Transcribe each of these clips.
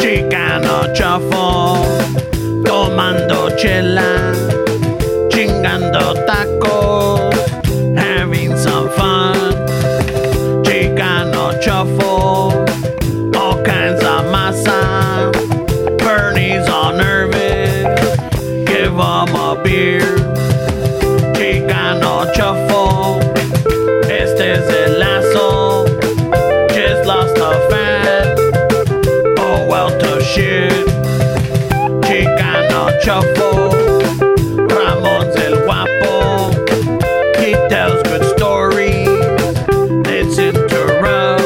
Chicano chofo, tomando chela, chingando tacos, having some fun. Chicano chofo, all kinds of masa. Bernie's all nervous, give 'em a beer. Chicano chofo, este es el lazo, just lost a fan. Oh well to shit Chicano Chuffle Ramon's El Guapo He tells good stories Let's interrupt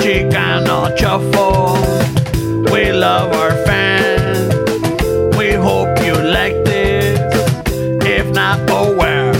Chicano Chuffle We love our fans We hope you like this If not, oh well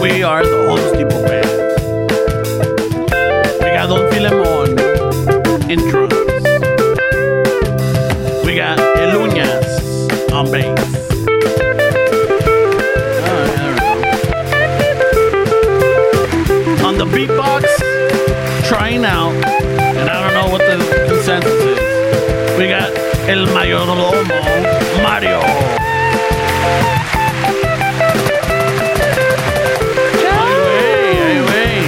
We are the Homeless Depot Band. We got Don Filemon in drums. We got Eluñas on bass. Alright, there we go. On the beatbox, trying out, and I don't know what the consensus is. We got El Mayordomo Mario. Ay, güey, ay,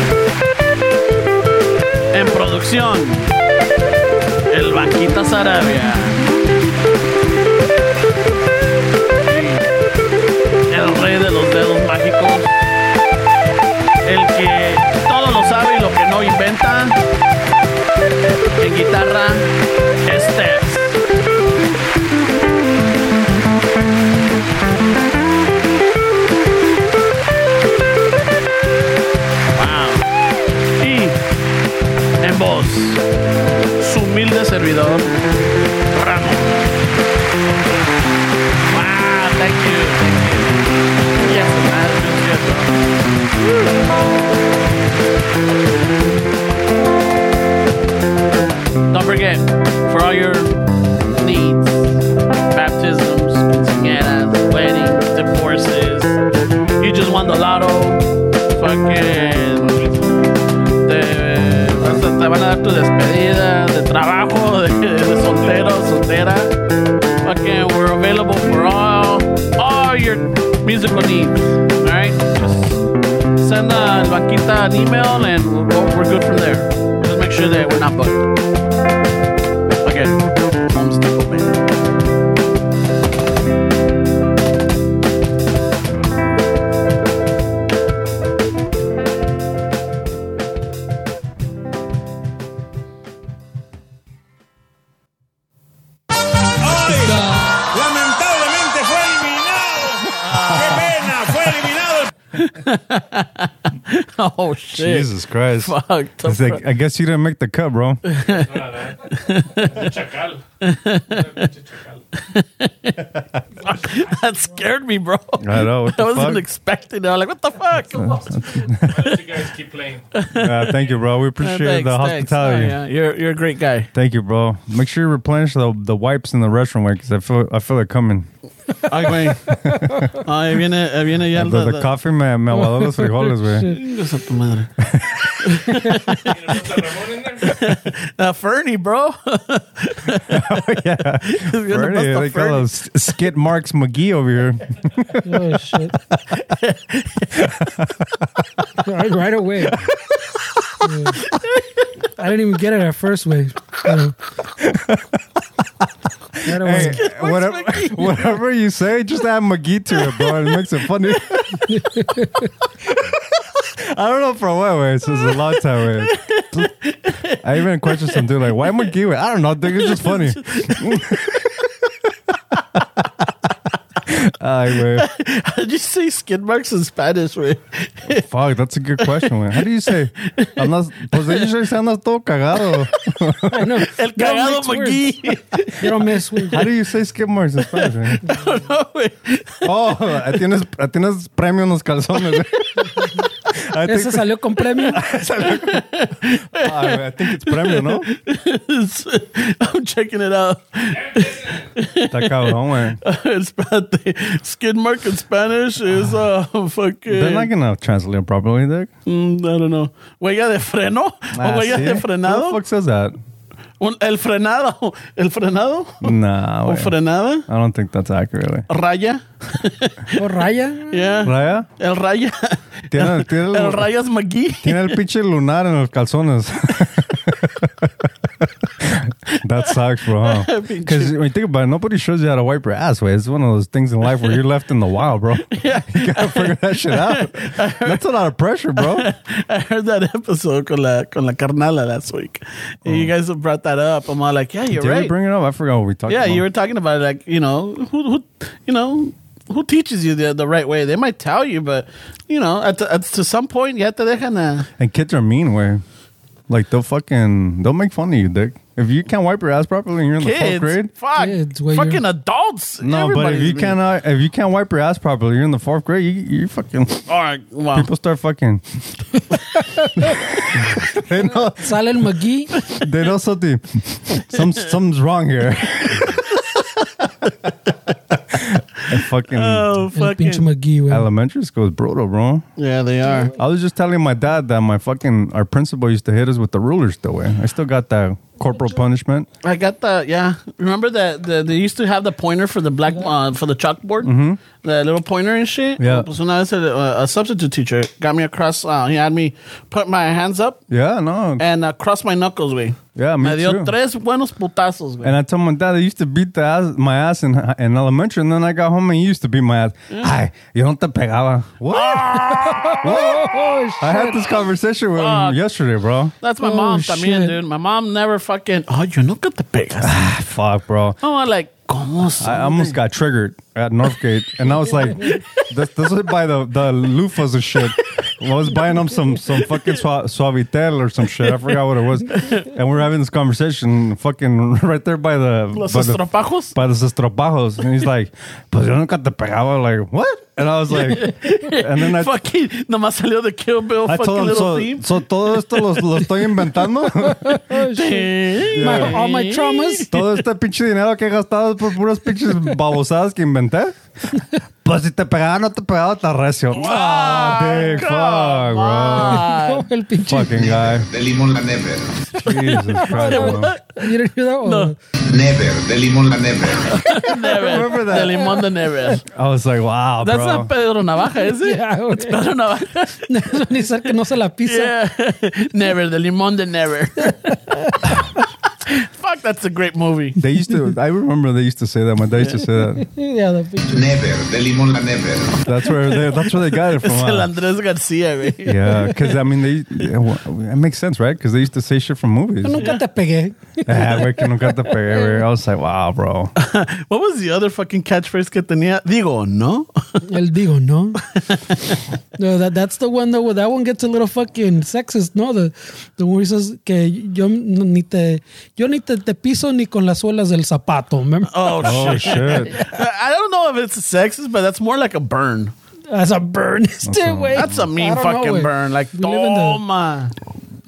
güey. En producción, el Banquita Sarabia. El rey de los dedos mágicos. El que todo lo sabe y lo que no inventa. En guitarra, Estes. Wow. Y en voz, su humilde servidor, Ramón. Wow, thank you, thank you. Yes, man, feels good, bro. Don't forget, for all your needs, baptisms, quinceañeras, weddings, divorces, you just won the lotto, fucking te, vas a- te van a dar tu despedida de trabajo, de, de soltero, soltera. Fucking we're available for all, all your musical needs. Alright? Just send uh, Banquita an email and we'll go, we're good from there. Just make sure that we're not booked. Again, home's still open. ¡Ay! Lamentablemente fue eliminado. ¡Qué pena! Fue eliminado. Oh shit. Jesus Christ. Fuck. It's like, I guess you didn't make the cut, bro. Chacal. Chacal. that scared me, bro. I know. What I the wasn't fuck? expecting it. I'm like, what the fuck? Why don't you guys keep playing? Uh, thank you, bro. We appreciate Thanks, the thanks. hospitality. Oh, yeah. You're you're a great guy. Thank you, bro. Make sure you replenish the, the wipes in the restroom, way, because I feel I feel it coming. Ay, güey. Ahí viene, ahí viene ya el The, the coffee man, me aguadó los frijoles, güey. Chingas a tu madre. You gonna put Ramon in there? Uh, Fernie, bro. yeah, He's gonna bust Fernie, a they Fernie. call us Skid Marks McGee over here. Oh shit! right, right away. Yeah. I didn't even get it at first wave. Yeah. Right away. Hey, whatever, whatever you say, just add McGee to it, bro. It makes it funny. I don't know for what way. It's just a long time. Way. I even questioned some dude like, "Why McGee?" Way? I don't know. Dude, it's just funny. I Ay, güey. How did you say skid marks in Spanish, güey? Fuck, that's a good question, güey. How do you say? Andas, pues they usually say andas todo cagado. I know. El cagado McGee. You don't mess with. How do you say skid marks in Spanish, güey? I don't know, güey. Oh, ahí tienes, ahí tienes premio en los calzones, güey. I think, Ese salió con premio. Ah, güey, I think it's premio, ¿no? I'm checking it out. Está cabrón, güey. Espérate. Skid mark in Spanish is uh fucking. They're not gonna translate it properly, Dick. Mm, I don't know. Huella de freno Ah, o huella ¿sí? de Who the frenado. fuck says that? Un- el frenado. El frenado. Nah, O güey. frenada. I don't think that's accurate, güey. Raya. O Oh, Raya. Yeah. Raya, El raya. tiene, tiene, El el, rayas McGee. tiene el pinche lunar en los calzones. that sucks, bro. Because when you think about it, nobody shows you how to wipe your ass, way. It's one of those things in life where you're left in the wild, bro. Yeah. You gotta figure that shit out. That's a lot of pressure, bro. I heard that episode con la, con la carnala last week. And you guys brought that up. I'm all like, yeah, you're Did right. we bring it up? I forgot what we talked yeah, about. you were talking about it, like you know who, who you know who teaches you the the right way. They might tell you, but you know at, the, at to some point you have to dejan a- And kids are mean, way. Like they'll fucking they'll make fun of you, dick. If you can't wipe your ass properly and you're in the fourth kids. grade. Fuck, Kids, well, fucking you're- adults. No, but if Everybody's you mean. cannot, if you can't wipe your ass properly, you're in the fourth grade. You, you fucking all right, wow. people start fucking. they know Sale el McGee. they know something. Some something's wrong here. And fucking oh El pinche fucking McGee, güey. elementary school is brutal, bro. yeah, they are. I was just telling my dad that my fucking our principal used to hit us with the rulers the way. I still got that corporal punishment. I got the yeah. Remember that the, they used to have the pointer for the black uh, for the chalkboard, the little pointer and shit. Mm-hmm. Yeah. So now I said uh, a substitute teacher got me across. Uh, he had me put my hands up Yeah, no. and uh, cross my knuckles, way. yeah, me Me dio too. tres buenos putazos, güey. And I told my dad I used to beat the ass, my ass in, in elementary, and then I got home and he used to beat my ass. Hi, yo no te pegaba. What? Oh, I had this conversation with him yesterday, bro. That's my Oh, mom también, shit. dude. My mom never fucking, oh, you nunca te pegas. Ah, fuck, bro. I'm all like, ¿cómo se? I almost got triggered at Northgate, and I was like, "This, this was by the the loofahs and shit." I was buying them some some fucking sua- suavitel or some shit. I forgot what it was, and we were having this conversation, fucking right there by the Los by the, estropajos? by los estropajos, and he's like, "Pues yo nunca te pegaba." Like what? And I was like, and then I. Fucking, nomás salió de Kill Bill I fucking told him, little so, theme. so todo esto lo, lo estoy inventando. my, all my traumas. Todo este pinche dinero que he gastado es por puras pinches babosadas que inventé. Pues si te pegaba, no te pegaba, te recio. Ah, big fuck, bro. Ah, Oh, el pinche. Fucking guy. de limón la never. Jesus Christ, bro. You didn't hear that Oh. one? Never, de limón la never. never. remember that. De limón de never. I was like, wow, That's bro. not Pedro Navaja, is it? Yeah, güey. Pedro Navaja. Ni ser que no se la pisa. yeah. never. De limón de never. Fuck, that's a great movie. They used to, I remember they used to say that. My dad used to say that. Yeah, the picture. Never, de limón la never. That's where they, that's where they got it from. Es el huh? Andrés García, güey. Yeah, because I mean, they, yeah, well, it makes sense, right? Because they used to say shit from movies. Nunca te pegué. Ah, güey, que nunca te pegué, güey. I was like, wow, bro. What was the other fucking catchphrase que tenía? Digo, ¿no? El digo, no. no, that that's the one though. That one gets a little fucking sexist. No, the the one where he says que yo ni te yo ni te, te piso ni con las suelas del zapato. Remember? Oh, Oh, shit. I I don't know if it's sexist, but that's more like a burn. That's a burn. Still, wait. That's a mean fucking burn. Like, we live in the- toma.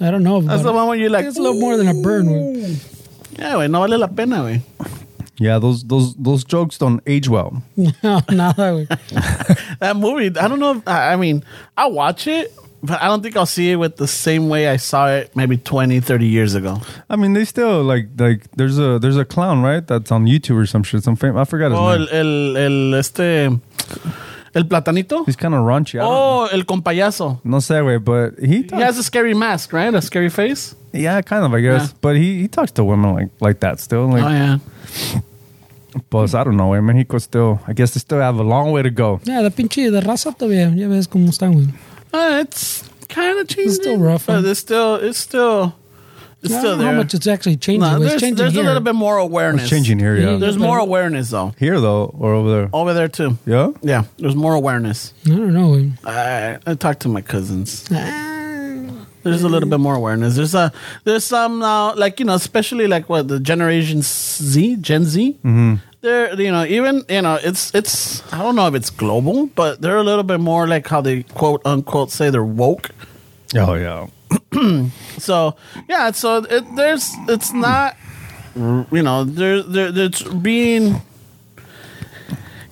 I don't know. That's but the one where you're I think like, it's a little more than a burn. güey. Yeah, güey, no vale la pena, güey. Yeah, those those those jokes don't age well. No, nada, güey. That movie, I don't know. If, I I mean, I watch it, but I don't think I'll see it with the same way I saw it maybe 20, 30 years ago. I mean, they still like like there's a there's a clown right that's on YouTube or some shit. Some fam- I forgot his Oh, name. el, el, el, este, el platanito. He's kind of raunchy. I don't- Oh, el compayazo. no sé, way, but he He talks, has a scary mask, right? A scary face. yeah, kind of I guess. Yeah. But he he talks to women like like that still. Like, Oh, yeah. plus, I don't know. way, Mexico still, I guess they still have a long way to go. Yeah, la pinche de raza todavía. Ya ves cómo están, güey. Uh, it's kind of cheesy. still rough, But huh? it's still, it's still. It's I still don't know there. how much it's actually changing. No, but it's there's, changing there's here. a little bit more awareness. It's changing here, yeah. There's Yeah, more but- awareness though. Here though, or over there? Over there too. Yeah. Yeah, there's more awareness. I don't know. güey. I, I talked to my cousins. Ah, There's a little bit more awareness. There's a there's some now, like you know, especially like what the Generation Z, Gen Z. Mm-hmm. They're you know even you know it's it's I don't know if it's global, but they're a little bit more like how they quote unquote say they're woke. Oh yeah. So yeah, so it, there's it's not you know there there it's being.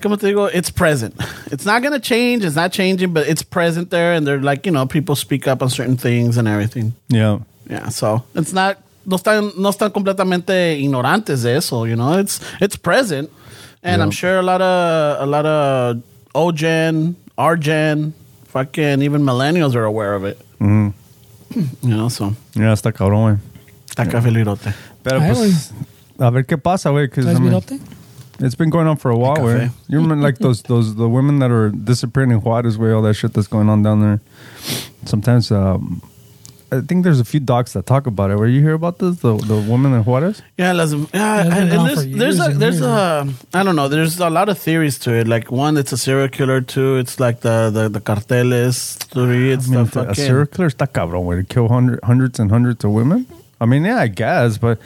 Como te digo, it's present. It's not gonna change. It's not changing, but it's present there, and they're like you know people speak up on certain things and everything. Yeah. Yeah, so it's not no están no están completamente ignorantes de eso, you know. It's it's present, and I'm Yeah. sure a lot of a lot of O gen, R gen, fucking even millennials are aware of it. You know, so Yeah, está cabrón, güey. está café lirote. Pero Ay, pues, a ver qué pasa, güey. 'cause, ¿Traes I mean, virote? It's been going on for a while, Café. güey. You remember like those those the women that are disappearing in Juarez, way all that shit that's going on down there. Sometimes um, I think there's a few docs that talk about it. Where you hear about this, the the woman in Juarez? Yeah, las, yeah, been and around there's for there's a years, there's yeah. a I don't know. There's a lot of theories to it. Like one, it's a serial killer. Two, it's like the the the carteles. Three, it's I mean, the a fucking. serial killer está cabrón, güey, to kill hundred, hundreds and hundreds of women. I mean, yeah, I guess, but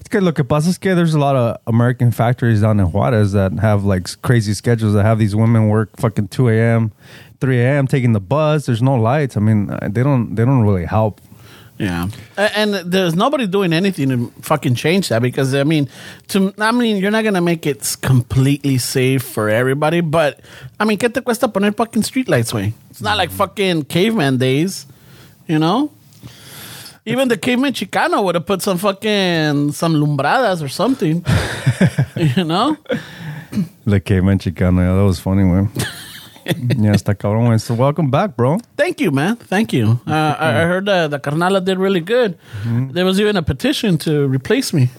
it's que lo que pasa es que there's a lot of American factories down in Juarez that have like s- crazy schedules that have these women work fucking 2 a.m., 3 a.m., taking the bus. There's no lights. I mean, uh, they don't they don't really help. Yeah, A- and there's nobody doing anything to fucking change that because I mean, to I mean, you're not gonna make it s- completely safe for everybody, but I mean, get the cuesta poner fucking streetlights way. It's not like fucking caveman days, you know. Even the caveman Chicano would have put some fucking some lumbradas or something, you know. The caveman chicano, yeah, that was funny, güey. yeah, está cabrón, güey. So welcome back, bro. Thank you, man. Thank you. Uh, I, I heard uh, the Carnala did really good. There was even a petition to replace me.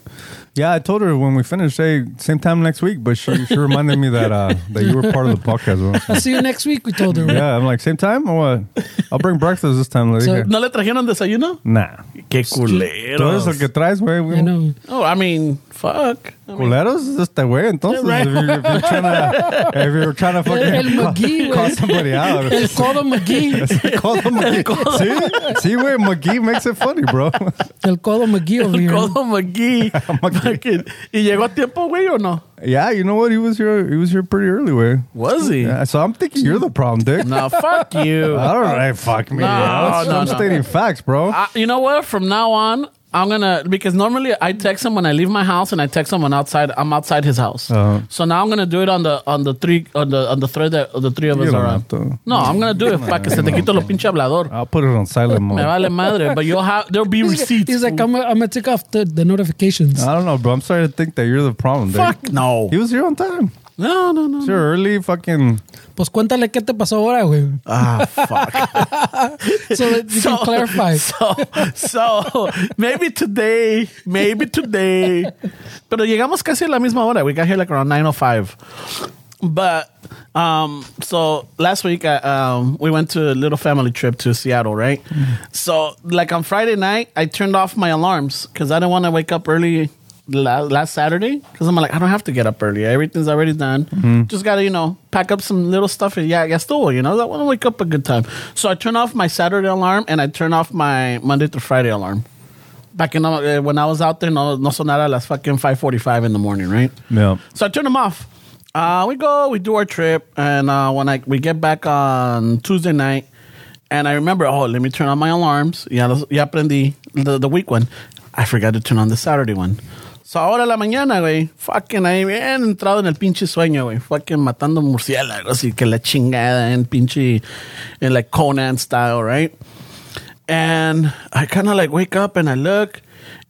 Yeah, I told her when we finished, hey, same time next week, but she, she reminded me that uh, that you were part of the podcast. bro. I'll see you next week, we told her. Yeah, I'm like, same time or what? I'll bring breakfast this time, lady. So- ¿No le trajeron desayuno? nah. Qué Tú eres el que culeros. traes, güey. I know. Oh, I mean, fuck. I mean, Culeros es este güey, entonces. Yeah, right. If, you're, if you're trying to, if you're trying to El fucking call, McGee, call güey. somebody out. El codo McGee. Call them McGee. See? See, güey, McGee makes it funny, bro. El codo McGee over here. Codo McGee. Fucking- ¿Y llegó a tiempo, güey, o no? Yeah, you know what? He was here. He was here pretty early, güey. Was he? Yeah, so I'm thinking you're the problem, Dick. No, fuck you. I don't know. Fuck me. No, bro. no, I'm no. stating facts, bro. I, you know what? From now on, I'm gonna because normally I text him when I leave my house and I text him when outside I'm outside his house. Uh-huh. So now I'm gonna do it on the on the three on the on the thread that the three of You us don't are have on. to. No, I'm gonna do it. para que se te quito lo pinche hablador. I'll put it on silent mode. Me I vale madre. But you'll have there'll be receipts. He's like, I'm going to take off the, the notifications. don't know, bro. I'm starting to think that you're the problem, Dick. fuck no. He was here on time. No, no, no. Sure, early fucking. Pues cuéntale qué te pasó ahora, güey. Ah, fuck. So that you can clarify. So, so maybe today, maybe today. Pero llegamos casi a la misma hora. We got here like around 9.05. But um, so last week I, um, we went to a little family trip to Seattle, right? So like on Friday night, I turned off my alarms because I didn't want to wake up early la- last Saturday because I'm like I don't have to get up early. Everything's already done. Just gotta you know pack up some little stuff and yeah, yeah, still you know I want to wake up a good time. So I turn off my Saturday alarm and I turn off my Monday to Friday alarm. Back in uh, when I was out there, no, no sonara las fucking five forty five in the morning, right? Yeah. So I turn them off. Uh, we go, we do our trip, and uh, when I we get back on Tuesday night, and I remember, oh, let me turn on my alarms. Ya, los- ya aprendí the, the week one. I forgot to turn on the Saturday one. So ahora en la mañana, güey, fucking ahí bien entrado en el pinche sueño, güey. Fucking matando murciélagos y que la chingada en pinche, en like Conan style, right? and I kind of like wake up and I look,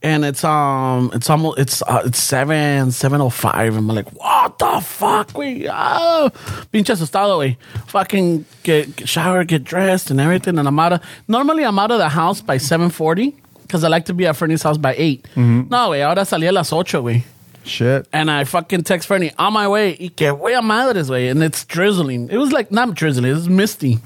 and it's um, it's almost it's uh, it's seven seven oh five, and I'm like, what the fuck, we ah, pinche asustado, way, fucking get, get shower, get dressed, and everything, and I'm out of normally I'm out of the house by seven forty. Cause I like to be at Fernie's house by 8 No, way, ahora salí a las ocho, güey. Shit. And I fucking text Fernie on my way. Y que voy a madres, way, And it's drizzling. It was like, not drizzling, it was misty.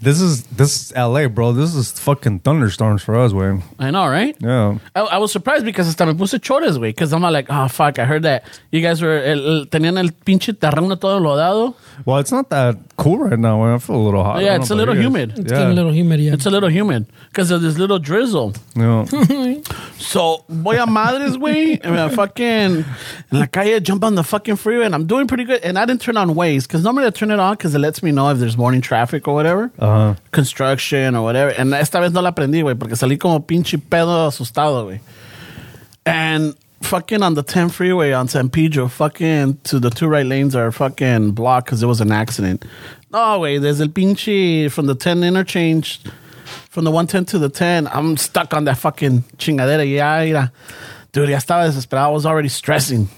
This is this is LA, bro. This is fucking thunderstorms for us, way. I know, right? Yeah. I, Oh, I was surprised because hasta me puse chores, güey. Because I'm not like, oh, fuck, I heard that. You guys were, el, el- tenían el pinche terreno todo lodado. Well, it's not that cool right now. Man. I feel a little hot. Yeah, I don't it's know a about little you guys. humid. It's getting a little humid, yeah. It's a little humid because of this little drizzle. Yeah. So, voy a madres, güey. And I fucking, en la calle, jump on the fucking freeway. And I'm doing pretty good. And I didn't turn on Waze because normally I turn it on because it lets me know if there's morning traffic or whatever. Uh-huh. Construction or whatever. And esta vez no la aprendí, güey, porque salí como pinche pedo asustado, güey. And fucking on the 10 freeway on San Pedro, fucking to the two right lanes are fucking blocked because there was an accident. No, way, there's el pinche from the 10 interchange, from the 110 to the 10. I'm stuck on that fucking chingadera. Ya, ya. Dude, ya estaba desesperado. I was already stressing.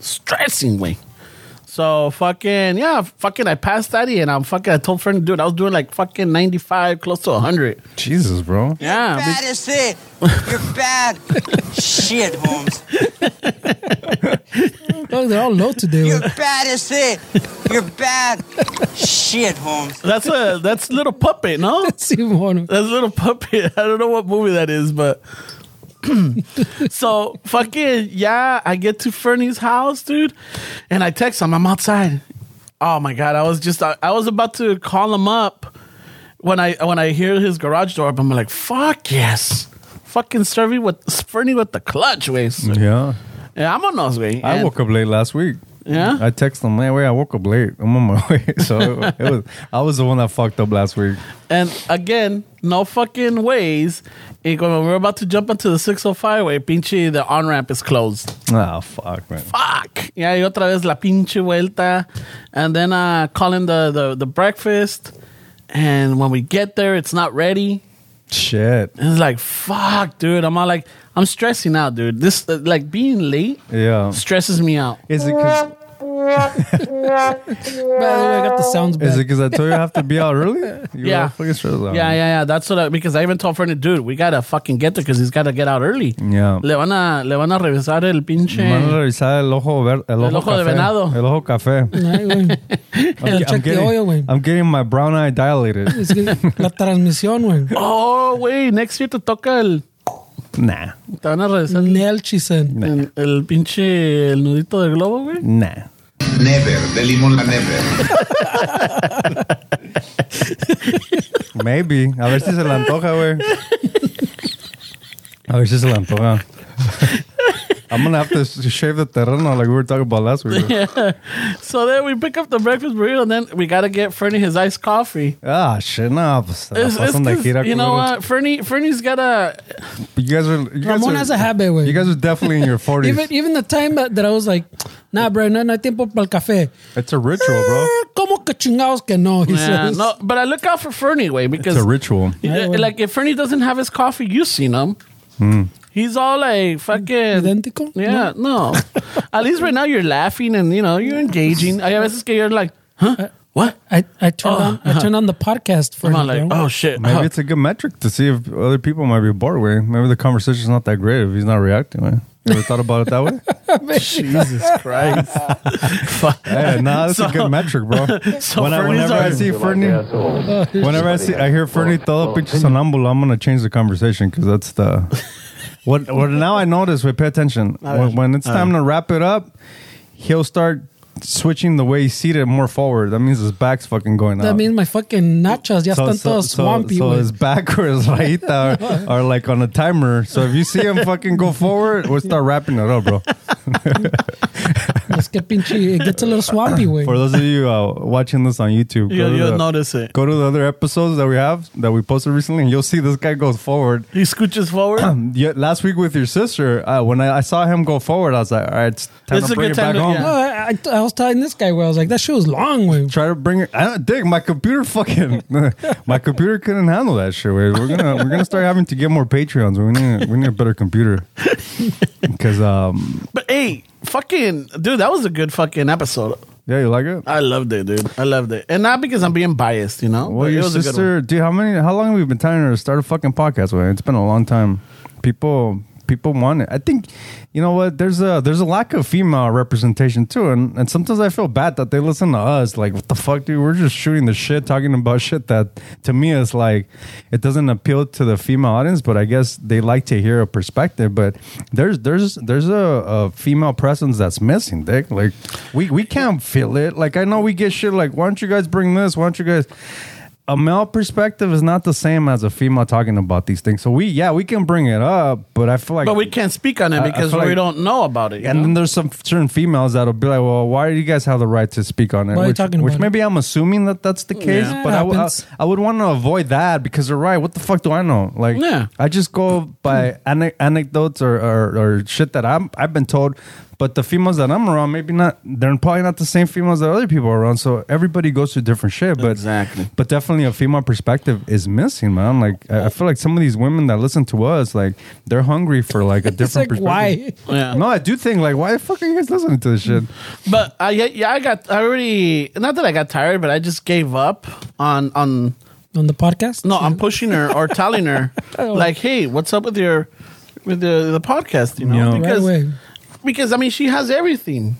Stressing, way. So fucking yeah, fucking I passed that and I'm fucking I told friend dude I was doing like fucking 95 close to 100. Jesus, bro. Yeah, Ah, be- bad as it. You're bad. Shit, Holmes. Oh, they're all low today. You're güey. bad as it. You're bad. Shit, Holmes. that's a that's little puppet, no? Simón. That's a little puppet. I don't know what movie that is, but so fucking yeah, I get to Fernie's house, dude, and I text him. I'm outside. Oh my god, I was just I, I was about to call him up when I when I hear his garage door open. I'm like, fuck yes, fucking Fernie with Fernie with the clutch, ways. Yeah. Yeah, I'm on those way. I woke up late last week. Yeah? I texted him, man, wait, I woke up late. I'm on my way. So it, was, I was the one that fucked up last week. And again, no fucking ways. And when we're about to jump into the 605 way, pinche the on ramp is closed. Ah, fuck, man. fuck. Yeah, y otra vez la pinche vuelta. And then uh, calling the, the, the breakfast. And when we get there, it's not ready. Shit. And it's like, fuck, dude. I'm all like, I'm stressing out, dude. This, uh, like, being late Yeah. stresses me out. Is it because By the way, I got the sounds is it back. 'cause I told you I have to be out early? You Yeah. were Fucking stressed out. Yeah, yeah, yeah. That's what I, because I even told Fernie, dude, we gotta fucking get there because he's gotta get out early. Yeah. Le van a, le van a revisar el pinche. Me Mm. Van a revisar el ojo verde, el, ojo ojo café, de venado. El ojo café. Ay, güey. I'm, check the getting, oil, güey. I'm getting my brown eye dilated. Es que la transmisión, güey. Oh, güey, next year te toca el. nah. Te van a revisar el, Nelchisen. el, el pinche el nudito del globo, güey. Nah. Never, de limón la never. Maybe. A ver si se la antoja, güey. A ver si se la antoja. I'm gonna have to shave the terreno like we were talking about last week. güey. So then we pick up the breakfast burrito, and then we gotta get Fernie his iced coffee. Ah, shit, nah, pues, la It's- it's pasan de 'cause, gira, you know culeros. what, Fernie? Fernie's gotta. You guys are. You guys Ramon are, has a habit, güey. You guys are definitely in your 40s. Even, even the time that, that I was like, nah, bro, no, no hay tiempo para el café. it's a ritual, bro. Eh, ¿Cómo que chingados que no? He Yeah, says. no, but I look out for Fernie, way because It's a ritual. Yeah, Ay, güey. like if Fernie doesn't have his coffee, you seen him. He's all like fucking. Idéntico? Yeah, no. At least right now you're laughing and you know you're engaging. I veces que you're like, huh, what? I, I turned on I turned on the podcast for Oh, uh-huh. I'm all you, like, bro. oh shit. Maybe huh. it's a good metric to see if other people might be bored with. Maybe the conversation's not that great if he's not reacting. Man. You ever thought about it that way? Jesus Christ. Fuck. Hey, nah, that's a So- good metric, bro. So When I- Fernie's whenever I already- see Fernie, whenever I see, I hear Fernie todo pinche sonámbulo, I'm gonna change the conversation because that's the. What? What? Now I notice. We pay attention. When, when it's time to wrap it up, he'll start switching the way he's seated more forward. That means his back's fucking going That out. means my fucking nachas ya están todos swampy, so güey. his back or his raita are, are like on a timer. So if you see him fucking go forward, we'll start wrapping it up, bro. es que pinche, it gets a little swampy, güey. For those of you uh, watching this on YouTube, You- go, to you'll the, notice it. go to the other episodes that we have that we posted recently, and you'll see this guy goes forward. He scooches forward. Yeah, last week with your sister, uh, when I, I saw him go forward, I was like, all right, it's time This is to a bring good it time back to- home. No, I, I, I was telling this guy, güey, I was like, that shit was long, güey. Try to bring it. I don't dig. My computer fucking. my computer couldn't handle that shit. We're, we're gonna we're gonna start having to get more Patreons. We need we need a better computer. Because um But hey, fucking dude, that was a good fucking episode. yeah, you like it. I loved it, dude. I loved it, and not because I'm being biased, you know. Well, but your it was a good sister, dude. How many? How long have we been telling her to start a fucking podcast? With? It's been a long time. People people want it. I think you know what? There's a there's a lack of female representation too, and and sometimes I feel bad that they listen to us. Like, what the fuck, dude? We're just shooting the shit, talking about shit that to me is like it doesn't appeal to the female audience. But I guess they like to hear a perspective. But there's there's there's a, a female presence that's missing, Dick. Like we we can't feel it. Like I know we get shit. Like, why don't you guys bring this? Why don't you guys? a male perspective is not the same as a female talking about these things. So we, yeah, we can bring it up, but I feel like, But we can't speak on it I- I because feel we like- don't know about it. you and know? then there's some certain females that'll be like, well, why do you guys have the right to speak on it? Why are you which talking which about it? maybe I'm assuming that that's the case, Yeah. but I, w- I, Happens. I would want to avoid that because they're right. What the fuck do I know? Like, Yeah. I just go by ane- anecdotes or, or, or shit that I'm, I've been told. But the females that I'm around, maybe not. They're probably not the same females that other people are around. So everybody goes through different shit. But Exactly. But definitely, a female perspective is missing, man. Like I, I feel like some of these women that listen to us, like they're hungry for like a It's different like, why? perspective. Yeah. No, I do think like, why the fuck are you guys listening to this shit? But I yeah, I got I already not that I got tired, but I just gave up on on On the podcast? no, I'm pushing her or telling her Oh. like, hey, what's up with your with the the podcast? You know, Yeah. Right Right away. because I mean, she has everything.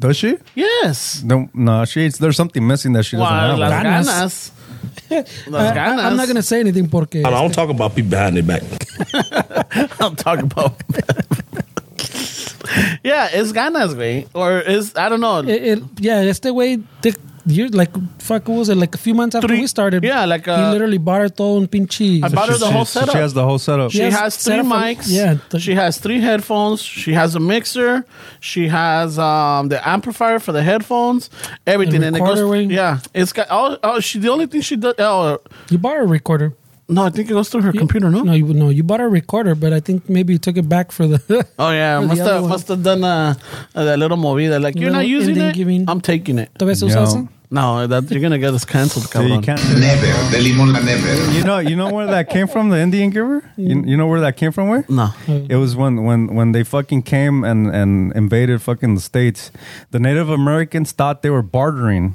Does she? Yes. No, no. She there's something missing that she doesn't Wow, have. las Like, Ganas. ganas. I, Las ganas. am Uh, not going to say anything porque. I don't talk about people behind their back. I'll talk about. yeah, it's ganas, güey. Or is I don't know. It, it, yeah, este güey, the- you like, fuck, what was it? Like a few months after Three- we started. yeah, like, He uh, literally bought it todo un pinche. I bought her she- the whole she- setup. She has the whole setup. She Yes, has three set up for- mics. yeah, the- she has three headphones. She has a mixer. She has um, the amplifier for the headphones. Everything The and it goes. recorder ring. Yeah, it's got all. Oh, she the only thing she does. Oh, You bought a recorder. no, I think it goes through her computer. No. No, you, no, you bought a recorder, but I think maybe you took it back for the. Oh yeah, Or the must other have one. must have done a, a little movida. Like you're Little not using ending it. giving. I'm taking it. ¿Todavía se Yeah. usa esa? No, that you're gonna get us canceled, So you cabrón. can't. Never, de limón la never. You know, you know where that came from, the Indian giver. You, you know where that came from? Where? No. It was when when when they fucking came and and invaded fucking the states. The Native Americans thought they were bartering,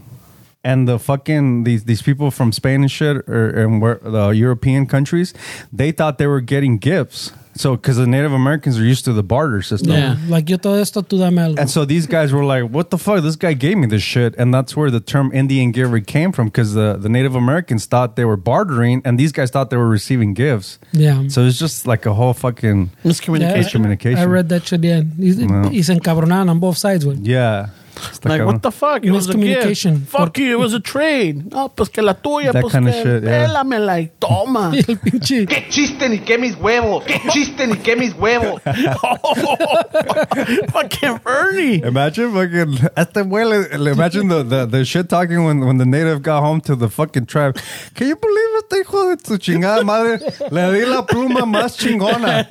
and the fucking these these people from Spain and shit or and where the European countries, they thought they were getting gifts. So because the Native Americans are used to the barter system. Yeah. Like yo todo esto, tú dame algo. And so these guys were like, "What the fuck? This guy gave me this shit," and that's where the term Indian giver came from because the, the Native Americans thought they were bartering, and these guys thought they were receiving gifts. Yeah. So it's just like a whole fucking Yeah, Miscommunication. miscommunication. I read that shit, yeah. Y, Wow. y se encabronaron on both sides, güey. Yeah. It's Like I what don't- the fuck? It was a gift. Miscommunication. Fuck you. It was a trade. No, pues que la tuya. That pues kinda que shit, yeah. pélamela y toma. Y el pinche. ¿Qué chiste ni qué mis huevos? ¿Qué chiste ni qué mis huevos? Oh, fucking Ernie. Imagine fucking este güey, le- imagine the, the, the shit talking when, when the native got home to the fucking tribe. Can you believe este hijo de su chingada madre? Le di la pluma más chingona.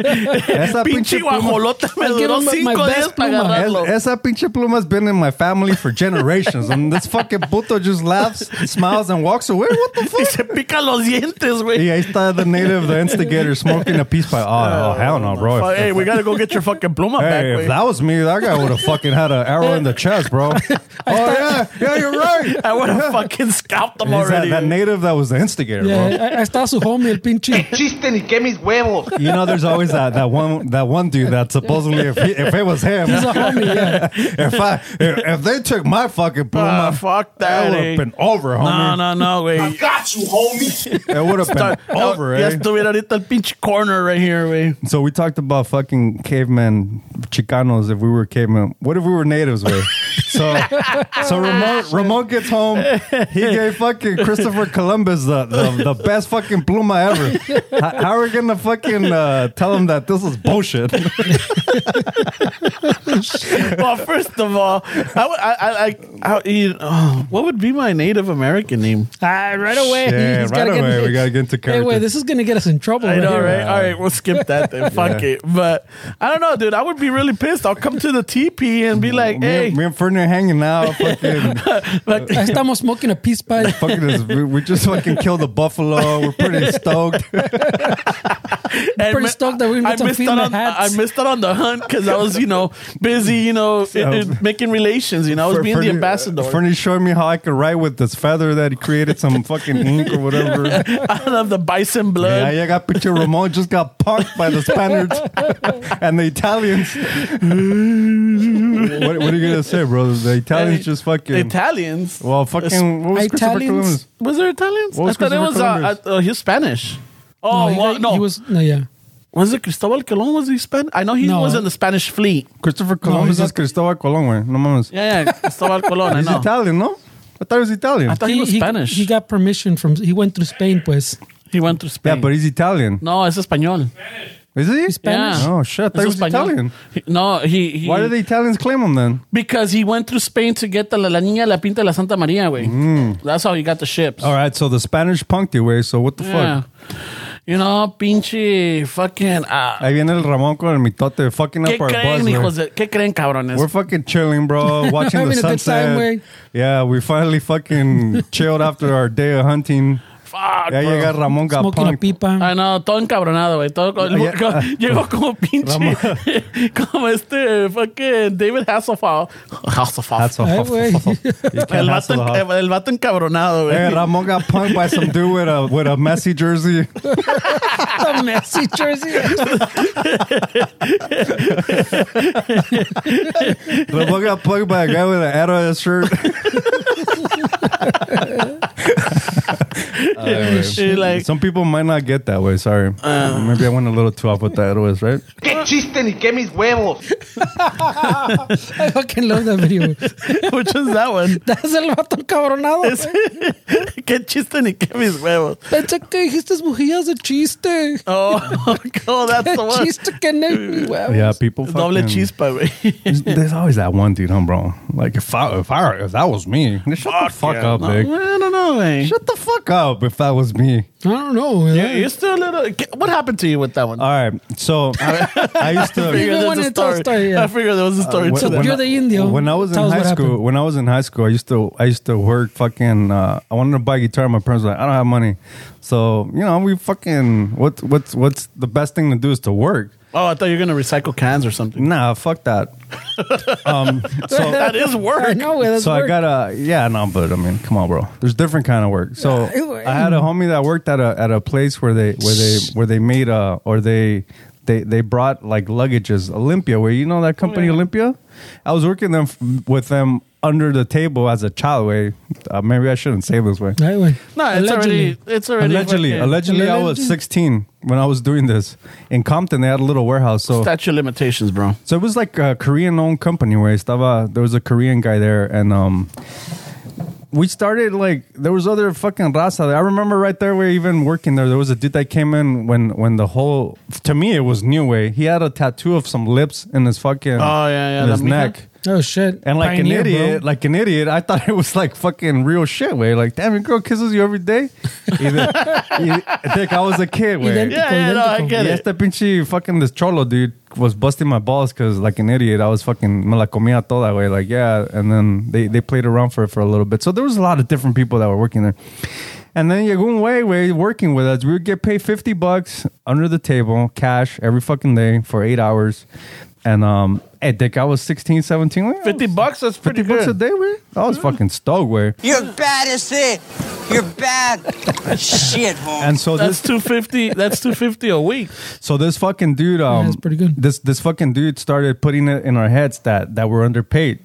Esa Pinche guajolota me I give duró him my- my cinco días best para pluma. agarrarlo. Es- esa pinche pluma's been in my family for generations, and this fucking puto just laughs, smiles, and walks away. What the Y fuck? se pica los dientes, güey. Yeah, ahí está the native, the instigator, smoking a piece by. Oh, oh hell no, bro. Fuck, hey, we gotta go get your fucking pluma back, Hey, güey. if that was me, that guy would have fucking had an arrow in the chest, bro. oh yeah, yeah, you're right. I would have fucking scalped them He's that, already. that native that was the instigator, Yeah, bro. ahí- ahí está su homie, el Eh, pinche. ¿Chiste ni qué mis huevos? You know, there's always that, that one that one dude that supposedly if he, if it was him, He's a homie, yeah. if I if, if they took my fucking pluma, Ah, fuck that that, would eh. have been over, no, homie. no, no, güey. got you, homie. It would have been over, Ya eh? estuviera ahorita el pinche corner right here, güey. So we talked about fucking cavemen, Chicanos. If we were cavemen, what if we were natives? Way so so Ramon, Ramon gets home. He gave fucking Christopher Columbus the the, the best fucking pluma ever. How, how are we gonna fucking uh, tell him that this is bullshit? well, first of all, I, would- I, I, I, how- you, oh, what would be my Native American name? Ah, right away. Yeah, He's right gotta away. we gotta get into Hey, character. wait, this is going to get us in trouble. I right know, here. right? All right, we'll skip that then. Fuck Yeah. it. But I don't know, dude. I would be really pissed. I'll come to the teepee and be like, me, hey, and- me and Fernie are hanging out. Fucking, like, Ahí estamos smoking a peace pipe. fucking is, we, we just fucking killed a buffalo. We're pretty stoked. and pretty ma- stoked that we're gonna I get some missed out female on, hats. I missed out on the on because I was, you know, busy, you know, it- it- making relations. You know, I was Fer- being the Fernie- uh, ambassador. Fernie showed me how I could write with this feather that he created some fucking ink or whatever. out of the bison Yeah, blood. yeah, I got picture Ramon just got parked by the Spaniards and the Italians. what, what are you gonna say, bro? The Italians just The fucking. Italians. well, fucking. What was Christopher Italians? Columbus? Was there Italians? What I was thought it was Christopher uh, Columbus? uh, uh, he was Spanish. Oh, he- well, no. He was, no, yeah. was it Cristobal Colon? Was he Spanish? I know he No. was in the Spanish fleet. Christopher No, Columbus he's is Cristobal Colón, güey. No mames. Yeah, yeah. Cristobal Colon. I He's know. Italian, no? I thought he was Italian. I thought he, was Spanish. He got permission from, he went to Spain, pues. He went to Spain. yeah, but he's Italian. no, es español. Is he? Spanish. Oh shit! I thought he Es was español. Italian. He- no, he, he. Why do the Italians claim him then? Because he went through Spain to get the, la, la niña la pinta de la Santa Maria, way. That's how he got the ships. All right, so the Spanish punked you, güey. So what the Yeah. fuck? You know, pinche fucking. ah Ahí viene el Ramón con el mitote, fucking up ¿Qué our buzz, creen, güey. hijos de.? ¿Qué creen, cabrones? We're fucking chilling, bro. Watching Having the a good time, sunset. güey. yeah, we finally fucking chilled after our day of hunting. Fuck, Ya bro. llega Ramón got Smoking a punked. pipa. Ay, Ah, no, todo encabronado, güey. Todo, con- Yeah. con- llegó como pinche. como este eh, fucking David Hasselhoff. That's Hasselhoff. all. Ay, güey. You can't El vato, hassle the en- hot. el vato encabronado, güey. Hey, Ramon got punked by some dude with a with a messy jersey. The messy jersey. Ramon got punked by a guy with an Adidas shirt. Y like, Some people might not get that way. Sorry, Ah. maybe I went a little too off with the Adidas, right? ¡Qué chiste ni qué mis huevos! I fucking love that video. which is that one? That's el vato cabronado. qué chiste ni qué mis huevos. Pensé que dijiste bujías de chiste. Oh, oh, that's the one. chiste que no mi huevo. Yeah, people. Doble fucking- chispa, güey. There's always that one dude, huh, bro? Like if I if I if that was me, shut the fuck up, No, big. I don't know, güey. Shut the fuck up if that was me. I don't know. Yeah, You're still a little. What happened to you with that one? All right. So I, I used to Even Figure there's when a I tell story. story, yeah. I figured there was a Uh, story to when- that. when You're I- the Indio. When I was in Tell us high what school, happened. when I was in high school, I used to I used to work fucking uh, I wanted to buy a guitar, my parents were like, I don't have money. So, you know, we fucking what what's what's the best thing to do is to work. Oh, I thought you were gonna recycle cans or something. Nah, fuck that. um so That is I work. know. That's so I work. got a yeah no, but I mean, come on, bro. There's different kind of work. So I had a homie that worked at a at a place where they where they where they made uh or they they they brought like luggages Olympia where you know that company Olympia. I was working them f- with them under the table as a child. Way uh, maybe I shouldn't say this way. Ay, güey. No, it's already. Allegedly. It's already. Allegedly, fucking- allegedly, I was 16 when I was doing this in Compton. They had a little warehouse, so Statue of limitations, bro. so it was like a Korean owned company where estaba, there was a Korean guy there and um we started like there was other fucking raza there. I remember right there where even working there there was a dude that came in when when the whole to me it was new way. He had a tattoo of some lips in his fucking Oh, yeah, yeah, in his the mija. neck. Oh shit. And like Pioneer, an bro. idiot, like an idiot, I thought it was like fucking real shit. Way like, damn, your girl kisses you every day. Either, I think I was a kid. Way Identi- Yeah, yeah, no, I Identical. get y it. este pinche fucking this cholo dude was busting my balls because like an idiot I was fucking me la comía toda way like yeah and then they, they played around for it for a little bit so there was a lot of different people that were working there and then llegó un way way working with us we would get paid 50 bucks under the table cash every fucking day for eight hours and um hey dick I was 16 17 wey. Fifty bucks. That's pretty 50 bucks a good. day way I was fucking stoked way You're bad as it. You're bad. Shit, homie. and so this That's two fifty. That's two fifty a week. So this fucking dude, um, that's pretty good. This this fucking dude started putting it in our heads that that we're underpaid.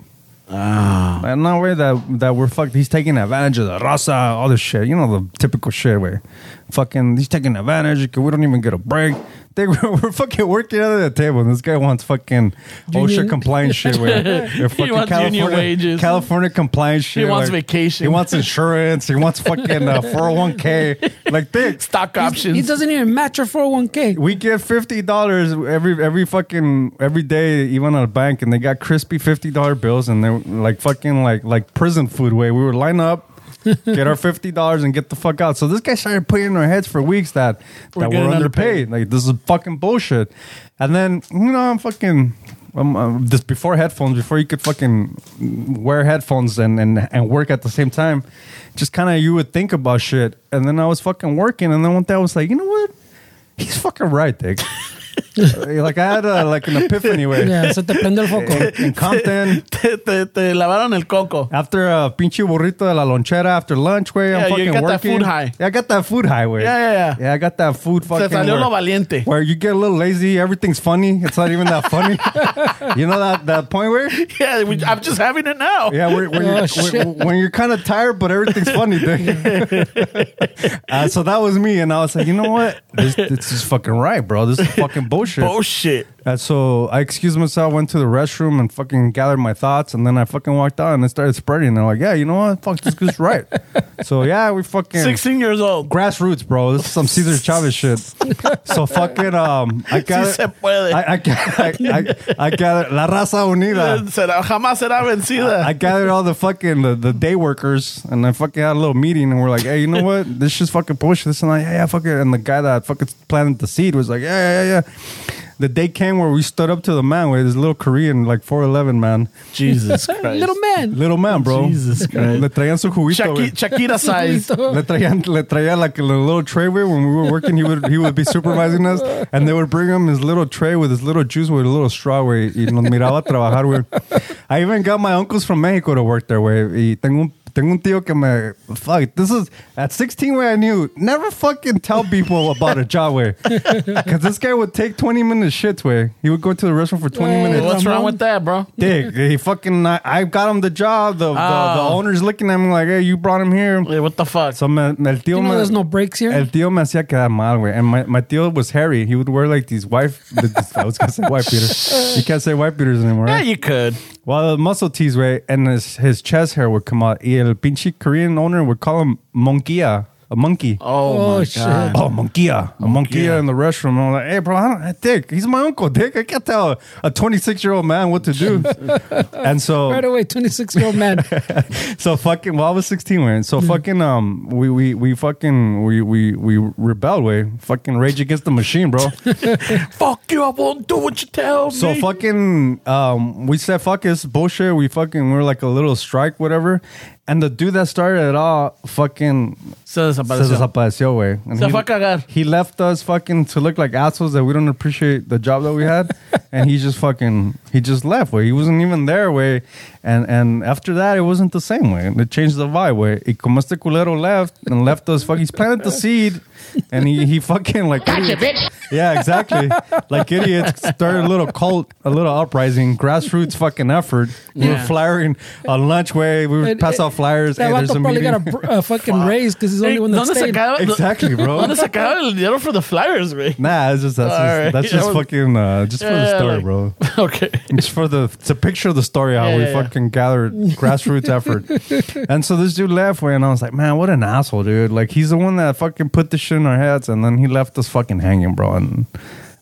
Ah. And not way that that we're fucked. He's taking advantage of the raza, all this shit. You know the typical shit where, fucking, he's taking advantage. 'cause We don't even get a break. They were, we're fucking working under the table, and this guy wants fucking Union. OSHA compliance shit. Where he wants union wages. California compliance shit. wants vacation. He wants insurance. He wants fucking uh, 401k. Like, dick, Stock options. It doesn't even match oh your 401k. we get fifty dollars every every fucking every day, even at a bank, and they got crispy fifty dollar bills, and they're like fucking like like prison food way. We would line up. get our fifty dollars and get the fuck out. So this guy started putting in our heads for weeks that We're that we're getting underpaid. Like this is fucking bullshit. And then you know I'm fucking I'm, I'm- this before headphones, before you could fucking wear headphones and and and work at the same time. Just kind of you would think about shit. And then I was fucking working, and then one day I was like, you know what? He's fucking right, Dick. like I had uh, like an epiphany way. Ya, se te prende el foco. In Compton, Te, te, te lavaron el coco. after a pinche burrito de la lonchera after lunch, way, Yeah, I'm you fucking got that working. food high. Yeah, I got that food high, way. Yeah, yeah, yeah. Yeah, I got that food fucking. Se salió where- lo valiente. Where you get a little lazy, everything's funny. It's not even that funny. you know that that point where Yeah, we, I'm just having it now. yeah, where, where Oh, you're, shit. where- when you're kind of tired, but everything's funny. dude. uh, so that was me, and I was like, you know what? This, this is fucking right, bro. This is fucking bullshit. Bullshit. And so I excused myself, went to the restroom, and fucking gathered my thoughts, and then I fucking walked out, and it started spreading. And I'm like, yeah, you know what? Fuck, this is right. so yeah, we fucking 16 years old. grassroots, bro. This is some Cesar Chavez shit. So fucking um, I got se puede. I, I, I, I, I got La raza unida. Eh, Será, jamás será vencida. I gathered all the fucking the, the day workers and I fucking had a little meeting and we're like, hey, you know what? This shit's fucking bullshit. This and that. Yeah, yeah, fuck it. And the guy that fucking planted the seed was like, yeah, yeah, yeah. The day came where we stood up to the man with this little Korean, like 4'11 man. Jesus Christ. Little man. Little man, bro. Jesus Christ. Le traían su juguito. güey. Shaki- Shakira size. Le traían, le traía like a little tray where when we were working, he would he would be supervising us, and they would bring him his little tray with his little juice with a little straw where y nos miraba trabajar. Where I even got my uncles from Mexico to work there. Where y tengo un tengo un tío que me fuck. This is at 16 where I knew never fucking tell people about a job way because this guy would take 20 minutes shit way. He would go to the restaurant for 20 Well, minutes. What's wrong with that, bro? Dick, he fucking I, I got him the job. The, the the Oh. owner's looking at me like, hey, you brought him here. Yeah, What the fuck? So me, me- el tío You know me- there's no breaks here? El tío me hacía quedar mal, güey. And my, my tío was hairy. He would wear like these wife. this- I was gonna say wife beater. You can't say wife beaters anymore. yeah, Right? you could. Well, the muscle tees, way, and his, his chest hair would come out. Y el pinche Korean owner would call him monkeya, a monkey. Oh, Oh, my shit. God. Oh, monkeya, a monkeya in the restroom. I'm like, hey, bro, I don't, Dick, he's my uncle, Dick. I can't tell a 26 year old man what to do. and so, Right away, 26 year old man. so fucking well, I was sixteen when so fucking um we we we fucking we we we rebelled way fucking rage against the machine, bro. Fuck you. I won't do what you tell so me. fucking um we said fuck this bullshit. We fucking we were like a little strike, whatever. And the dude that started it all fucking Se desapareció. se desapareció, way. Se fue a cagar. He left us fucking to look like assholes that we don't appreciate the job that we had, and he just fucking he just left. Way he wasn't even there. Way, and and after that it wasn't the same way. It changed the vibe. Way y como este culero left and left us. Fuck, he's planted the seed, and he he fucking like yeah, exactly. Like idiots started a little cult, a little uprising, grassroots fucking effort. We were Yeah. flyering on lunch way. We would And- pass out flyers. That Hey, there's vato a probably meeting. got a, br- a fucking raise because he's the Hey, only one that ¿Dónde stayed. sacaba- Exactly, bro. ¿Dónde sacaron el dinero for the flyers, güey? Nah, it's just that's All just, right. that's just That was- fucking uh, just for the Yeah, story, like- bro. Okay. It's for the it's a picture of the story how Yeah, we yeah, yeah. fucking gathered grassroots effort. And so this dude left, way, and I was like, man, what an asshole, dude. Like he's the one that fucking put the shit in our heads, and then he left us fucking hanging, bro. And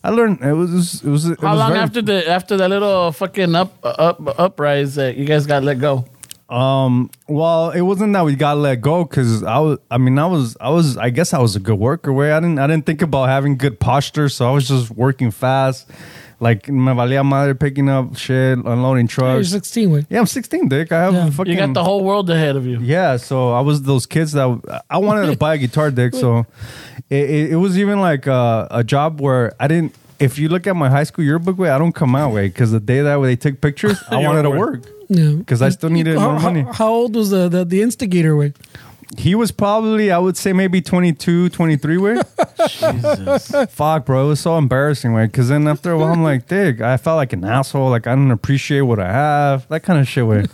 I learned it was it was it How was long very- after the after that little fucking up up uprise that you guys got let go? Um, well, it wasn't that we got let go because I was, I mean, I was, I was, I guess I was a good worker. Way I didn't, I didn't think about having good posture, so I was just working fast, like me valía madre picking up shit, unloading You're trucks. 16, güey. Yeah, I'm 16, dick. I have Yeah. a You fucking. You got the whole world ahead of you. Yeah, so I was those kids that I wanted to buy a guitar, dick. So it, it, it was even like a, a job where I didn't. If you look at my high school yearbook, way I don't come out way because the day that they took pictures, I wanted to work Yeah. because I still needed How, more money. how, how old was the, the, the instigator, güey? He was probably, I would say, maybe 22, 23 way. Jesus. Fuck, bro. It was so embarrassing, way. Because then after a while, I'm like, dick, I felt like an asshole. Like, I didn't appreciate what I have. That kind of shit, way.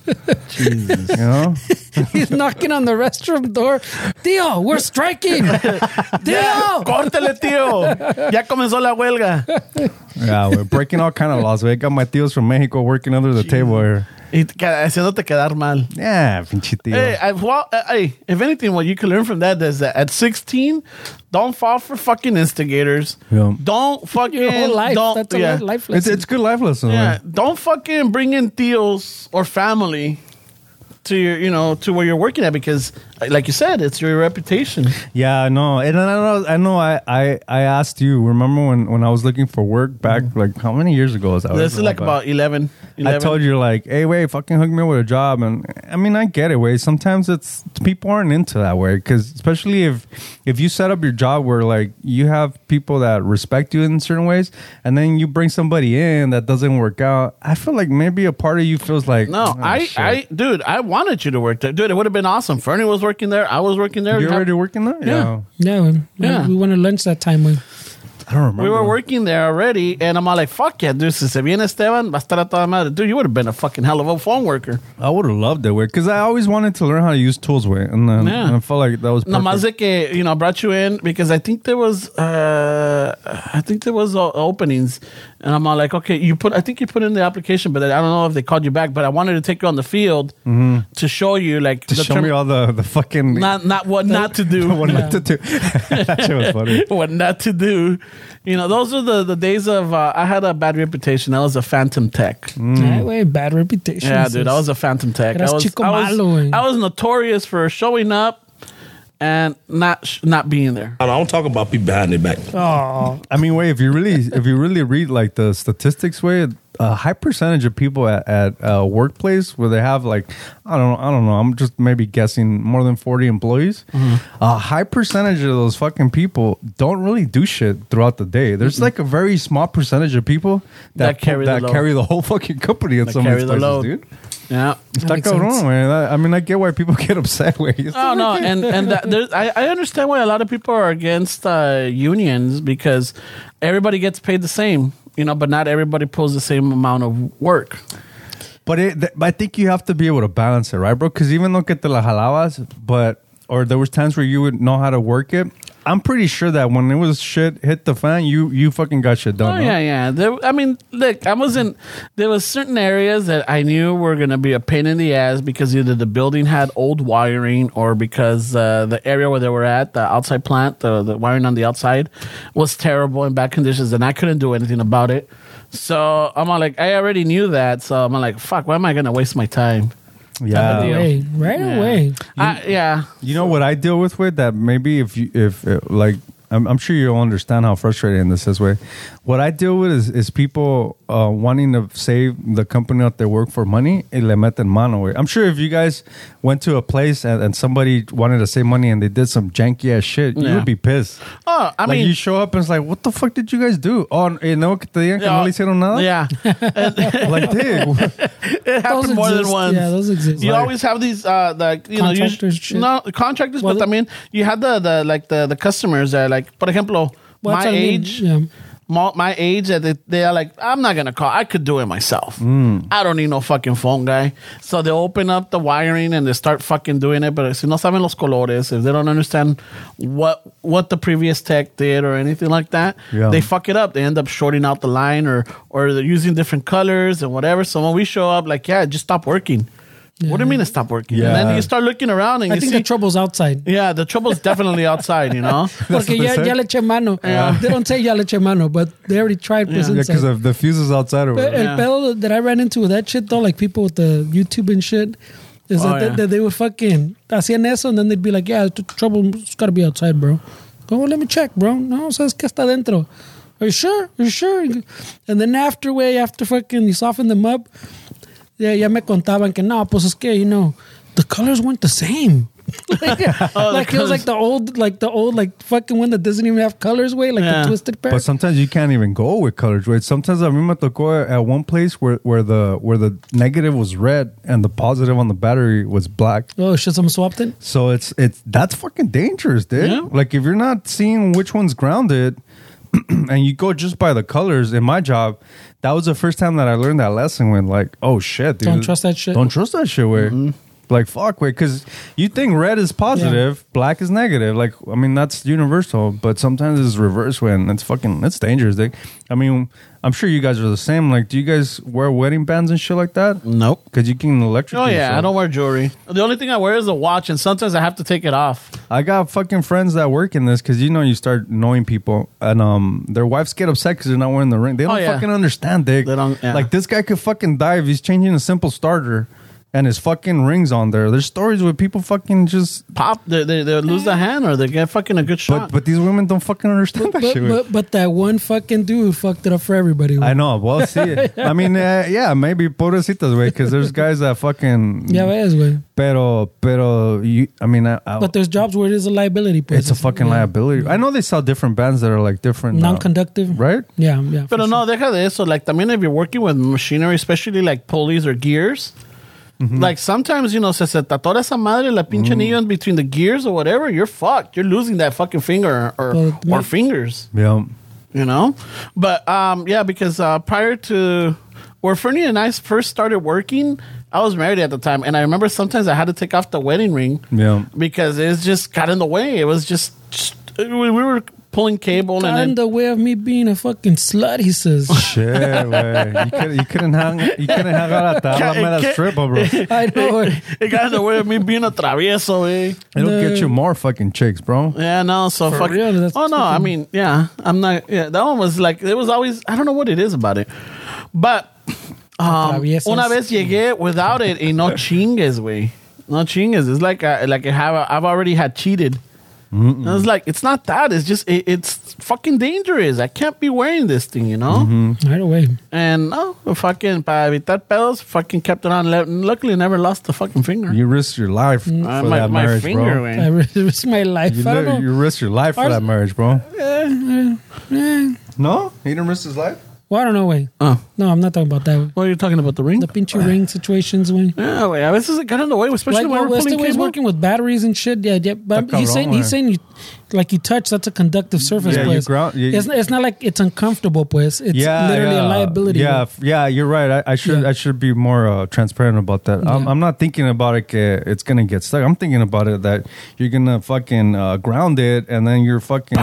Jesus. You know? He's knocking on the restroom door. Tío, we're striking. Tío. Córtale, tío. Ya comenzó la huelga. yeah, we're breaking all kind of laws, way. Got my tios from Mexico working under the table here. Y te- haciéndote quedar mal. Yeah, pinche tío. Hey, I've, well, uh, hey, if anything, what you can learn from that is that at 16, don't fall for fucking instigators. Yeah. Don't fucking. Your whole life. Don't, That's a yeah. life It's, lesson. it's good life lesson, Yeah, yeah. don't fucking bring in deals or family to your, you know, to where you're working at because like you said, it's your reputation. Yeah, I know. And I know, I know. I I, I asked you. Remember when, when I was looking for work back? Mm. Like how many years ago was that? This is like about 11. I told you like, hey, wait, fucking hook me up with a job, and I mean, I get it. Way sometimes it's people aren't into that way because especially if if you set up your job where like you have people that respect you in certain ways, and then you bring somebody in that doesn't work out. I feel like maybe a part of you feels like, No, oh, I, shit. I, dude, I wanted you to work there. Dude, it would have been awesome. Fernie was working there. I was working there. you're already working there. Yeah. Yeah, we, Yeah. We, went to lunch that time. We, I don't remember. We were working there already, and I'm all like, fuck yeah, dude. Si se viene Esteban, va a estar a toda madre. Dude, you would have been a fucking hell of a phone worker. I would have loved it, way because I always wanted to learn how to use tools, way, and then Yeah. and I felt like that was No, perfect. más de que, you know, I brought you in because I think there was, uh, I think there was uh, openings, and I'm all like, okay, you put, I think you put in the application, but I don't know if they called you back. But I wanted to take you on the field to show you, Mm-hmm. like, to the show term- me all the the fucking not not what not to do, what not to do. that shit was funny. what not to do. You know, those are the the days of uh, I had a bad reputation. I was a phantom tech. Mm. Yeah, güey, bad reputation. Yeah, dude, I was a phantom tech. I Eras was, chico I, was malo, güey. I was notorious for showing up and not sh- not being there. I don't talk about people behind their back. I mean, wait, if you really if you really read like the statistics, way a high percentage of people at, at a workplace where they have like I don't I don't know, I'm just maybe guessing more than 40 employees, Mm-hmm. a high percentage of those fucking people don't really do shit throughout the day. There's like a very small percentage of people that That carry the that load. carry the whole fucking company in That some of carry these the places, load. dude. Yeah. Está makes cabrón, sense. man. I, I mean, I get why people get upset. Way. Oh no, and and that, there's, I I understand why a lot of people are against uh, unions because everybody gets paid the same, you know, but not everybody pulls the same amount of work. But it, th- but I think you have to be able to balance it, right, bro? Because even though que te la jalabas, but or there was times where you would know how to work it. I'm pretty sure that when it was shit hit the fan, you you fucking got shit done. Oh huh? yeah, yeah. There, I mean, look, I wasn't. There was certain areas that I knew were going to be a pain in the ass because either the building had old wiring or because uh, the area where they were at, the outside plant, the, the wiring on the outside, was terrible in bad conditions, and I couldn't do anything about it. So I'm all like, I already knew that. So I'm all like, fuck, why am I going to waste my time? yeah. Type of deal. Hey, right away. I, yeah. You know what I deal with with that maybe if you if uh, like I'm, I'm sure you'll understand how frustrating this is. Way, what I deal with is is people uh, wanting to save the company that they work for money. Y le meten mano. Way. I'm sure if you guys went to a place and, and somebody wanted to save money and they did some janky ass shit, you Yeah. would be pissed. Oh, I like mean, you show up and it's like, what the fuck did you guys do? Oh, no, no, que te digan que no le hicieron nada. Yeah. Like, dude, It happened Those more than exist. once. Yeah, those exist. You Like- always have these, uh, like you know, you, Contractors shit. no contractors, Well, but I mean, you had the, the like the, the customers that like, for example, What's my I mean, age, yeah. my, my age that they, they are like, I'm not gonna call. I could do it myself. I don't need no fucking phone guy. So they open up the wiring and they start fucking doing it. But si no saben los colores, if they don't understand what what the previous tech did or anything like that, Yeah. they fuck it up. They end up shorting out the line or or they're using different colors and whatever. So when we show up, like, yeah, it just stop working. What do you mean it stop working? And Yeah. then you start looking around and I you think see, the trouble's outside. yeah, the trouble's definitely outside. You know. Porque what they ya, say. ya le eché mano. They don't say ya le eché mano, but they already tried. Pues, yeah, inside. because the fuse is outside. Or But whatever. El pedo that I ran into with that shit though, like people with the YouTube and shit, is Oh, that, they- yeah. that they would fucking hacían eso and then they'd be like, yeah, the trouble's gotta be outside, bro. Go, well, let me check, bro. No, sabes que está dentro. Are you sure? Are you sure? And then after, way after fucking you soften them up, yeah, ya me contaban que no, pues es que, you know, the colors weren't the same. Oh, like, like it was like the old, like the old, like fucking one that doesn't even have colors. Way like Yeah. the twisted pair. But sometimes you can't even go with colors, right? Sometimes I remember to go at one place where, where the where the negative was red and the positive on the battery was black. oh shit, someone swapped it. So it's it's that's fucking dangerous, dude. Yeah. Like if you're not seeing which one's grounded and you go just by the colors in my job, that was the first time that I learned that lesson when like, oh shit, dude. Don't trust that shit. Don't trust that shit way. Like fuck way, because you think red is positive, black is negative. Like I mean that's universal, but sometimes it's reverse way, and it's fucking it's dangerous, dude. I mean, I'm sure you guys are the same. Like, do you guys wear wedding bands and shit like that? Nope. Because you can electrocute. Oh yeah, yourself. I don't wear jewelry. The only thing I wear is a watch, and sometimes I have to take it off. I got fucking friends that work in this because you know you start knowing people and um their wives get upset because they're not wearing the ring. They don't Oh, yeah. fucking understand, dick. They don't- yeah. Like this guy could fucking die if he's changing a simple starter, and his fucking rings on there. There's stories where people fucking just. Pop, they, they, they lose the hand or they get fucking a good shot. But but these women don't fucking understand that But, shit. but, but that one fucking dude fucked it up for everybody. güey. I know. Well, see, I mean, uh, yeah, maybe pobrecitas, güey, because there's guys that fucking. Ya ves, güey. Pero, pero, you, I mean, I, I, But there's jobs where it is a liability. pues. it's a fucking Yeah. liability. I know they sell different bands that are like different. uh, Non-conductive. right? Yeah, yeah. Pero no, deja de eso. Like, también if you're working with machinery, especially like pulleys or gears, Mm-hmm. like sometimes, you know, se, se tatora esa madre, la pinche Mm. anillo in between the gears or whatever, you're fucked. You're losing that fucking finger or, Well, or yeah. fingers, Yeah. you know? But um, yeah, because uh, prior to where Fernie and I first started working, I was married at the time. And I remember sometimes I had to take off the wedding ring Yeah. because it just got in the way. It was just, just we we were pulling cable and then- And the way of me being a fucking slut, he says. Shit, güey. You, could, you couldn't hang. You couldn't hang out at the Ca- Alameda ca- Strip, bro. It'll I know. güey. it got in the way of me being a travieso, eh? get you more fucking chicks, bro. Yeah, no, so fuck. real, that's oh no, I mean, yeah, I'm not. Yeah, that one was like it was always. I don't know what it is about it, but um, Atraviesas. una vez llegué without it, y no chingues, way, no chingues. It's like I, like I have I've already had cheated. And it's like it's not that. It's just it, it's fucking dangerous. I can't be wearing this thing, you know. Right away. And no, fucking para evitar pedos, fucking kept it on. Le- Luckily, never lost the fucking finger. You risk your life for Uh, that marriage, bro. way. I risked my life. You, I don't li- know. you risk your life for Ours- that marriage, bro. No, he didn't risk his life. Well, I don't know, way. Oh. No, I'm not talking about that. güey. What are you talking about? The ring? The pinchy ring situations, güey. yeah, güey. A veces it got in the way, especially Like, when well, we're este pulling güey's cable. working with batteries and shit. Yeah, yeah. But Está he's cabrón, saying, güey. he's saying, you, like you touch, that's a conductive surface. Yeah, you pues. ground- you- it's, not, it's not like it's uncomfortable, pues. It's yeah, literally yeah, a liability. Yeah, güey. f- yeah, you're right. I, I should Yeah. I should be more uh, transparent about that. I'm, Yeah. I'm not thinking about it. que It's gonna get stuck. I'm thinking about it that you're gonna fucking uh, ground it, and then you're fucking.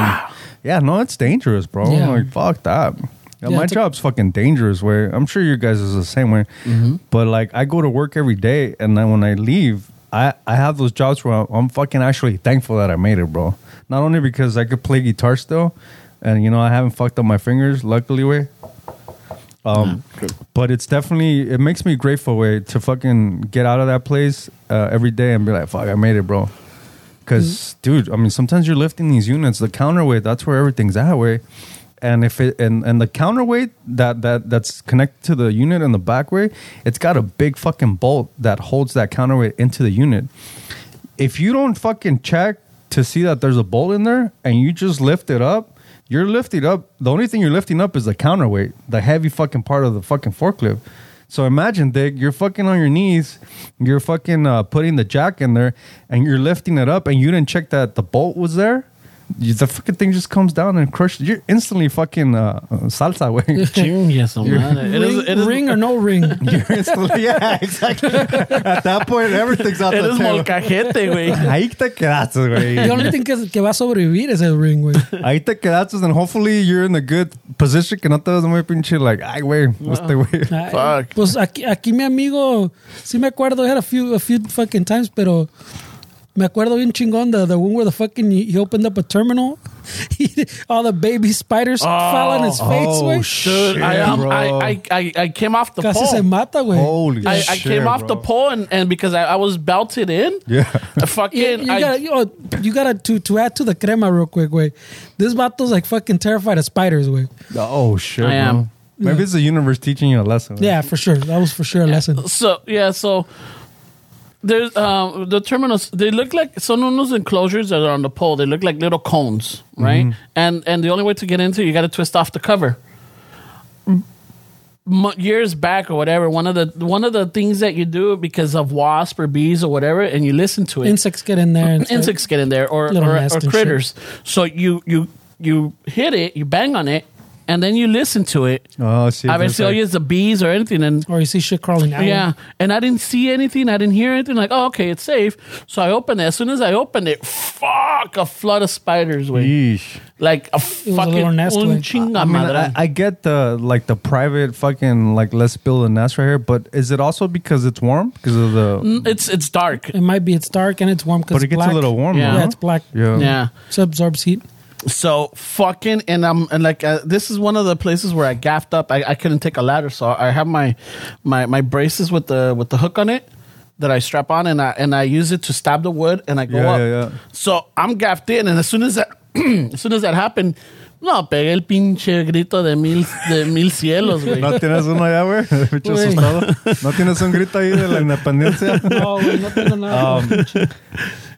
yeah, no, it's dangerous, bro. Yeah. Like fuck that. Yeah, Yeah, my it's a- job's fucking dangerous. Where I'm sure you guys is the same way, Mm-hmm. but like I go to work every day, and then when I leave, I I have those jobs where I'm, I'm fucking actually thankful that I made it, bro. Not only because I could play guitar still, and you know I haven't fucked up my fingers, luckily, way. Um, Mm-hmm. but it's definitely it makes me grateful way to fucking get out of that place uh, every day and be like, fuck, I made it, bro. Because dude, I mean, sometimes you're lifting these units, the counterweight, that's where everything's at, way. And if it and, and the counterweight that that that's connected to the unit in the back way, it's got a big fucking bolt that holds that counterweight into the unit. If you don't fucking check to see that there's a bolt in there and you just lift it up, you're lifting up. The only thing you're lifting up is the counterweight, the heavy fucking part of the fucking forklift. So imagine, Dick, you're fucking on your knees, you're fucking uh, putting the jack in there, and you're lifting it up, and you didn't check that the bolt was there. You, the fucking thing just comes down and crushes. You're instantly fucking uh, uh, salsa way. Chingue su madre. It Ring, is, it is, ring or no ring? You're instantly, yeah, exactly. At that point, everything's out it the is table. molcajete, güey. Ahí te quedaste, The güey. only thing que, que va a sobrevivir es el ring, güey. Ahí te quedaste, and hopefully you're in a good position que no te vas muy pinche like, ay, güey, este güey. Ay, Fuck. Pues aquí, aquí mi amigo, sí me acuerdo, had a few, a few fucking times, pero me acuerdo bien chingón the, the one where the fucking, he opened up a terminal, he, all the baby spiders fell on his face, oh, güey. Dude, I, Shit, um, bro. I, I, I, I came off the Casi pole. se mata, güey. Holy I, shit. I came off the bro. pole and, and because I, I was belted in, Yeah. I You, fucking, you I, gotta, you, know, you gotta to, to add to the crema real quick, güey. This vato's like fucking terrified of spiders, güey. Oh shit! I am. bro. Maybe it's the universe teaching you a lesson. Yeah, for sure. That was for sure a lesson. so yeah, so there's um the terminals. They look like son unos enclosures that are on the pole. They look like little cones, right? Mm-hmm. And and the only way to get into, it, you got to twist off the cover. Mo- years back or whatever, one of the one of the things that you do because of wasp or bees or whatever, and you listen to it. Insects get in there. And insects get in there or Little or, nest or and shit. critters. So you you you hit it, you bang on it, and then you listen to it. Oh, see. I there's see like- oyes the bees or anything, and Or you see shit crawling out. yeah, and I didn't see anything. I didn't hear anything. Like, oh, okay, it's safe. So I opened it. As soon as I opened it, fuck, a flood of spiders. Way. Yeesh. Like a little fucking nest, un güey. chinga I, mean, madre. I, I get the like the private fucking like let's build a nest right here, but is it also because it's warm because of the? it's it's dark. It might be it's dark and it's warm because But it gets a little warm. Yeah. Yeah, huh? it's black. Yeah. Yeah. So it absorbs heat. So fucking and I'm and like uh, this is one of the places where I gaffed up. I, I couldn't take a ladder, so I have my my my braces with the with the hook on it. that I strap on and I and I use it to stab the wood and I go Yeah, up. yeah, yeah. So I'm gaffed in, and as soon as that as soon as that happened, no pegué el pinche grito de mil de mil cielos, güey. ¿No tienes uno allá, güey? Pinche Güey. asustado. ¿No tienes un grito ahí de la independencia? No, güey, no tengo nada. Oh,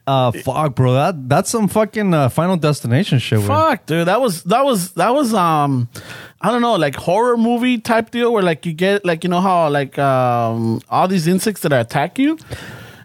Uh, fuck, bro. That, that's some fucking uh, Final Destination shit, güey. Fuck, dude, that was that was that was um, I don't know, like horror movie type deal where like you get like you know how like um all these insects that attack you.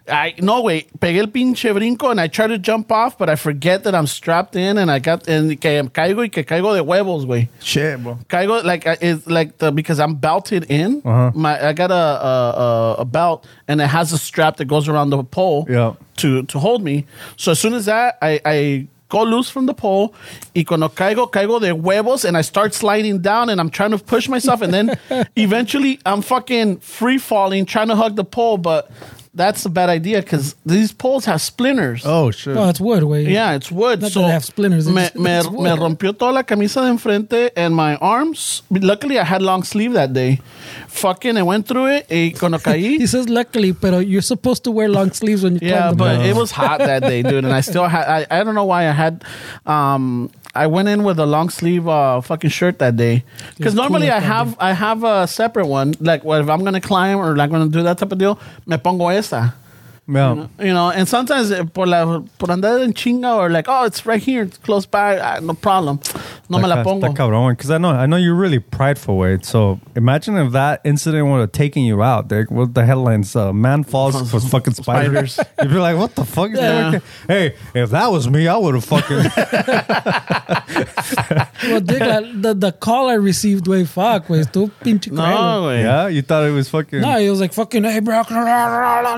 I no way, pegué el pinche brinco and I try to jump off, but I forget that I'm strapped in and I got and que caigo y que caigo de huevos, güey. Shit, bro. Caigo like I- it's like the because I'm belted in. Uh-huh. My I got a, a a- a belt and it has a strap that goes around the pole Yeah. to to hold me. So as soon as that I I go loose from the pole y cuando caigo caigo de huevos and I start sliding down and I'm trying to push myself and then eventually I'm fucking free falling trying to hug the pole but that's a bad idea because these poles have splinters. Oh, shit. No, it's wood, güey. Yeah, it's wood. Not that so they have splinters, Me, it's- me, it's wood. me rompió toda la camisa de enfrente and my arms. Luckily, I had long sleeve that day. Fucking, I went through it. Y cuando He caí. says luckily, pero you're supposed to wear long sleeves when you yeah, climb but the it was hot that day, dude. And I still had. I, I don't know why I had. Um, I went in with a long sleeve uh, fucking shirt that day because It's cool normally out I that have I have a separate one. Like, well, if I'm gonna climb or like gonna do that type of deal, me pongo esa. Yeah. You know, and sometimes eh, por, la, por andar en chinga or like, oh, it's right here, it's close by, ah, no problem. No me la That pongo. cabrón, because I know, I know you're really prideful, Wade. So imagine if that incident would have taken you out. Like, what the headlines? Uh, man falls for fucking spiders. Spiders. You'd be like, what the fuck? Is Yeah. that? Hey, if that was me, I would have fucking. Well, dick, la- the, the call I received, güey, fuck, güey, tú pinche No, cruel. güey. yeah, you thought it was fucking. No, he was like, fucking, hey, bro.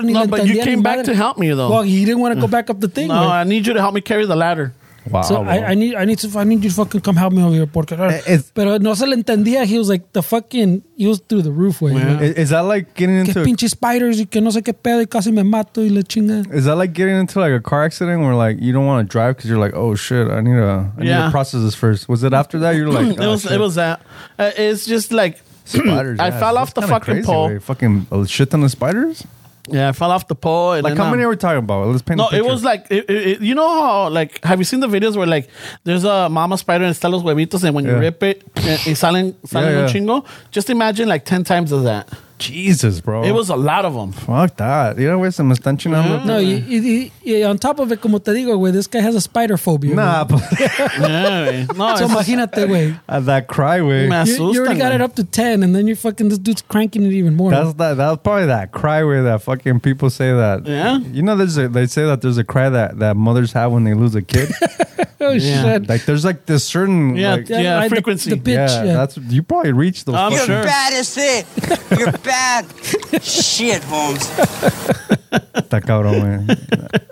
ni No, le but you entendía ni came back madre. to help me, though. Well, he didn't want to go back up the thing, no, güey. I Ah, need you to help me carry the ladder. wow. So bro. I, I need I need to I need you to fucking come help me over here porque Eh, eh, it's- pero no se le entendía he was like the fucking he was through the roof güey. Yeah. I- is, that like getting Que into? a- pinche spiders y que no sé qué pedo y casi me mato y la chinga. Is that like getting into like a car accident where like you don't want to drive because you're like, oh shit, I need to, I need Yeah. to process this first. Was it after that you're like, it "Oh, was shit, it was that. Uh, it's just like spiders? I yeah, fell that's off the kinda fucking crazy, pole. way. Fucking a shit ton of spiders. Yeah, I fell off the pole. And Like then how I'm- many are we talking about? Let's paint. No, a picture. it was like it, it, it- you know how like have you seen the videos where like there's a mama spider and están los huevitos and when you Yeah. rip it eh, y salen salen Yeah, yeah. un chingo. Just imagine like ten times of that. Jesus, bro. It was a lot of them. Fuck that. You know where some extension Eh, number? No, y, y, y- y on top of it, como te digo, güey, this guy has a spider phobia. Nah, but Yeah, güey. no, güey. So it's just- imagínate, güey. at that cry way. Me You, you already asustan, got güey. it up to 10 and then you're fucking this dude's cranking it even more. That's that. That's probably that cry way that fucking people say that. Yeah. You know, there's a, they say that there's a cry that that mothers have when they lose a kid. oh Yeah. shit. like there's like this certain Yeah, like, yeah, right, the- frequency. The, pitch, yeah, yeah. That's you probably reached those. I'm fucking- sure. You're bad as it. You're bad. Shit, Holmes. Está cabrón, man.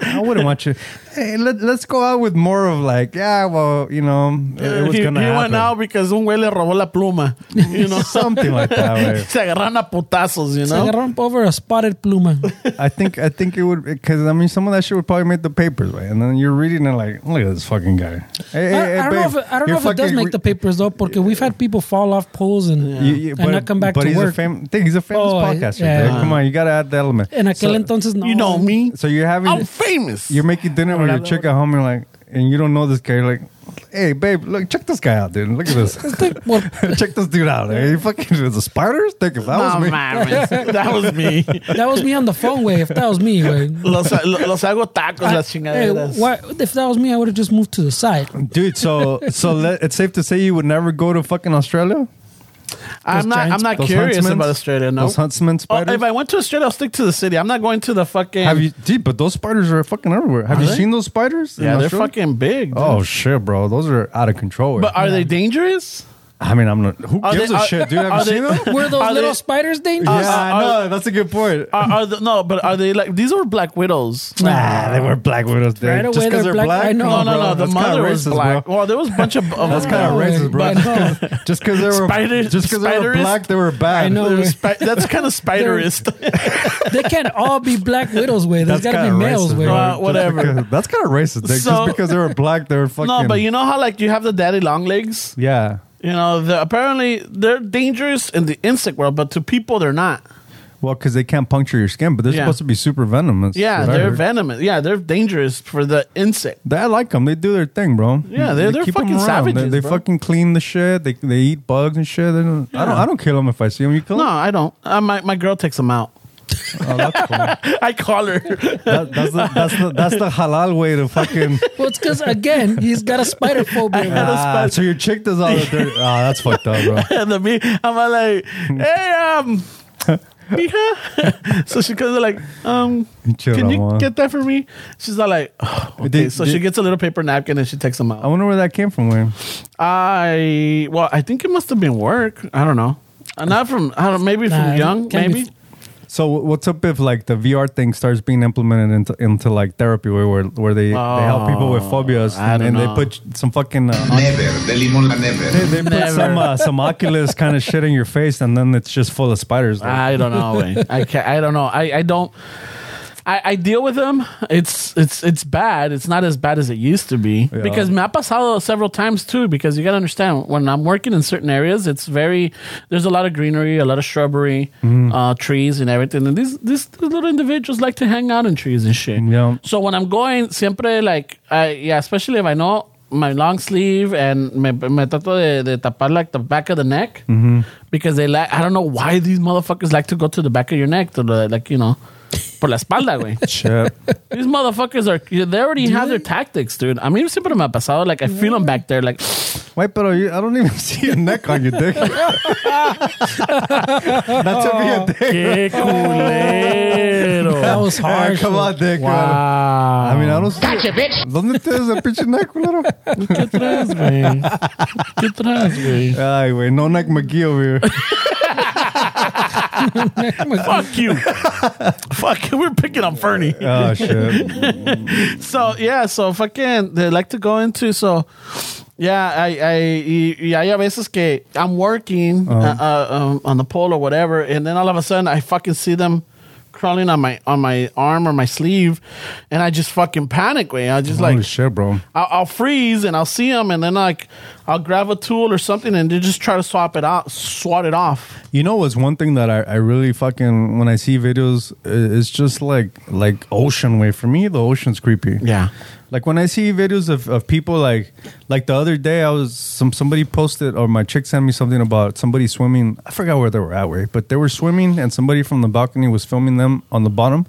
I wouldn't want you. Hey, let, let's go out with more of like, yeah, well, you know, it, it was he, gonna he happen. went out because un güey le robó la pluma. You know? Something like that. Se agarran a putazos, you Se know? agarraron over a spotted pluma. Way. I think I think it would because I mean some of that shit would probably make the papers, right? And then you're reading it like, look at this fucking guy. Hey, hey, I, I hey, don't know if eh, babe, it, I don't you're know if it does fucking make re- the papers though, porque we've had people fall off poles and, You- you- and not come back but to he's work. A fam- thing, he's a famous Oh, podcaster. yeah. dude. Come on, you gotta add the element. en aquel so, entonces no. You know me. so you're having I'm famous. you're making dinner with your chick at home, and like, and you don't know this guy. You're like, hey, babe, look, check this guy out, dude. Look at this. Por- check this dude out. Hey, fucking the spiders. Think if that No was me. mames. That was me. that was me on the phone, way. If that was me, way. Los, los hago tacos, las Hey, chingaderas. why, if that was me, I would have just moved to the side. Dude, so so let, it's safe to say you would never go to fucking Australia. I'm not, I'm not Those curious huntsmans- about Australia, no. Those huntsman Oh, spiders. if I went to Australia, I'll stick to the city. I'm not going to the fucking. Have you, dude? But those spiders are fucking everywhere. Have you they? seen those spiders? in yeah, they're Australia? fucking big. dude. Oh shit, bro, those are out of control. But are they dangerous? I mean, I'm not. Who Are gives they- a are- shit, dude? Have are you seen they- them? Were those Are little they- spiders dangerous? yeah, are- I know. That's a good point. Are, are the, no, but are they like. These were black widows. nah, they were black widows. Dude. Right Just away, because they're they're black- black. I know. No, Come no, on, bro. no. The That's kinda mother was racist, black. bro. Well, there was a bunch of. of That's kind of No, racist, I bro. know. just because they were Spiders- just because they were spiders? black, they were bad. I know. They're spi- that's kind of spiderist. they can't all be black widows, way. There's That's got kind to of be males, racist, way. bro. Uh, Just whatever. because- that's kind of racist. dude. So- just because they were black, they were fucking. no, Oh, but you know how like you have the daddy long legs. Yeah. You know, they're, apparently they're dangerous in the insect world, but to people they're not. Well, because they can't puncture your skin, but they're Yeah. supposed to be super venomous. Yeah, what I they're heard. venomous. Yeah, they're dangerous for the insect. They- I like them. They do their thing, bro. Yeah, they're- they're 'em fucking around. They, savages, they bro. fucking clean the shit. They, they eat bugs and shit. They don't, I don't I don't kill them if I see them. You kill No, them? I don't. Uh, my my girl takes them out. Oh, that's, cool. I call her. That- that's, the, that's, the, that's the halal way to fucking. Well, it's because again, he's got a spider phobia. I had a bro. Ah, so your chick does all the dirt. Ah, that's fucked up, bro. and the me, I'm all like, hey, um, mija. so she goes like, um, Chill can out, you man. get that for me? She's all like, "Oh, okay. Did- so did- she gets a little paper napkin and she takes them I out. wonder where that came from, William. I well, I think it must have been work. I don't know. Uh, Not from I don't maybe Nah, from it young can be maybe. So wh- what's up if like the VR thing starts being implemented into, into like therapy where where, where they, they help people with phobias Oh, I and, don't and they know. put some fucking uh, oc- Never, de limón la never. they put some uh, some Oculus kind of shit in your face and then it's just full of spiders. like, I don't know. Wayne. I can't, I don't know. I, I don't. I, I deal with them. It's it's it's bad. It's not as bad as it used to be Yeah. because me ha pasado several times too. Because you gotta understand when I'm working in certain areas, it's very there's a lot of greenery, a lot of shrubbery, Mm. uh, trees and everything. And these these little individuals like to hang out in trees and shit. Yeah. So when I'm going, siempre like, I, yeah, especially if I know my long sleeve and me, me trato de, de tapar like the back of the neck Mm-hmm. because they like, I don't know why these motherfuckers like to go to the back of your neck to the, like, you know, por la espalda, güey. shit. These motherfuckers are, they already have their tactics, dude. I mean, siempre me ha pasado, like, I feel them back there, like, Wait, pero you, I don't even see a neck on your dick. Not Oh, to be a dick. qué culero. That was Ah, harsh. come on, dick. man. Wow. I mean, I don't. Um, Gotcha, bitch. ¿Dónde tienes el pinche neck, culero? ¿Qué traes, güey? ¿Qué traes, güey? Ay, güey, no neck McGee over here. Fuck you. Fuck you. We're picking on Fernie. Oh shit. So yeah, so fucking they like to go into so yeah, I I y, y hay a veces que I'm working uh, uh, um, on the pole or whatever, and then all of a sudden I fucking see them crawling on my on my arm or my sleeve, and I just fucking panic. Way I just Holy like shit, bro. I'll, I'll freeze and I'll see them, and then like I'll grab a tool or something and then just try to swap it out, swat it off. You know what's one thing that I, I really fucking when I see videos, i- it's just like like ocean wave. For me, the ocean's creepy. Yeah. Like when I see videos of, of people like like the other day I was some somebody posted or my chick sent me something about somebody swimming. I forgot where they were at, way, but they were swimming and somebody from the balcony was filming them on the bottom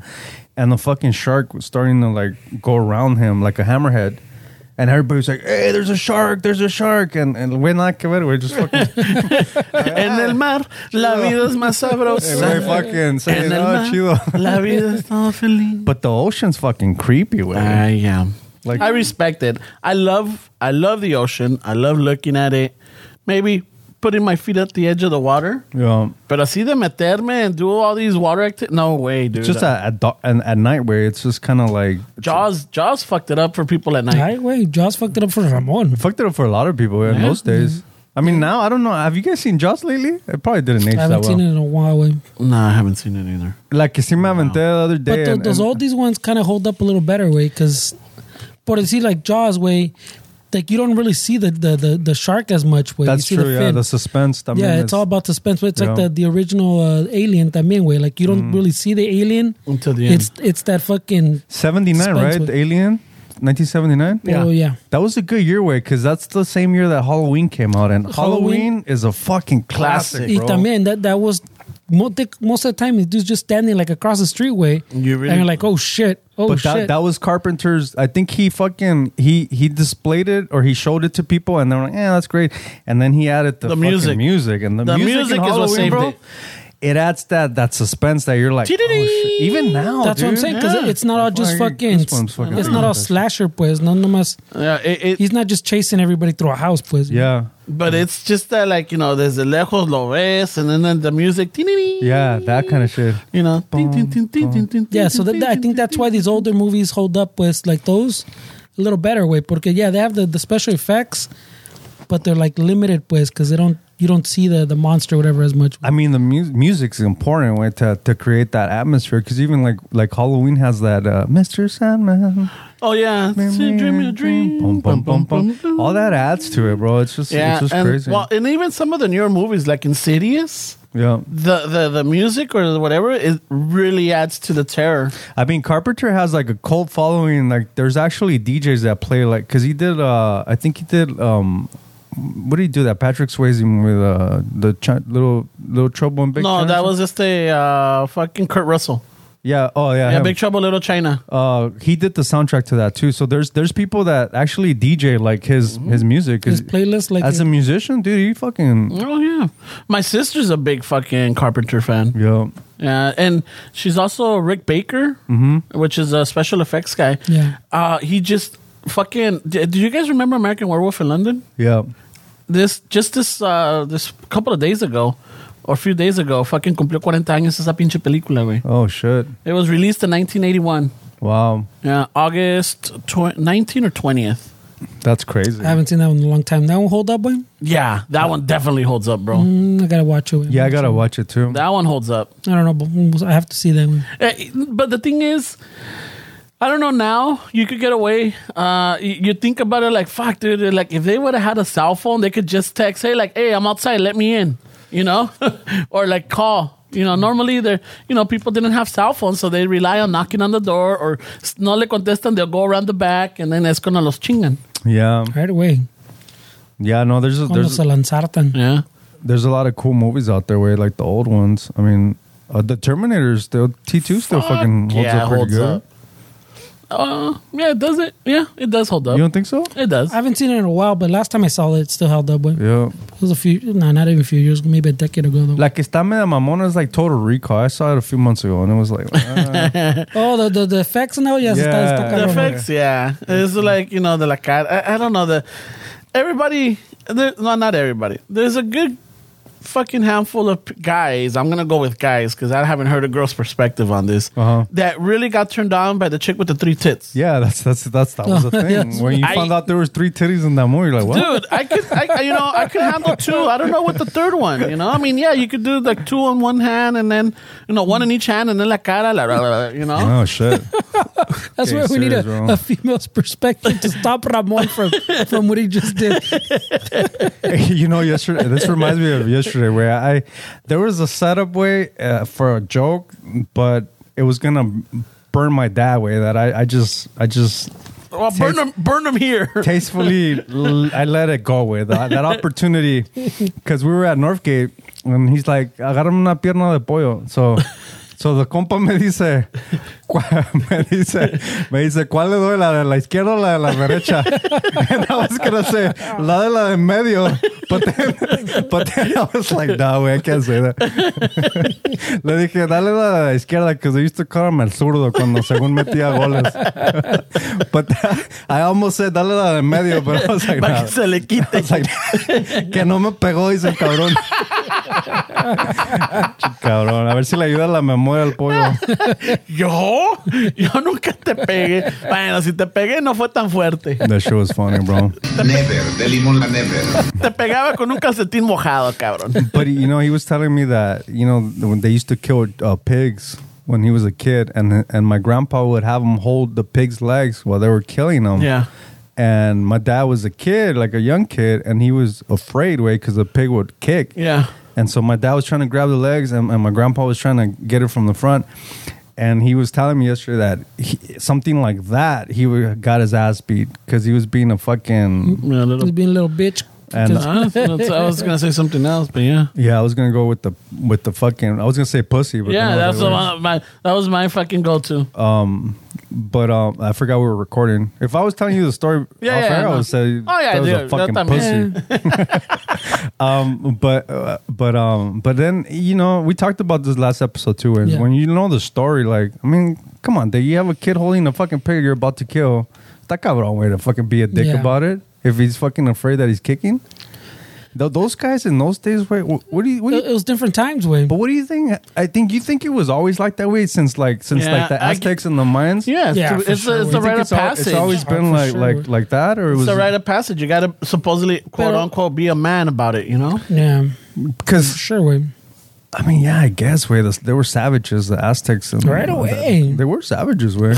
and the fucking shark was starting to like go around him like a hammerhead. And everybody's like, "Hey, there's a shark! There's a shark!" And and we're not committed. We're just fucking En el mar, la vida es más Ah. Hey, we're sabrosa. fucking saying, En el "Oh, mar, chido." la vida es tan feliz. But the ocean's fucking creepy, way. I am. Like- I respect it. I love I love the ocean. I love looking at it. Maybe putting my feet at the edge of the water. yeah. But I see them meterme and do all these water activities. No way, dude. It's just at, at, do- and- at night where it's just kind of like Jaws Jaws fucked it up for people at night. Ay, güey, Jaws fucked it up for Ramon. fucked it up for a lot of people yeah, in Yeah. those days. I mean, now I don't know. Have you guys seen Jaws lately? It probably didn't age I that haven't well. seen it in a while, eh? güey. No, I haven't seen it either. Like, see, me aventé the other day. But th- and- those and- all these ones kind of hold up a little better, way, because por decir like Jaws, way, like you don't really see the the the, the shark as much, way. that's you see true. The yeah, fin. the suspense. I mean, yeah, it's, all about suspense. But it's like yeah. Mm. the, the original uh, Alien también, way. Like you don't really see the alien Until the end. It's it's that fucking 79, suspense right? with- Alien, 1979. oh yeah. That was a good year, way, because that's the same year that Halloween came out, and Halloween, Halloween- is a fucking classic. Y bro. también that that was mo- the- most of the time it was just standing like across the streetway, You really- and you're like, oh shit, oh but shit. that, that was Carpenter's. I think he fucking he he displayed it or he showed it to people, and they're like, "Yeah, that's great." And then he added the, The fucking music. music, and the, The music, music in is what Halloween, saved bro, it. it. adds that that suspense that you're like, oh, shit. even now, That's what I'm dude. saying because Yeah. it's not all just Fucking fucking. goosebumps fucking it's not all thing. slasher, pues. No, nomás. Yeah, it, it, He's not just chasing everybody through a house, pues. Yeah, but it's just that like, you know, there's the lejos lo ves and then, then the music. yeah, that kind of shit. You know. Yeah, so that, that- I think that's why these older movies hold up with like those a little better way. Porque yeah, they have the, the special effects, but they're like limited pues because they don't you don't see the the monster whatever as much. I mean, the mu- music's important way to, to create that atmosphere because even like like Halloween has that uh, Mr. Sandman. Oh yeah, she dreaming a dream. Boom, boom, boom, boom. All that adds to it, bro. It's just Yeah, it's just and Oh, crazy. well, and even some of the newer movies like Insidious, yeah, the the the music or whatever, it really adds to the terror. I mean, Carpenter has like a cult following. Like, there's actually DJs that play like because he did. uh I think he did. um What did he do? That Patrick Swayze with uh, the ch- little little trouble in Big. no, China? that was just a uh, fucking Kurt Russell. yeah. Oh yeah. Yeah, him. Big Trouble in Little China. uh, he did the soundtrack to that too. So there's there's people that actually DJ like his Mm-hmm. his music, His Is- playlist, like as a musician, dude. You fucking Oh yeah, my sister's a big fucking Carpenter fan. yeah. Yeah, and she's also Rick Baker, which is a special effects guy. Yeah. uh, he just fucking. d- Do you guys remember American Werewolf in London? Yeah. This just this uh, this couple of days ago, or a few days ago, fucking cumplió 40 años esa pinche película, güey. Oh shit. It was released in 1981. Wow. Yeah, August tw- 19 or 20th. That's crazy. I haven't seen that one in a long time. That one hold up, boy. Yeah, that one definitely holds up, bro. Mm, I gotta watch it. güey. Yeah, I gotta watch it too. That one holds up. I don't know, but mm, I have to see that one. Eh, But the thing is, I don't know. Now you could get away. Uh, you, you think about it like, fuck, dude. Like if they would have had a cell phone, they could just text, hey, like, hey, I'm outside, let me in, you know, or like call. You know, normally they you know, people didn't have cell phones, so they rely on knocking on the door or s- no le contestan, they'll go around the back and then es con los chingan. yeah. Right away. Yeah. No, there's a, Cuando there's se lanzartan. Yeah. there's a lot of cool movies out there where like the old ones. I mean, uh, the Terminator still T two still fucking holds yeah, up pretty good. Uh, yeah, it does it. Yeah, it does hold up. You don't think so? it does. I haven't seen it in a while, but last time I saw it, it still held up. güey. Yeah. It was a few, no, not even a few years ago, maybe a decade ago. Though. La que está media mamona is like Total Recall. I saw it a few months ago and it was like, uh, oh, the, the, the effects now, yes, yeah, está, está Yeah. the cabrón, güey. effects, yeah. It's like you know the like I, I don't know the everybody. There, no, not everybody. There's a good fucking handful of p- guys. I'm gonna go with guys because I haven't heard a girl's perspective on this Uh-huh. that really got turned on by the chick with the three tits. yeah, that's that's that's that was the thing. Yes. When you I- found out there was three titties in that movie, you're like what? Dude, I could, I, you know, I could handle two. I don't know what the third one, you know. I mean, yeah, you could do like two on one hand, and then you know one in each hand, and then la cara, la, la, la, you know. Oh shit! That's Okay, why we need serious, a, bro. a female's perspective to stop Ramon from, from what he just did. you know, yesterday this reminds me of yesterday where I there was a setup way uh, for a joke, but it was gonna burn my dad way that I, I just I just Well, burn them, burn them here. tastefully l- I let it go with that, that opportunity because we were at Northgate and he's like agarrame una pierna de pollo so so the compa me dice "Cu- me dice me dice cuál le doy la de la izquierda o la de la derecha and I was gonna say la de la de en medio but then but then I was like nah wey I can't say that le dije dale la de la izquierda because I used to call him el zurdo cuando según metía goles but I almost said dale la de en medio but I was like Para nah que se le quite. It's like, que no me pegó, dice el cabrón. cabrón, a ver si le ayuda la memoria al pollo. ¿Yo? Yo nunca te pegué. Bueno, si te pegué no fue tan fuerte. That shit was funny, bro. Never, de limón la never. Te pegaba con un calcetín mojado, cabrón. But you know, he was telling me that you know when they used to kill uh, pigs when he was a kid, and and my grandpa would have him hold the pig's legs while they were killing them. Yeah. And my dad was a kid, like a young kid, and he was afraid, way, because the pig would kick. Yeah. And so my dad was trying to grab the legs, and, and my grandpa was trying to get it from the front. And he was telling me yesterday that he, something like that, he would- got his ass beat because he was being a fucking. Yeah, He's being a little bitch. And- Just- I, was gonna say something else, but yeah. Yeah, I was gonna go with the with the fucking. I was gonna say pussy, but Yeah, then I that's was the like, one, my that was my fucking go to. But um, I forgot we were recording. If I was telling you the story, Yeah, off yeah, air, no. I would say Oh, yeah, that was dude, a fucking that pussy. también. um, but uh, but um, but then you know we talked about this last episode too. Is Yeah. when you know the story, like I mean, come on, dude, you have a kid holding a fucking pig you're about to kill. Está cabrón way to fucking be a dick Yeah. about it. If he's fucking afraid that he's kicking, Th- those guys in those days, wait, wh- what do you? What do It, Uh, you it was different times, way. but what do you think? I think you think it was always like that way since like since Yeah, like the I g- Aztecs and the Mayans. Yeah, it's, Yeah, the- for it's, sure. a, it's You a I think rite of it's, al- passage. it's always been for like sure. like like that, or it it's was a rite of passage. You gotta supposedly quote Pero- unquote be a man about it. You know. Yeah, because sure, way. I mean, yeah, I guess way this, they were savages, the Aztecs, and Right and away. that- they were savages, way.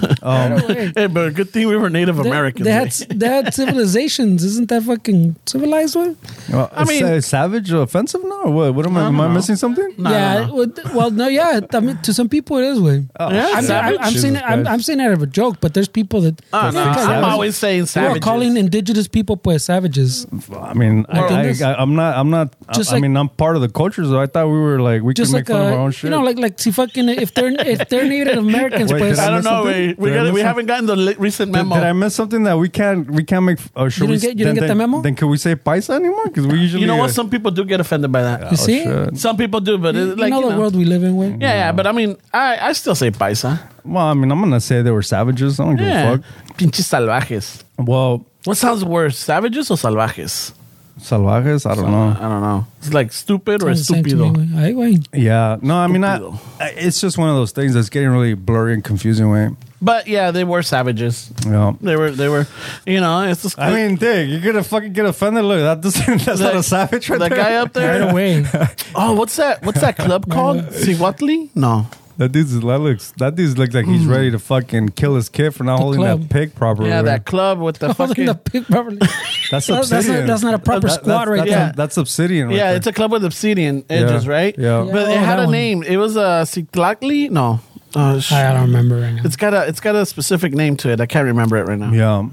Hey, but good thing we were Native Americans. They eh? had, they had civilizations. Isn't that fucking civilized, way? well, I mean- mean, savage offensive? No, or what? What am I? Am I missing something? No, yeah. no, no. it would- well, no, yeah. I mean, to some people, it is, way. Oh, Uh, Yeah, shit. I'm, I'm, I'm Jesus saying I'm, Christ. I'm saying that as a joke, but there's people that Ah, that no, think I'm savages. always saying You are savages. calling indigenous people pues savages. I mean, I, Well, I, goodness. I, am not. I'm not. Just I, like- I mean, I'm part of the culture, so I thought we were like we could Just make like fun of our uh, own shit. you know, like like see fucking if they're if they're Native Americans Wait, pues did I don't miss know. something? We we, Did I miss got, we something? haven't gotten the li- recent did, memo. did I miss something that we can't we can't make? Oh, should You we? didn't get- you didn't then, get the then- memo? Then can we say paisa anymore? Because we usually you know what? uh, Some people do get offended by that. you see, Oh, shit. Some people do, but it's you like know you the know. world we live in. Where Yeah, yeah, but I mean, I I still say paisa. Well, I mean, I'm gonna say they were savages. I don't give Yeah, a fuck. pinches salvajes. Well, What sounds worse, savages or salvajes? salvajes. I don't know. I don't know. It's like stupid or Sounds the same to estúpido. me, güey. Ay, güey. Yeah. No, I mean, I, Estúpido. I- it's just one of those things that's getting really blurry and confusing. Way. But yeah, they were savages. Yeah. They were, they were, you know, it's just. I mean, dig, you're gonna fucking get offended. Look, that doesn't, that's That- not a savage right that there. guy up there. right away. Oh, what's that? What's that club called? Cihuatli? No. That dude's that looks that dude's looks like he's ready to fucking kill his kid for not holding club. that pig properly. Mm. Yeah, right? that club with the Holding fucking. the pig properly. that's That's- that's not- obsidian. that's not a proper That- squad that's- right that's there. a- That's obsidian. Right yeah, there. it's a club with obsidian edges, Yeah, right? yeah. Yeah, But oh, it had that a one. name. It was uh, Citlacli? No. Uh, sh- I don't remember right now. it's got a it's got a specific name to it. I can't remember it right now. yeah.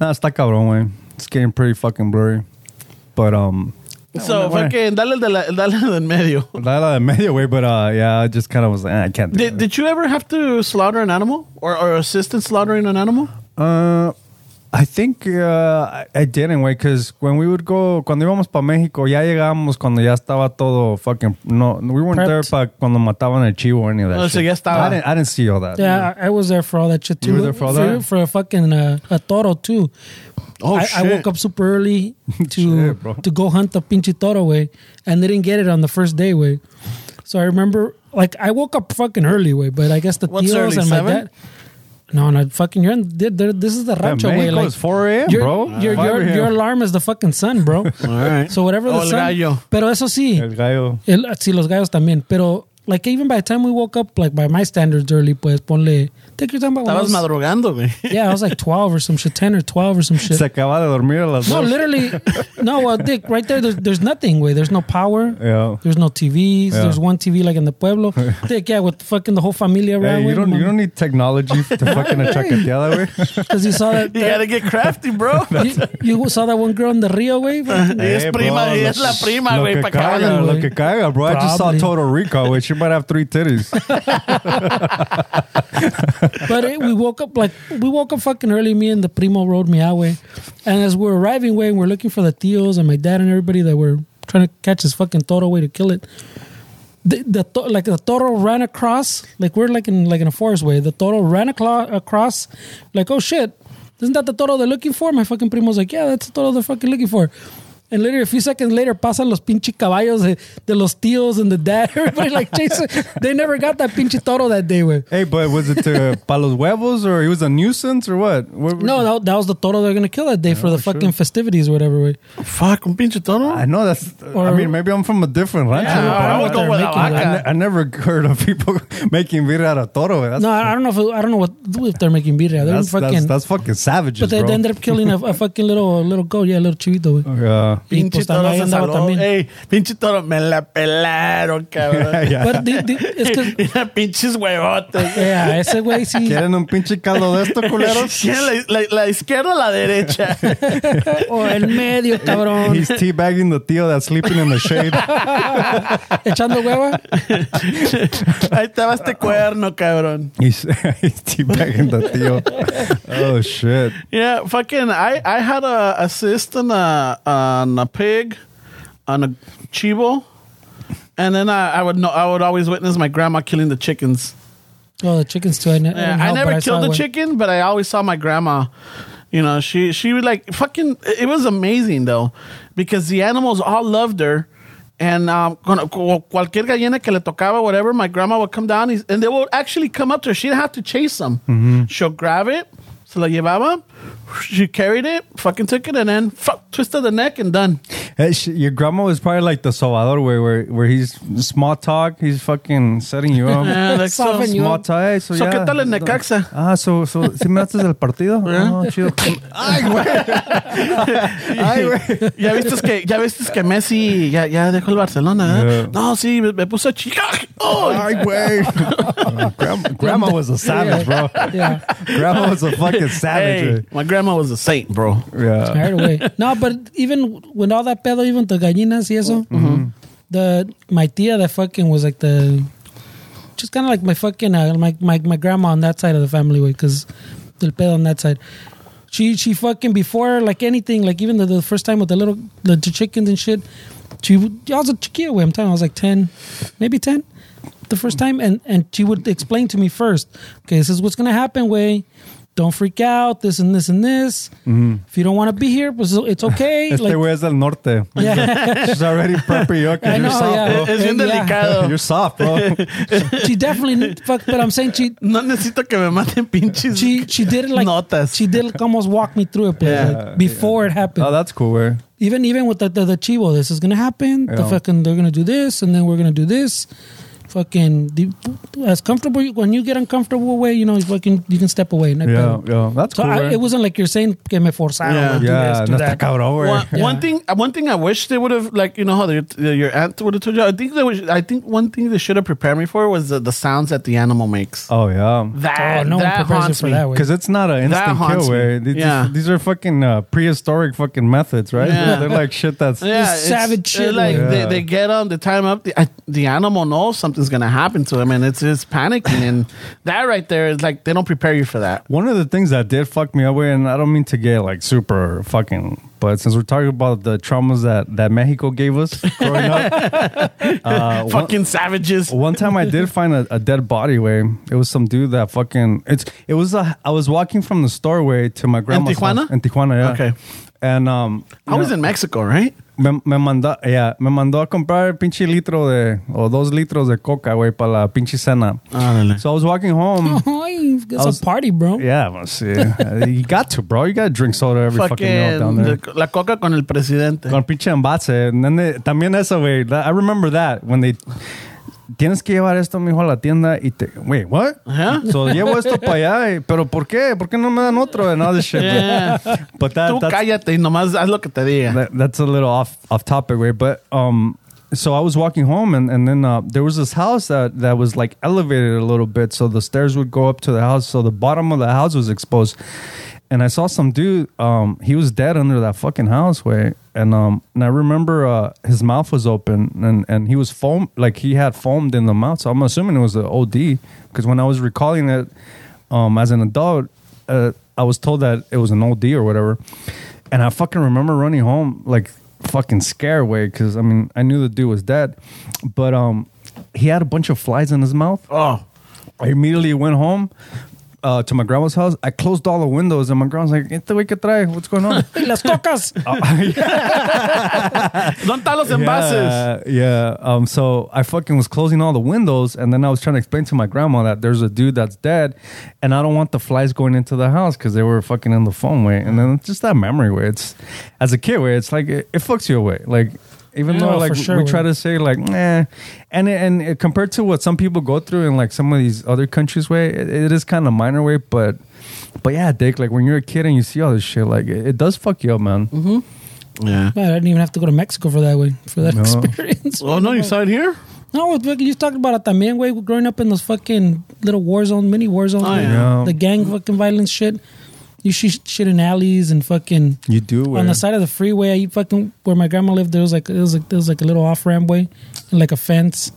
Nah, está cabrón, way. It's getting pretty fucking blurry. But um, Bueno, So bueno. fucking dale de la, dale del medio. la la media way. But uh, yeah, I just kind of was like, eh, I can't. Do Did, it. did you ever have to slaughter an animal or, or assist in slaughtering an animal? Uh, I think uh, I- I didn't, güey, because when we would go, cuando íbamos para México, ya llegábamos cuando ya estaba todo fucking, no, we weren't there Prepped. para cuando mataban el chivo or any of that No, shit. Oh, so ya estaba. I didn't, I didn't see all that. Yeah, I, I was there for all that shit too. You were there for all for, that? for a fucking uh, a toro too. Oh, I, I shit. woke up super early to Shit, bro. to go hunt the pinche toro way, and they didn't get it on the first day way. So I remember, like, I woke up fucking early way, but I guess the What's tios early, and seven? my dad. No, no, fucking you're in. they're- they're- This is the Yeah, rancho way. Mexico Like, is 4 a.m., your, bro. Your, Five your, a.m. your alarm is the fucking sun, bro. All right. So whatever the Oh, el sun. gallo. Pero eso sí, El gallo. El, sí, los gallos también. Pero, like, even by the time we woke up, like, by my standards early, pues, ponle... Take your time about when I Estabas was- madrugando, güey. Yeah, I was like 12 or some shit, 10 or 12 or some shit. Se acaba de dormir a las no, dos. literally, no, well, Dick, right there, there's, there's nothing, way. There's no power. Yeah. There's no TVs. Yeah. There's one TV, like, in the pueblo. Dick, yeah, with fucking the whole familia around. Hey, you don't, you don't need technology to fucking achacatear that way. Because you saw that... You gotta get crafty, bro. you, you saw that one girl in the Rio, way? Y es prima, y es la prima, lo güey, que pa' caga, cabrón, Lo güey. que caga, bro. I just saw Probably. Total Rico, which she might have three titties. But eh, we woke up like we woke up fucking early. Me and the primo rode me out way, and as we're arriving way, and we're looking for the tios and my dad and everybody that were trying to catch this fucking toro way to kill it. The, the to- like the toro ran across like we're like in like in a forest way. The toro ran aclo- across like oh shit, isn't that the toro they're looking for? My fucking primo's like yeah, that's the toro they're fucking looking for. And literally a few seconds later, pasan los pinche caballos de, de los tios and the dad. Everybody like chasing. They never got that pinche toro that day, way. hey, but was it to palos huevos or he was a nuisance or what? What- No, that, that was the toro they're gonna kill that day for the fucking festivities or whatever. Way. Fuck, un pinche toro. I know that's. Or- I mean, maybe I'm from a different rancho. Yeah, but I I, don't was- go with I, a vaca. ne- I never heard of people making birria out of toro. eh? That's, No, I, I don't know if I don't know what if they're making birria. They're that's, fucking, that's, that's fucking savages, but they, bro. they ended up killing a, a fucking little little goat, yeah, a little chivito. Way. yeah. Y pinche pues toro también se andaba salvó. eh. también. Ey, pinche toro, me la pelaron, cabrón. yeah. But the, the, es que, Mira, pinches huevotes. yeah, ese güey sí. ¿Quieren un pinche caldo de esto, culeros? ¿Quién, la, la- la izquierda o la derecha? O el medio, cabrón. He's teabagging the tío that's sleeping in the shade. Echando hueva. Ahí estaba este cuerno, cabrón. he's, he's teabagging the tío. Oh, shit. Yeah, fucking. I I had a assist on a on a pig, on a chivo, and then I, I would know I would always witness my grandma killing the chickens. Oh, the chickens too. I, ne- I, Yeah, didn't I help, but never saw killed the one. chicken, but I always saw my grandma. You know, she she was like fucking. It was amazing though, because the animals all loved her, and um, con- cu- cualquier gallina que le tocaba, whatever, my grandma would come down y- and they would actually come up to her. She didn't have to chase them. Mm-hmm. She'll grab it, se la llevaba, she carried it, fucking took it, and then fuck, twisted the neck and done. Hey, sh- your grandma was probably like the Salvador, where where, where he's small talk, he's fucking setting you up. Yeah, like so. Soften you small up. talk. eh, So, So, yeah. ¿qué tal el Necaxa? Ah, so, so, ¿si me haces el partido? Ah, chido. Ay, güey. Ay, güey. ya viste que ya viste que Messi ya, ya dejó el Barcelona. ¿eh? Yeah. No, sí, me, me puso chica. ¡Oh! Ay, güey. grandma, grandma was a savage, bro. Yeah. Grandma was a fucking savage. Hey, my grandma was a saint, bro. eh. Yeah. Right away. No, but even with all that pedo, even the gallinas y eso, the my tia that fucking was like the, just kind of like my fucking uh, my, my my grandma on that side of the family way, because the pedo on that side. She she fucking before like anything like even the, the first time with the little the, the chickens and shit. She would- I was a chiquilla way. I'm telling. you, I was like ten, maybe ten. the first time and and she would explain to me first okay this is what's gonna happen way don't freak out this and this and this if you don't want to be here pues, it's okay Mm-hmm. Este güey es del norte. yeah, She's already prepping you I because you're know, soft, yeah. Es bien bro. Yeah. delicado. You're soft, bro. she definitely need- fuck but i'm saying she No necesito que me maten pinches. she she did it like Notas. she did like almost walk me through it please, Yeah. like, before it happened Oh, that's cool, güey. even even with the, the, the chivo this is gonna happen the Yeah. fucking they're gonna do this and then we're gonna do this fucking the- as comfortable you- when you get uncomfortable way you know you fucking you can step away no hay Yeah, pedo. yeah. That's So cool. I, güey. it wasn't like you're saying que me forzaron. Yeah. Yeah, do yeah, this, do no está that. cabrón, güey. One, one thing, one thing I wish they would have like you know how your, your aunt would have told you. I think they would, I think one thing they should have prepared me for was the, the sounds that the animal makes. Oh, yeah. That Oh, no one that prepares you haunts for me. that way. Because it's not an instant haunts kill, me. way. These, Yeah. these are fucking uh, prehistoric fucking methods, right? Yeah. They're like shit that's. Yeah, Just it's- savage it's shit, Like like- they, Yeah. they get on the time up. The, I, the animal knows something's gonna happen to him, and it's it's panicking. And that right there is like they don't prepare you for that. One of the things that did fuck me up, way, and I don't mean to get like super fucking, but since we're talking about the traumas that, that Mexico gave us growing up, uh, one- Fucking savages. One time I did find a, a dead body way. It was some dude that fucking it's it was a I was walking from the store way to my grandma's Tijuana? house. in Tijuana, yeah. Okay. And um I was in Mexico, right? me, me mandó, yeah, me mandó a comprar pinche litro de o dos litros de coca, güey, para la pinche cena. Ándale. So I was walking home. Ay, oh, it's I was- a party, bro. yeah, well, see. Uh, you got to, bro. You got to drink soda every fucking, meal down Fucking there. the- la coca con el presidente. Con pinche envase. And then they- también eso, güey. That- I remember that when they. Tienes que llevar esto, mijo, a la tienda y te. Wait, what? Ajá. So, llevo esto para allá, y- pero ¿por qué? ¿Por qué no me dan otro? And all this shit. Yeah. But that, Tú that's, cállate y nomás haz lo que te diga. that, that's a little off off topic, right? But um, so I was walking home, and and then uh, there was this house that that was like elevated a little bit, so the stairs would go up to the house, so the bottom of the house was exposed, and I saw some dude. Um, he was dead under that fucking house, way, and um, and I remember uh, his mouth was open, and and he was foam like he had foamed in the mouth. So I'm assuming it was the OD because when I was recalling it, um, as an adult. Uh, I was told that it was an OD or whatever, and I fucking remember running home like fucking scared way because I mean I knew the dude was dead, but um he had a bunch of flies in his mouth. Oh, I immediately went home. Uh, to my grandma's house, I closed all the windows, and my grandma's like, "Este güey que trae? What's going on?" Y las cocas. ¿dónde están los envases? Yeah, yeah. Um, so I fucking was closing all the windows, and then I was trying to explain to my grandma that there's a dude that's dead, and I don't want the flies going into the house because they were fucking in the phone way. And then it's just that memory way. It's as a kid way. It's like it, it fucks you away. Like even Yeah, though for like sure, we way. try to say like nah, and it, and it, compared to what some people go through in like some of these other countries way, it, it is kind of minor way, but. But yeah, Dick. Like when you're a kid and you see all this shit, like it, it does fuck you up, man. Mm-hmm. Yeah. Man, I didn't even have to go to Mexico for that way, for that No. experience. Oh, no, you saw it here? No, with- with- you talked about it también, way growing up in those fucking little war zone, mini war zones. Oh, güey. yeah. Yeah. The gang fucking violence shit. You sh- shit in alleys and fucking You do on way. the side of the freeway. You fucking where my grandma lived. There was like it was like there was like a little off ramp way, like a fence.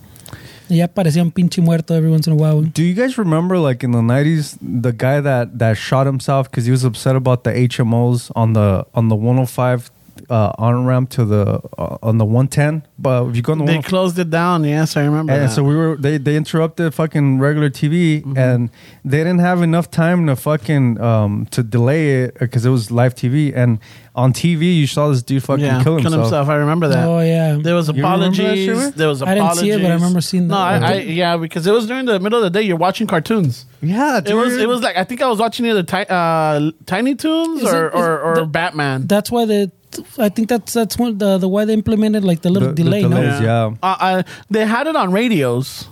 Y ya parecía un pinche muerto every once in a while. güey. Do you guys remember, like in the nineties, the guy that that shot himself because he was upset about the HMOs on the on the one hundred five uh, on ramp to the uh, on the 110. But if you go on the They 105 closed it down. Yes, I remember. and that. Mm-hmm. so we were they they interrupted fucking regular TV and they didn't have enough time to fucking um to delay it because it was live TV and on TV you saw this dude fucking yeah, kill himself. I remember that. Oh, yeah. There was You remember that shit, apologies. man? there was I apologies. didn't see it, but I remember seeing No, that. I, I, yeah, because it was during the middle of the day. You're watching cartoons. Yeah, dude. It was it was like I think I was watching either ti- uh, Tiny Toons Is or it- is or, or the- Batman. That's why they. I think that's that's one the, the why they implemented like the little The- the delay. no, delays, yeah. Uh, uh, they had it on radios,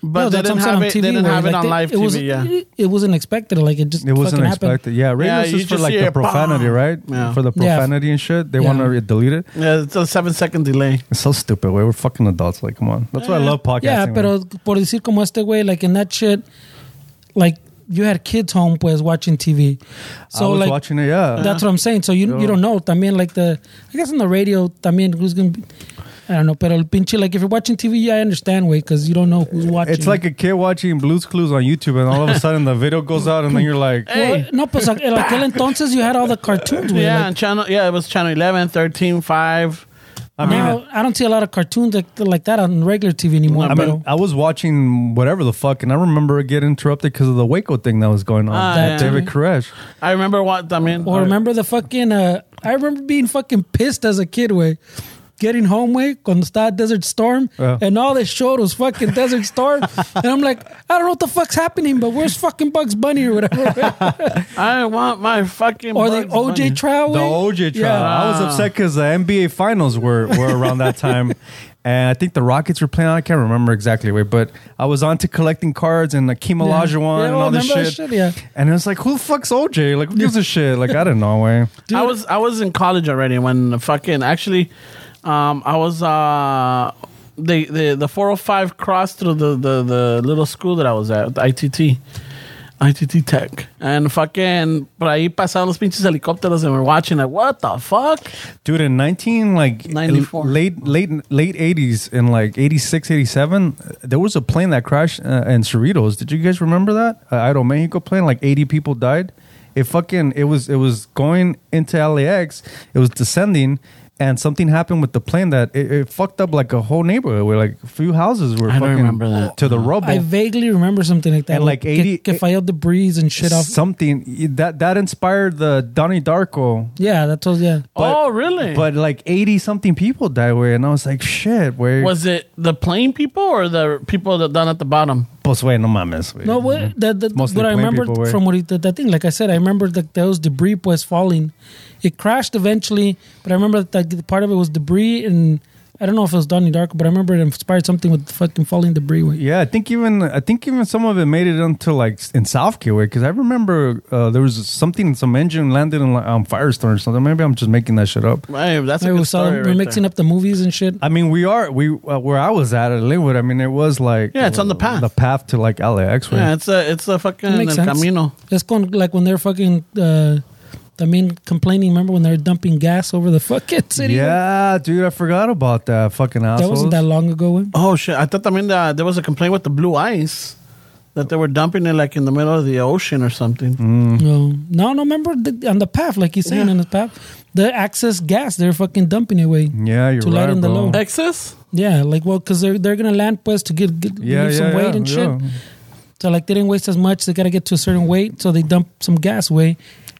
but No, they that's didn't what I'm have it. saying, they on TV, didn't where, have it like, on they- live it TV. wasn't- yeah, It, it wasn't expected. Like it just It wasn't fucking expected. Happened. Yeah, Yeah, radios you is for just like hear the it, profanity, "Bah!" right? Yeah. For the Yeah. profanity and shit. They Yeah. want to delete it. yeah, it's a seven second delay. It's so stupid. We are fucking adults. Like, come on. That's why I love podcasting. Yeah, pero por decir como este güey, like in that shit, like you had kids home pues watching TV. so So I was like watching it. Yeah, that's what I'm saying. So you you don't know. También like the I guess on the radio también who's gonna be. I don't know, pero el pinche like if you're watching TV, yeah, I understand, way because you don't know who's watching. it's like a kid watching Blue's Clues on YouTube, and all of a sudden the video goes out, and then you're like, Well, no, pues en aquel entonces you had all the cartoons. güey, Yeah, like, and channel. Yeah, it was channel 11, 13, 5. I mean, now, I don't see a lot of cartoons like, like that on regular TV anymore. I pero, mean, I was watching whatever the fuck, and I remember it get interrupted because of the Waco thing that was going on. Ah, That yeah. David Koresh. I remember what I mean. or remember the fucking. Uh, I remember being fucking pissed as a kid, way. Getting home, way, cuando estaba Desert Storm, Yeah. and all they showed was fucking Desert Storm. and I'm like, I don't know what the fuck's happening, but where's fucking Bugs Bunny or whatever? güey? I want my fucking or the Bugs OJ Bunny. trial, The güey. OJ trial. Yeah. I was upset because the NBA finals were, were around that time. And I think the Rockets were playing. I can't remember exactly where, but I was onto collecting cards and Akeem Olajuwon Yeah, and well, all this remember shit. that shit, yeah. And it was like, who the fuck's OJ? Like, who gives a shit? Like, I don't know, way. I was I was in college already when the fucking actually, um, I was uh, the the the four hundred five crossed through the, the the little school that I was at, the ITT. ITT Tech and fucking por ahí pasaron los pinches helicópteros and we're watching like what the fuck Dude, in 19, like, 94. late late late 80s, in like 86, 87, there was a plane that crashed uh, in Cerritos. Did you guys remember that? Uh, Idol Mexico plane, like 80 people died. It fucking, it was, it was going into LAX, it was descending. And something happened with the plane that it, it fucked up like a whole neighborhood where like a few houses were I don't fucking remember that. to the rubble. I vaguely remember something like that. And, like, que- 80 que, failed the breeze and shit off. something that that inspired the Donnie Darko Yeah, that was yeah. Mm-hmm. oh really But like eighty something people died way, and I was like, shit, where was was it the plane people or the people that down at the bottom pues way no mames. Wey. No, what, the, the, Mostly what I plain remember people, right? from what he, the, the thing, like I said, I remember that those debris was falling. It crashed eventually, but I remember that like, the part of it was debris, and I don't know if it was Donnie Darko, but I remember it inspired something with fucking falling debris. Way. Yeah, I think even I think even some of it made it until like in South Kiwi because I remember uh, there was something some engine landed on, on Firestone or something. Maybe I'm just making that shit up. hey, that's a Like, good we saw story them right mixing there. up the movies and shit. I mean, we are we uh, where I was at at Linwood. I mean, it was like Yeah, it's on the path. the path to like LAX. Way. yeah it's a it's a fucking It el makes sense. camino It's going like when they're fucking. Uh, I mean, complaining. Remember when they were dumping gas over the fucking city? Yeah, dude, I forgot about that fucking assholes. that wasn't that long ago. eh? Way. Oh shit! I thought I mean uh, there was a complaint with the blue ice that they were dumping it like in the middle of the ocean or something. Mm. No, no, no. Remember the, on the path, like he's saying Yeah. on the path, the excess gas they're fucking dumping away. Yeah, you're To right, lighten the bro. load. Excess? Yeah, like well, because they're they're gonna land pues to get, get Yeah, leave some yeah, weight yeah, and shit. yeah. So like they didn't waste as much. They gotta get to a certain weight, so they dump some gas away.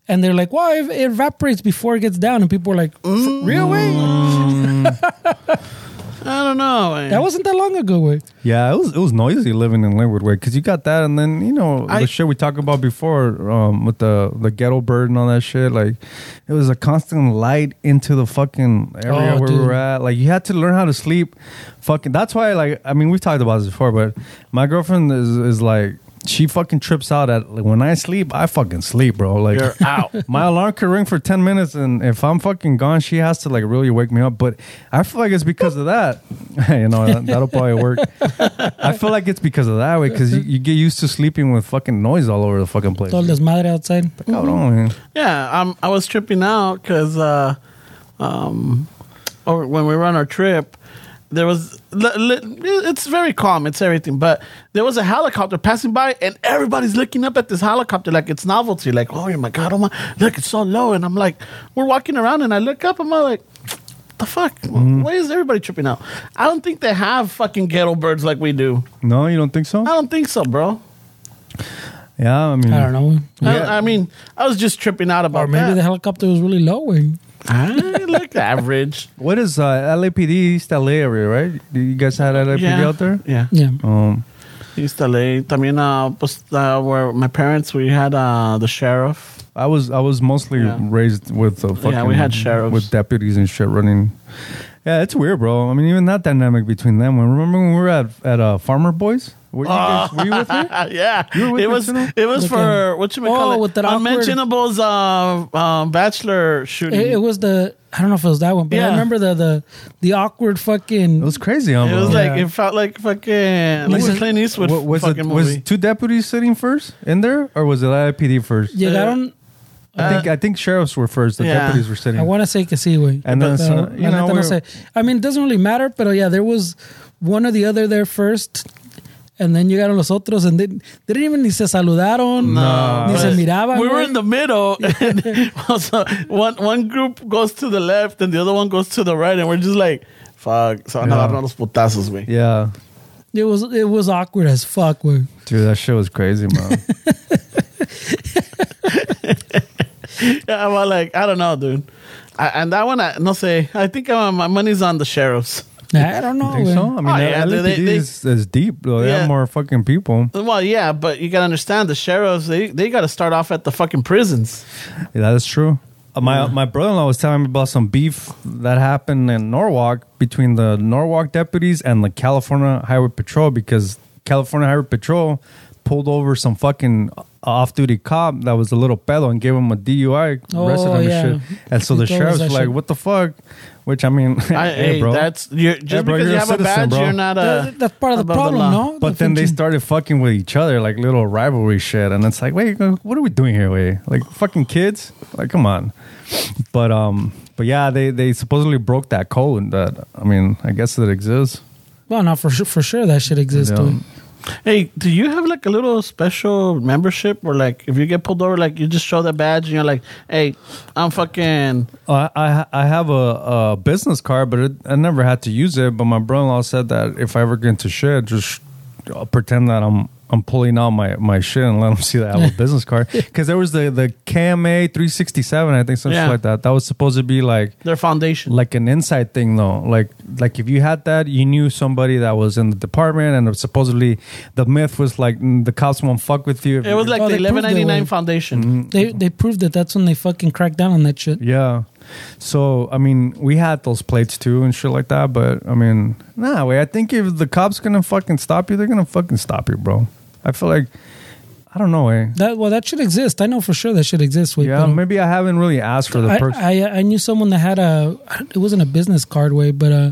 And they're like, "Wow, it it evaporates before it gets down." And people are like, "F- "Real way? Mm. I don't know. man. That wasn't that long ago, way." Yeah, it was it was noisy living in Linwood Way because you got that, and then you know I- the shit we talked about before um, with the the ghetto bird and all that shit. Like it was a constant light into the fucking area where Oh, we dude. were at. Like you had to learn how to sleep. Fucking that's why. Like I mean, we've talked about this before, but my girlfriend is is like she fucking trips out at like, when I sleep. I fucking sleep, bro. Like You're out. my alarm could ring for 10 minutes and if i'm fucking gone she has to like really wake me up but i feel like it's because of that you know that, that'll probably work i feel like it's because of that way because you, you get used to sleeping with fucking noise all over the fucking place Todo el desmadre outside. Cabrón, man. Yeah, um, I was Oh, tripping out because uh, um, or when we were on our trip, there was li- li- it's very calm it's everything but there was a helicopter passing by and everybody's looking up at this helicopter like it's novelty like oh my god oh my look it's so low and i'm like we're walking around and i look up and i'm like the fuck Mm-hmm. why is everybody tripping out i don't think they have fucking ghetto birds like we do No, you don't think so? i Ah. don't think so bro Yeah, I mean, I don't know. I, I mean i was just tripping out about Or maybe the that helicopter was really low. güey. I look average What is uh, LAPD East LA area, right? You guys had LAPD yeah. out there? yeah Yeah. Um, East LA. También, uh, pues, uh, where my parents, we had uh, the sheriff. I was I was mostly Yeah. raised with uh, fucking we had sheriffs. with deputies and shit running. Yeah, it's weird, bro. I mean, even that dynamic between them. Remember when we were at at uh, Farmer Boys? Were you, guys, were you with me? Uh, yeah, You were with it me, um, Chino? was it was With for the- what you call Oh, it with that awkward- unmentionables uh, uh, bachelor shooting. It, it was the I don't know if it was that one, but Yeah. I remember the the the awkward fucking It was crazy, huh, It bro? was like Yeah. it felt like fucking like Was a it- Clint Eastwood Wa- was fucking it was movie. two deputies sitting first in there, or was it LAPD first? llegaron. I think I think sheriffs were first. The Yeah. deputies were sitting. I want to say que sí, güey. And then Pero, so- you la know, neta no we- sé. I mean, it doesn't really matter, but yeah, there was one or the other there first. And then llegaron los otros, and they, they didn't even ni se saludaron, No. ni se But miraban. we were güey. in the middle, and also one one group goes to the left and the other one goes to the right, and we're just like, "Fuck!" So Yeah. no, no los putazos, güey. yeah, It was it was awkward as fuck, güey. dude, that shit was crazy, man. Yeah, well, like I don't know, dude. I, and that one, I, no sé. I think uh, my money's on the sheriffs. I don't know, think güey. so? I mean, Oh, yeah, LAPD they- they- is, is deep. Though. They Yeah. have more fucking people. Well, yeah, but you gotta understand the sheriffs. They they gotta start off at the fucking prisons. Yeah, that is true. Uh, My my brother in law was telling me about some beef that happened in Norwalk between the Norwalk deputies and the California Highway Patrol because California Highway Patrol pulled over some fucking off duty cop that was a little pedo and gave him a DUI, Oh, arrested him yeah. and shit. And so He the told us sheriff's that like, shit. "What the fuck?" Which I mean, hey, I, hey, bro. that's you're, just bro, because you're a you have a citizen, badge, bro. you're not a. That- that's part of the above problem, law. no? but then they fucking- started fucking with each other, like little rivalry shit, and it's like, wait, what are we doing here? Wait, like fucking kids, like come on. But um, but yeah, they they supposedly broke that code. That I mean, I guess it exists. Well, not for sure. For sure, that shit exists. Yeah. güey. Hey, do you have like a little special membership, or like if you get pulled over, like you just show the badge and you're like, "Hey, I'm fucking." I I, I have a, a business card, but it, I never had to use it. But my brother-in-law said that if I ever get into shit, just uh, pretend that I'm I'm pulling out my, my shit and let them see that I have a business card. Because there was the the KMA 367, I think, something Yeah. like that. That was supposed to be like Their foundation. like an inside thing though like like if you had that you knew somebody that was in the department and supposedly the myth was like mm, the cops won't fuck with you if it was you- like Oh, the they proved it, 1199 well. foundation. They they proved that that's when they fucking cracked down on that shit. yeah so i mean we had those plates too and shit like that but i mean nah wait i think if the cops gonna fucking stop you they're gonna fucking stop you bro i feel like i don't know way That well, that should exist. I know for sure that should exist. Wait, yeah maybe i haven't really asked for the I, person I I knew someone that had a it wasn't a business card way, but uh,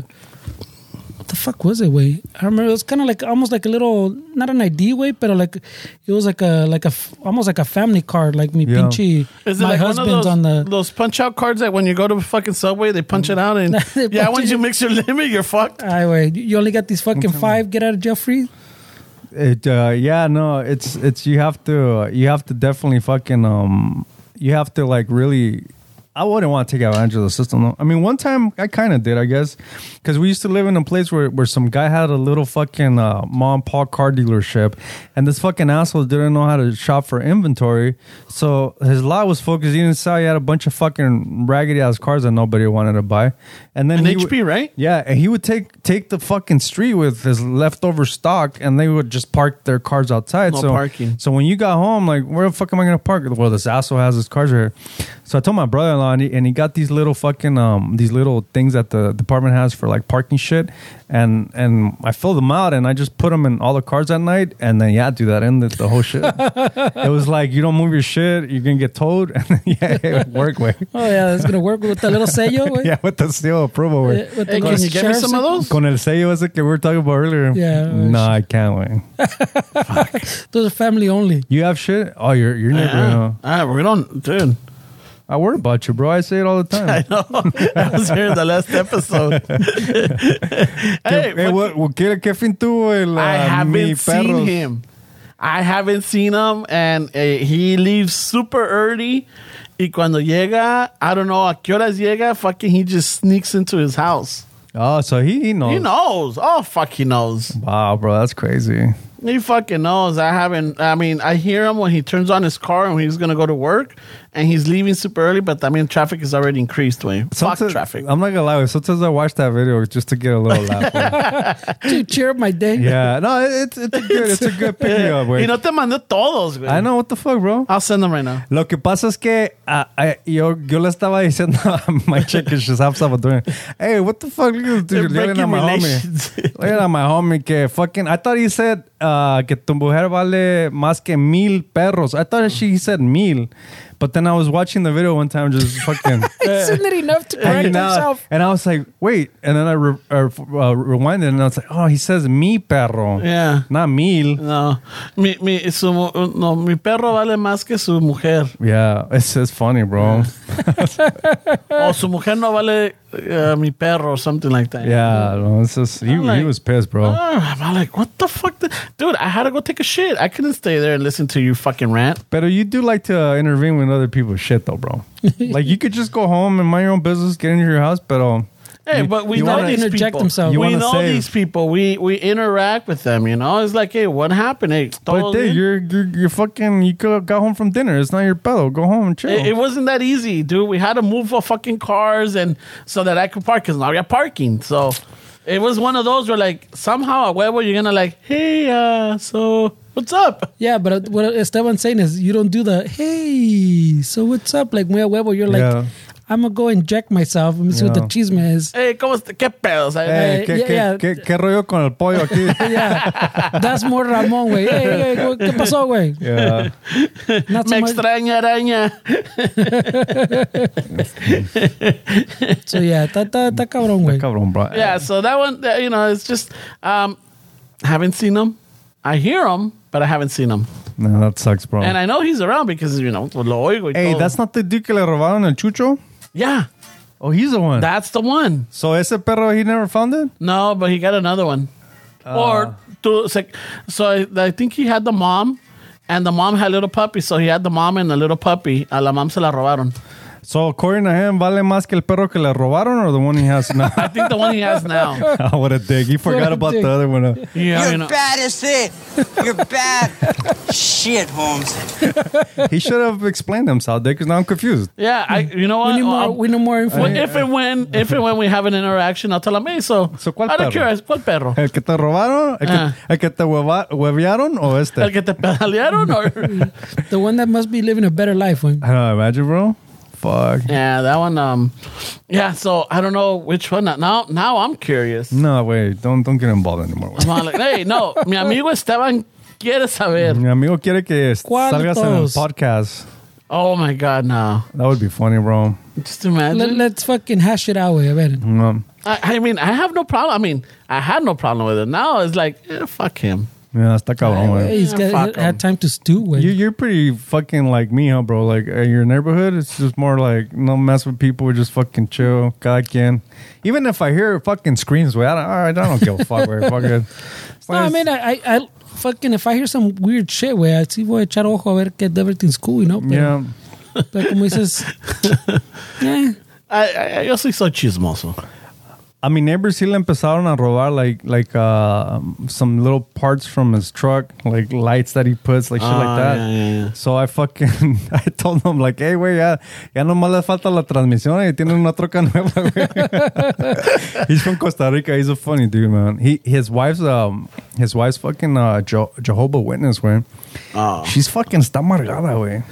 what the fuck was it way? I remember it was kind of like almost like a little not an ID way, but like it was like a like a f- almost like a family card, like me Yeah. pinchy. Is it my like husband's one of those, on the those punch out cards that when you go to fucking subway they punch it out and They yeah punch once it. you mix your limit you're fucked. highway. You only got these fucking five get out of jail free. It uh, yeah no it's it's you have to you have to definitely fucking um you have to like really I wouldn't want to take advantage of the system though. I mean one time I kind of did I guess because we used to live in a place where where some guy had a little fucking uh, mom and pa car dealership and this fucking asshole didn't know how to shop for inventory so his lot was focused he didn't sell he had a bunch of fucking raggedy ass cars that nobody wanted to buy and then An he HP, right? yeah, and he would take take the fucking street with his leftover stock, and they would just park their cars outside. No so parking. So when you got home, like, where the fuck am I gonna park? Well, this asshole has his cars here. So I told my brother in law, and, he- and he got these little fucking um these little things that the department has for like parking shit, and and I filled them out, and I just put them in all the cars at night, and then yeah, do that ended the whole shit. it was like you don't move your shit, you're gonna get towed, and then, yeah, it would work way. Oh yeah, it's gonna work with the little sello. güey. Yeah, with the seal approval way. Eh, with the Hey, can little you get me sheriff's- some of those? Con el sello ese que we were talking about earlier. Yeah. No, I can't wait. Those are family only. You have shit? Oh, you're you're never. Yeah. Ah, we don't, dude. I worry about you, bro. I say it all the time. I know. I was here in the last episode. hey, hey, what, what quiere que fin tuvo el, I uh, mi haven't perro? seen him. I haven't seen him, and uh, he leaves super early. Y cuando llega, I don't know a qué horas llega, fucking he just sneaks into his house. Oh, so he, he knows. He knows. Oh, fuck, he knows. Wow, bro, that's crazy. He fucking knows. I haven't, I mean, I hear him when he turns on his car and he's going to go to work, and he's leaving super early, but I mean, traffic is already increased, way. Fuck Sometimes- traffic. I'm not gonna lie. Sometimes I watch that video just to get a little laugh. güey. To cheer up my day. yeah, no, it- it's it's a good it's a good picking up. Y güey. no te mandé todos, güey. I know what the fuck, bro. I'll send them right now. Lo que pasa es que ah, ah, yo, yo le estaba diciendo a my chick and she's half Salvadorian, hey, what the fuck? Look at this They're dude yelling at breaking my relations. homie. Looking at my homie que fucking, I thought he said uh, que tu mujer vale más que mil perros. I thought she said mil. But then I was watching the video one time just fucking Isn't it enough to correct hanging out. himself? And I was like, wait. And then I re- uh, uh, rewinded and I was like, oh, he says mi perro. Yeah. Not mil. No, mi, mi, su, mu- no, mi perro vale más que su mujer. Yeah, it's, it's funny, bro. O su mujer no vale uh, mi perro, or something like that. Yeah, no, it's just, he, I'm like- he was pissed, bro. Ah, I'm like, what the fuck? the- Dude, I had to go take a shit. I couldn't stay there and listen to you fucking rant. But you do like to uh, intervene with other people's shit, though, bro. like you could just go home and mind your own business, get into your house, but um, Hey, but we you know wanna- these Interject people. themselves. You We wanna know save. these people. We we interact with them. You know, it's like, hey, what happened? Hey, but totally- dude, you're, you're you're fucking you go- got home from dinner. It's not your pillow. Go home and chill. It, it wasn't that easy, dude. We had to move our fucking cars and so that I could park because now we got parking. So it was one of those where like somehow a huevo you're gonna like, hey, uh, so what's up? Yeah, but what Esteban's saying is you don't do the, hey, so what's up? Like, muy a huevo, you're Yeah. like, I'm going to go inject myself and see what the Yeah. chisme is. Hey, ¿cómo est- ¿Qué pedos? I- hey, eh, ¿qué, yeah, qué, yeah. Qué, qué rollo con el pollo aquí? Yeah, that's more Ramon, güey. Hey, hey, güey, ¿qué pasó, güey? yeah, Not me so much. extraña araña. So, yeah, está, está, está cabrón, güey. cabrón, bro. Yeah, so that one, that, you know, it's just um, haven't seen him. I hear him, but I haven't seen him. no, that sucks, bro. And I know he's around because you know lo oigo. y hey, todo. that's not the dude que le robaron el chucho. yeah, Oh, he's the one. that's the one. so ese perro, he never found it. No, but he got another one. or two, sec- so I, I think he had the mom, and the mom had little puppy. So he had the mom and the little puppy. A la mom se la robaron. So according to him, vale más que el perro que le robaron, or the one he has now. I think the one he has now. what a dig! He What forgot a about dick. the other one. huh? Yeah, you You're know. bad as it. You're bad. Shit, Holmes. He should have explained himself, Dick, because now I'm confused. Yeah, I. You know We what? need more, Um, we need more info. well, if and when, if and when we have an interaction, I'll tell him. Hey, so, So, ¿cuál out perro? of curious, ¿cuál perro? ¿El que te robaron? ¿El que, Ah. el que te hueva- huevearon o este? El que te pedalearon, or The one that must be living a better life, güey. I don't know, imagine, bro. Fuck. yeah, that one. Um, yeah. So I don't know which one. Now, now I'm curious. No, wait, don't, don't get involved anymore. güey. I'm all like, hey, no, mi amigo Esteban quiere saber. Mi amigo quiere que s- ¿Cuál salgas de en el todos? podcast. Oh my God, no. That would be funny, bro. Just imagine. Let, let's fucking hash it out, güey. A ver. No. I, I mean, I have no problem. I mean, I had no problem with it. Now it's like, eh, fuck him. Yeah, está cabrón, Hey, güey. he's got, Yeah, fuck 'em. had time to stew, güey. You, you're pretty fucking like me, huh, bro? Like, in your neighborhood, it's just more like, no mess with people, just fucking chill, cada quien. Even if I hear fucking screams, way, I don't, I don't give a fuck, way, fuck it. As No, long I as- mean, I, I, I fucking, if I hear some weird shit, güey, I see, voy a echar ojo a ver que everything's cool, you know? Pero, yeah. pero como dices, eh, I, I, I also saw chismoso. I mean, neighbors sí le empezaron a robar like like uh, some little parts from his truck, like lights that he puts, like shit like Ah, that. yeah, yeah, yeah. So I fucking I told him like, hey, güey, ya, ya nomás le falta la transmisión y tienen una troca nueva, güey." he's from Costa Rica. He's a funny dude, man. He his wife's um his wife's fucking uh, Je- Jehovah Witness, güey. Ah. She's fucking está amargada, güey.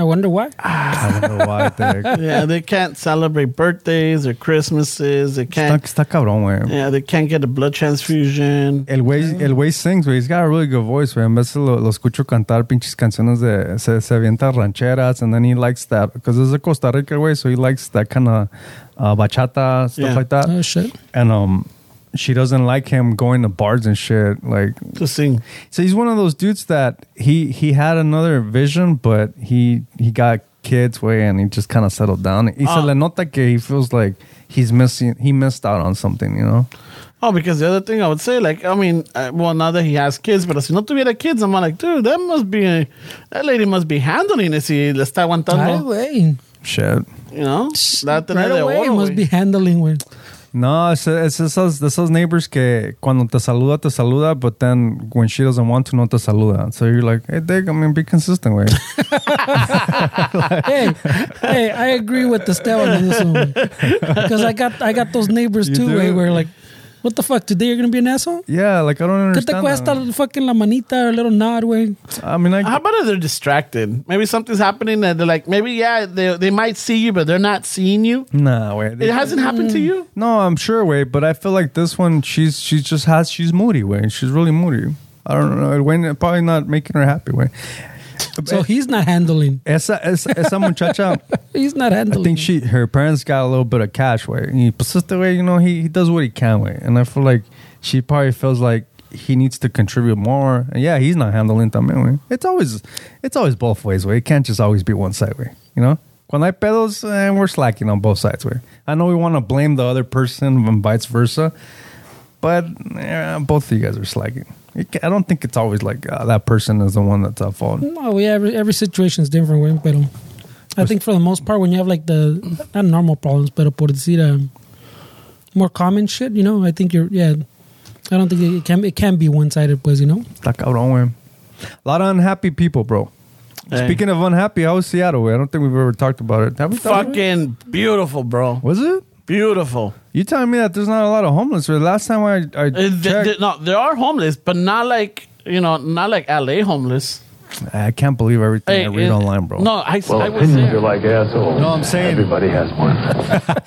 I wonder why. Ah, I don't know why. te- Yeah, they can't celebrate birthdays or Christmases. They Está, can't. está cabrón, güey. Yeah, they can't get a blood transfusion. El güey, el güey sings, güey. He's got a really good voice, güey. A veces lo, lo escucho cantar pinches canciones de... Se, se avienta rancheras and then he likes that. Because it's a Costa Rica, güey, so he likes that kind of uh, bachata, stuff Yeah. like that. Oh, shit. And um, she doesn't like him going to bars and shit. Like, To sing. so he's one of those dudes that he, he had another vision, but he, he got kids, way, and he just kind of settled down. He Ah. se le nota que he feels like he's missing, he missed out on something, you know? Oh, because the other thing I would say, like, I mean, uh, well, now that he has kids, pero si no tuviera kids, I'm like, dude, that must be, that lady must be handling it si le está Ay, aguantando, güey. Shit. you know? La tener Right de away, oro, must güey. be handling, güey. No, it's, it's esas, de esos neighbors que cuando te saluda, te saluda, but then when she doesn't want to, no te saluda. So you're like, hey, Dick, I mean, be consistent, way. hey, hey, I agree with Esteban on this one because I got I got those neighbors You too. do? Where we're like, what the fuck? Today you're gonna be an asshole? yeah, like, I don't ¿Qué te understand. cuesta that. el fucking la manita or a little nod, güey? I mean, I, How about if they're distracted? Maybe something's happening that they're like, maybe, yeah, they, they might see you, but they're not seeing you. nah, way. It hasn't happened to you? No, I'm sure, way, but I feel like this one, she's she just has she's moody, way. She's really moody. I don't know. Wayne probably not making her happy, way. Eh. So he's not handling. Esa, esa, esa muchacha, He's not I handling. think she her parents got a little bit of cash, way. And he persists way, you know, he, he does what he can, way. And I feel like she probably feels like he needs to contribute more. And yeah, he's not handling también, way. It's always it's always both ways, way. It can't just always be one side, way. You know? Cuando hay pedos, eh, we're slacking on both sides, way. I know we want to blame the other person and vice versa, but eh, both of you guys are slacking. It ca- I don't think it's always like uh, that person is the one that's at fault. No, we Oh, every every situation is different, güey. Pero I think for the most part, when you have like the not normal problems, pero por decir um, more common shit, you know, I think you're yeah. I don't think it can it can be one sided, pues, you know. Está cabrón, güey. A lot of unhappy people, bro. Hey. Speaking of unhappy, how was Seattle, güey? I don't think we've ever talked about it. Have we talked about it? Fucking beautiful, bro. Was it? Beautiful. You telling me that there's not a lot of homeless? Right? Last time I, I Uh, th- checked, th- no, there are homeless, but not like, you know, not like LA homeless. Ah, I can't believe everything I Hey, read uh, online, Mm. bro. No, I, I was opinions there. are like assholes. No, I'm saying- everybody has one.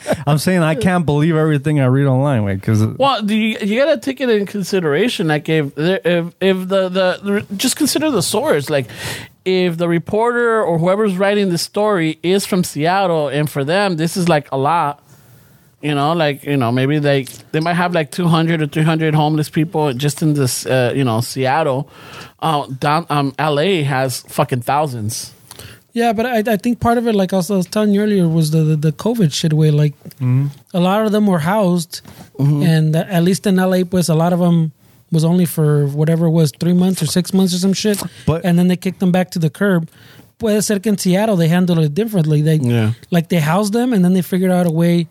I'm saying I can't believe everything I read online, wait, because Well, do you, you got to take it in consideration. Like if there- if if the, the the- just consider the source. Like if the reporter or whoever's writing the story is from Seattle, and for them this is like a lot. You know, like you know, maybe like they might have like two hundred or three hundred homeless people just in this. Uh, you know, Seattle, uh, down um, L.A. has fucking thousands. Yeah, but I, I think part of it, like I was, I was telling you earlier, was the, the, the COVID shit way. Like a lot of them were housed, and uh, at least in LA, pues a lot of them was only for whatever it was, three months or six months or some shit. But- and then they kicked them back to the curb. Puede ser que in Seattle they handled it differently. They Yeah. like they housed them and then they figured out a way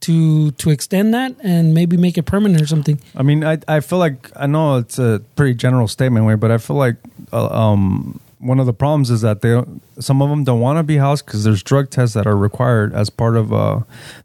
to to extend that and maybe make it permanent or something. I mean, I I feel like I know it's a pretty general statement, way, but I feel like uh, um one of the problems is that they some of them don't want to be housed because there's drug tests that are required as part of uh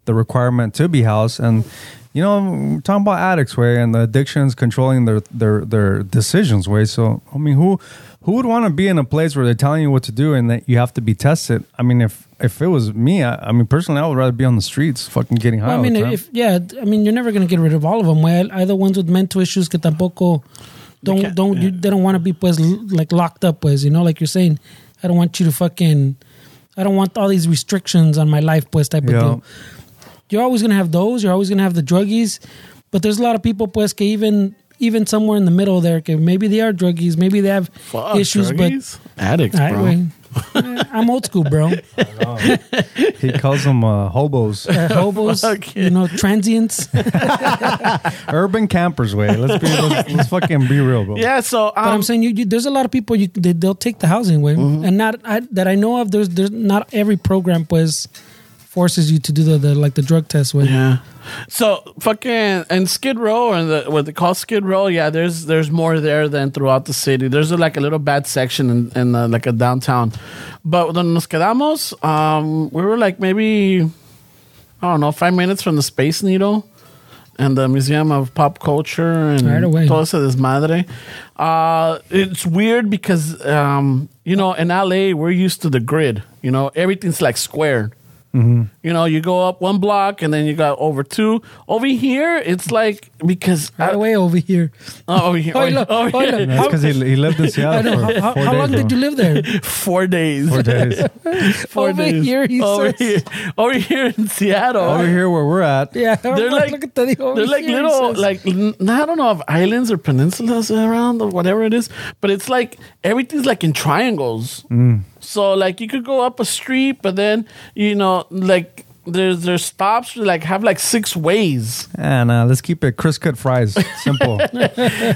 the requirement to be housed, and you know we're talking about addicts, way, and the addictions controlling their their their decisions, way. So I mean, who who would want to be in a place where they're telling you what to do and that you have to be tested? I mean, if if it was me, I, I mean personally, I would rather be on the streets, fucking getting high. Well, I all mean, the time. if yeah, I mean, you're never gonna get rid of all of them. Well, either ones with mental issues que tampoco don't can't- don't you, they don't want to be pues l- like locked up pues you know like you're saying. I don't want you to fucking. I don't want all these restrictions on my life pues type Yeah. of deal. You're always gonna have those. You're always gonna have the druggies, but there's a lot of people pues que even even somewhere in the middle there que maybe they are druggies, maybe they have Fuck, issues, druggies? addicts, but. All right, bro. wait. Eh, I'm old school, bro. he calls them uh, hobos. Eh, hobos, Fuck. you know, transients. urban campers way. Let's be let's, let's fucking be real, bro. Yeah, so um, But I'm saying you, you there's a lot of people you they, they'll take the housing way, and not I, that I know of. There's there's not every program pues forces you to do the, the like the drug test way. Yeah. So fucking and Skid Row and the, what they call Skid Row, yeah. There's there's more there than throughout the city. There's like a little bad section in, in uh, like a downtown, but when nos quedamos, um, we were like maybe I don't know five minutes from the Space Needle and the Museum of Pop Culture and Right away. todo ese desmadre. Uh, it's weird because um, you know in LA we're used to the grid. You know everything's like squared. You know, you go up one block and then you got over two. Over here, it's like because Right away over here. Oh, over here, Oilo, over here. oilo. That's because he, he lived in Seattle. I know. For How, four how days, long did you bro. live there? four days. Four days. Four Over here, he over says. here, over here in Seattle. Over here where we're at. Yeah, They're like, look at they're that, over like here, little, says. like n- I don't know if islands or peninsulas around or whatever it is, but it's like everything's like in triangles. So like you could go up a street, but then you know like there's there's stops like have like six ways. And uh, let's keep it crisp cut fries. Simple.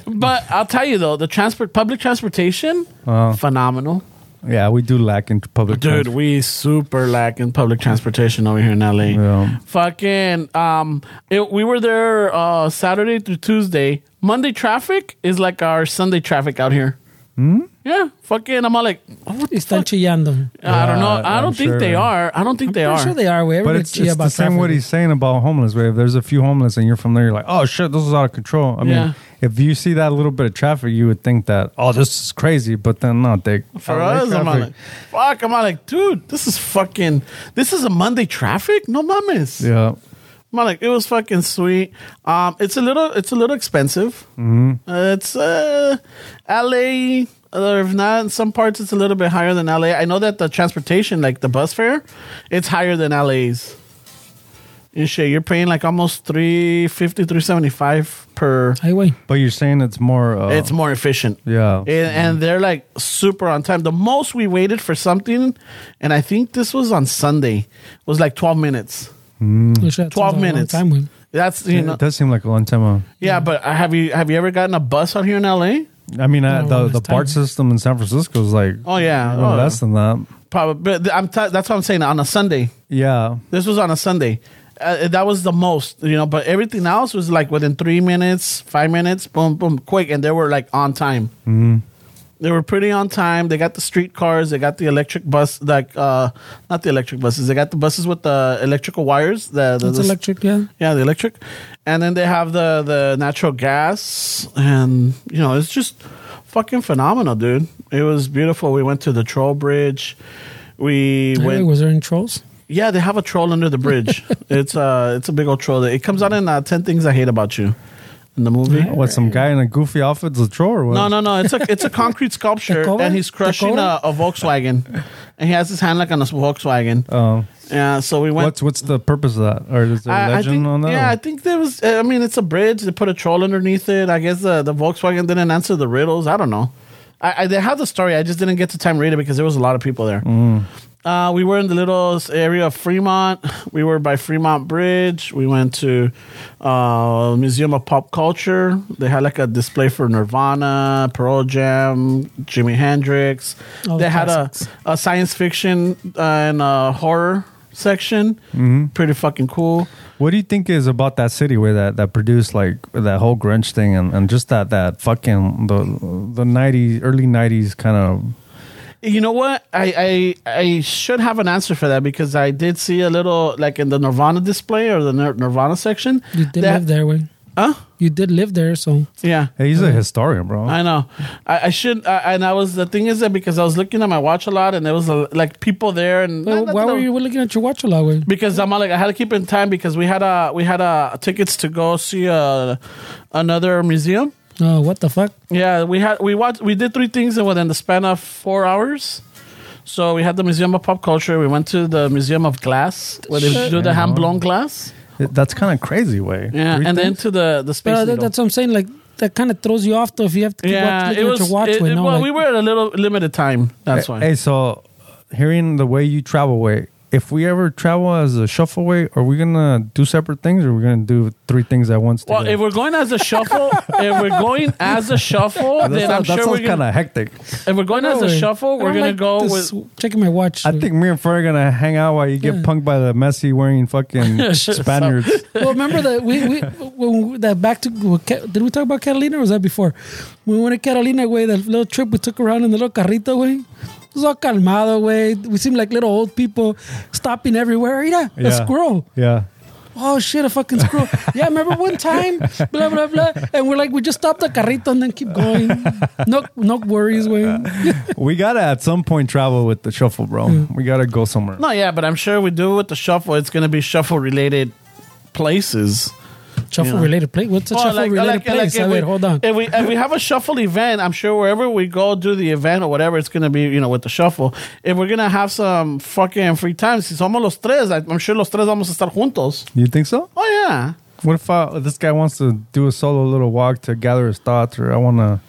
But I'll tell you though, the transport public transportation Uh-huh. phenomenal. yeah, we do lack in public. Dude, transport. we super lack in public transportation over here in LA. Yeah. Fucking, um, it, we were there uh, Saturday through Tuesday. Monday traffic is like our Sunday traffic out here. Hmm? Yeah, fucking, I'm all like, Y Están chillando. I don't know. I I'm don't think sure. they are. I don't think they I'm are. sure they are, güey. But Everybody it's, chilla it's about the same what traffic. he's saying about homeless, right? If there's a few homeless and you're from there, you're like, oh shit, this is out of control. I mean, Yeah. if you see that little bit of traffic, you would think that, oh, this is crazy. But then, no, they. For LA us, I'm all like, traffic- fuck, I'm all like, dude, this is fucking, this is a Monday traffic? No mames. Yeah. Man, like it was fucking sweet. Um, it's a little, it's a little expensive. Mm-hmm. it's uh, LA, or if not, in some parts it's a little bit higher than LA. I know that the transportation, like the bus fare, it's higher than LA's. And shit, you're paying like almost 350 375 per. Ay, güey. But you're saying it's more. Uh, It's more efficient. Yeah. And, and they're like super on time. The most we waited for something, and I think this was on Sunday, was like 12 minutes. Oh, shit, 12 sounds like a long minutes. time, güey. That's you it, know does seem like a long time. uh, Yeah, but uh, have you have you ever gotten a bus out here in LA? I mean, uh, No, the, it's the BART time. system in San Francisco is like. Oh, yeah. even Oh. Less than that. Probably. But I'm t- that's what I'm saying. On a Sunday, Yeah. this was on a Sunday. Uh, that was the most, you know. But everything else was like within three minutes, five minutes, boom, boom, quick, and they were like on time. They were pretty on time. They got the street cars. They got the electric bus, like uh, not the electric buses. They got the buses with the electrical wires. The, the, That's the- electric, yeah. Yeah, the electric, and then they have the the natural gas, and you know it's just fucking phenomenal, dude. It was beautiful. We went to the troll bridge. We Ay, went. was there any trolls? yeah, they have a troll under the bridge. it's uh, it's a big old troll. It comes out in uh, Ten Things I Hate About You, in the movie. What, some guy in a goofy outfit's a troll or what? No, no, no. It's a it's a concrete sculpture, cobra? and he's ¿Te crushing cobra? a, a Volkswagen, and he has his hand like on a Volkswagen. Oh. yeah, so we went. What's what's the purpose of that? Or is there a I- I legend think- on that? Yeah, or- I think there was. I mean, it's a bridge. They put a troll underneath it. I guess uh, the, the Volkswagen didn't answer the riddles. I don't know. I, I they have the story. I just didn't get to time to read it because there was a lot of people there. Mm. Uh, we were in the little area of Fremont. We were by Fremont Bridge. We went to uh, Museum of Pop Culture. They had like a display for Nirvana, Pearl Jam, Jimi Hendrix. All the they had a, classics. a science fiction uh, and a horror section. Mm-hmm. Pretty fucking cool. What do you think is about that city where that, that produced like that whole grunge thing and, and just that that fucking the the nineties early nineties kind of You know what? I, I I should have an answer for that because I did see a little like in the Nirvana display or the Nir- Nirvana section. You did that- live there, güey. Huh? You did live there, so. Yeah. hey, he's a historian, bro. Mm. I know. I, I should. I, and I was the thing is that because I was looking at my watch a lot, and there was a, like people there, and But not- not why that were I- you looking at your watch a lot, güey? Because I'm like I had to keep in time because we had a we had a tickets to go see uh another museum. No, what the fuck? Yeah, we had we watched we did three things within the span of four hours. So we had the Museum of Pop Culture. We went to the Museum of Glass where they do the hand blown glass. It- that's kind of crazy way. Yeah, Three and then things? to the the space. But that, Needle. that's what I'm saying. Like that kind of throws you off, though, if you have to keep yeah, watch, it looking was. at your watch, it- güey. it- no, well, like, we were at a little limited time. That's why. Hey, so hearing the way you travel way, if we ever travel as a shuffle way, are we gonna do separate things or are we gonna do three things at once? Well, today? if we're going as a shuffle, if we're going as a shuffle, that then sound- I'm that sure sounds we're kind gonna. of hectic. If we're going as a güey. shuffle, I we're don't gonna go like this with. checking my watch. I güey. think me and Fer are gonna hang out while you get Yeah. punked by the messy wearing fucking Spaniards. Well, remember that we we when we- that back to did we talk about Catalina or was that before? When we went to Catalina, way that little trip we took around in the little carrito, way. It was all calmado, way. We seemed like little old people stopping everywhere. Mira, a squirrel. Yeah. Oh shit, a fucking squirrel. yeah, remember one time, blah blah blah, and we're like, we just stopped the carrito and then keep going. No, no worries, way. we gotta at some point travel with the shuffle, bro. Mm. We gotta go somewhere. No, yeah, but I'm sure we do with the shuffle. It's gonna be shuffle related places. Shuffle related play. What's a Or shuffle related place? if Ah, we- wait, hold on. If we if we have a shuffle event, I'm sure wherever we go do the event or whatever, it's gonna be you know with the shuffle. If we're gonna have some fucking free time, si somos los tres, I- I'm sure los tres vamos a estar juntos. You think so? uh, Oh yeah. What if I, this guy wants to do a solo little walk to gather his thoughts, or I wanna,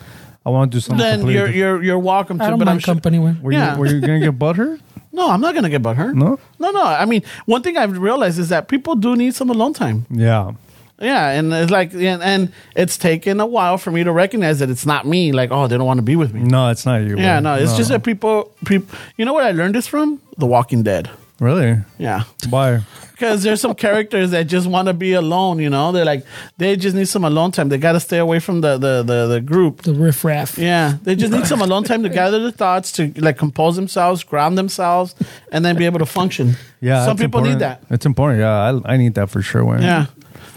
I want to do something then completely you're you're you're welcome to. I don't but I'm mind sure- company, güey. Were Yeah. you were you gonna get butter? No, I'm not gonna get butthurt. No? no, no. I mean, one thing I've realized is that people do need some alone time. Yeah. Yeah, and it's like, and, and it's taken a while for me to recognize that it's not me. Like, oh, they don't want to be with me. No, it's not you. Yeah, güey. no, it's just that people, people. You know what I learned this from? The Walking Dead. really. Yeah, Why? because there's some characters that just want to be alone. You know, they're like they just need some alone time. They got to stay away from the the the, the group. The riffraff. Yeah, they just need some alone time to gather their thoughts, to like compose themselves, ground themselves, and then be able to function. Yeah. some it's people need that. important. It's important. Yeah, I, I need that for sure. güey. Yeah,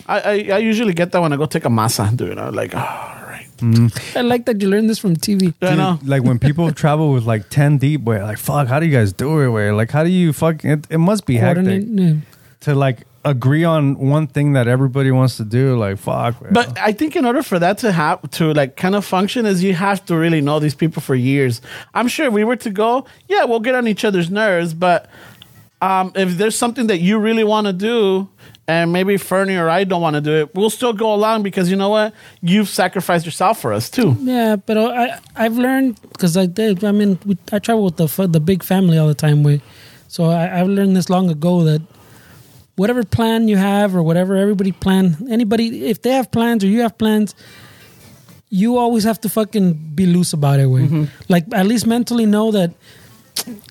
I, I I usually get that when I go take a masa, dude. I'm like, all right, I like that you learned this from TV. I know. Like when people travel with like ten deep, way like fuck, how do you guys do it? Way like how do you fuck? It, it must be hectic Coordinate, yeah. to like agree on one thing that everybody wants to do. Like fuck. güey. But I think in order for that to have to like kind of function is you have to really know these people for years. I'm sure if we were to go, yeah, we'll get on each other's nerves, but um, if there's something that you really want to do and maybe Fernie or I don't want to do it, we'll still go along because you know what? You've sacrificed yourself for us too. Yeah, but I I've learned because I did. I mean, we, I travel with the fa- the big family all the time. We, so I, I've learned this long ago that whatever plan you have or whatever everybody plan anybody if they have plans or you have plans, you always have to fucking be loose about it. Way Mm-hmm. like at least mentally know that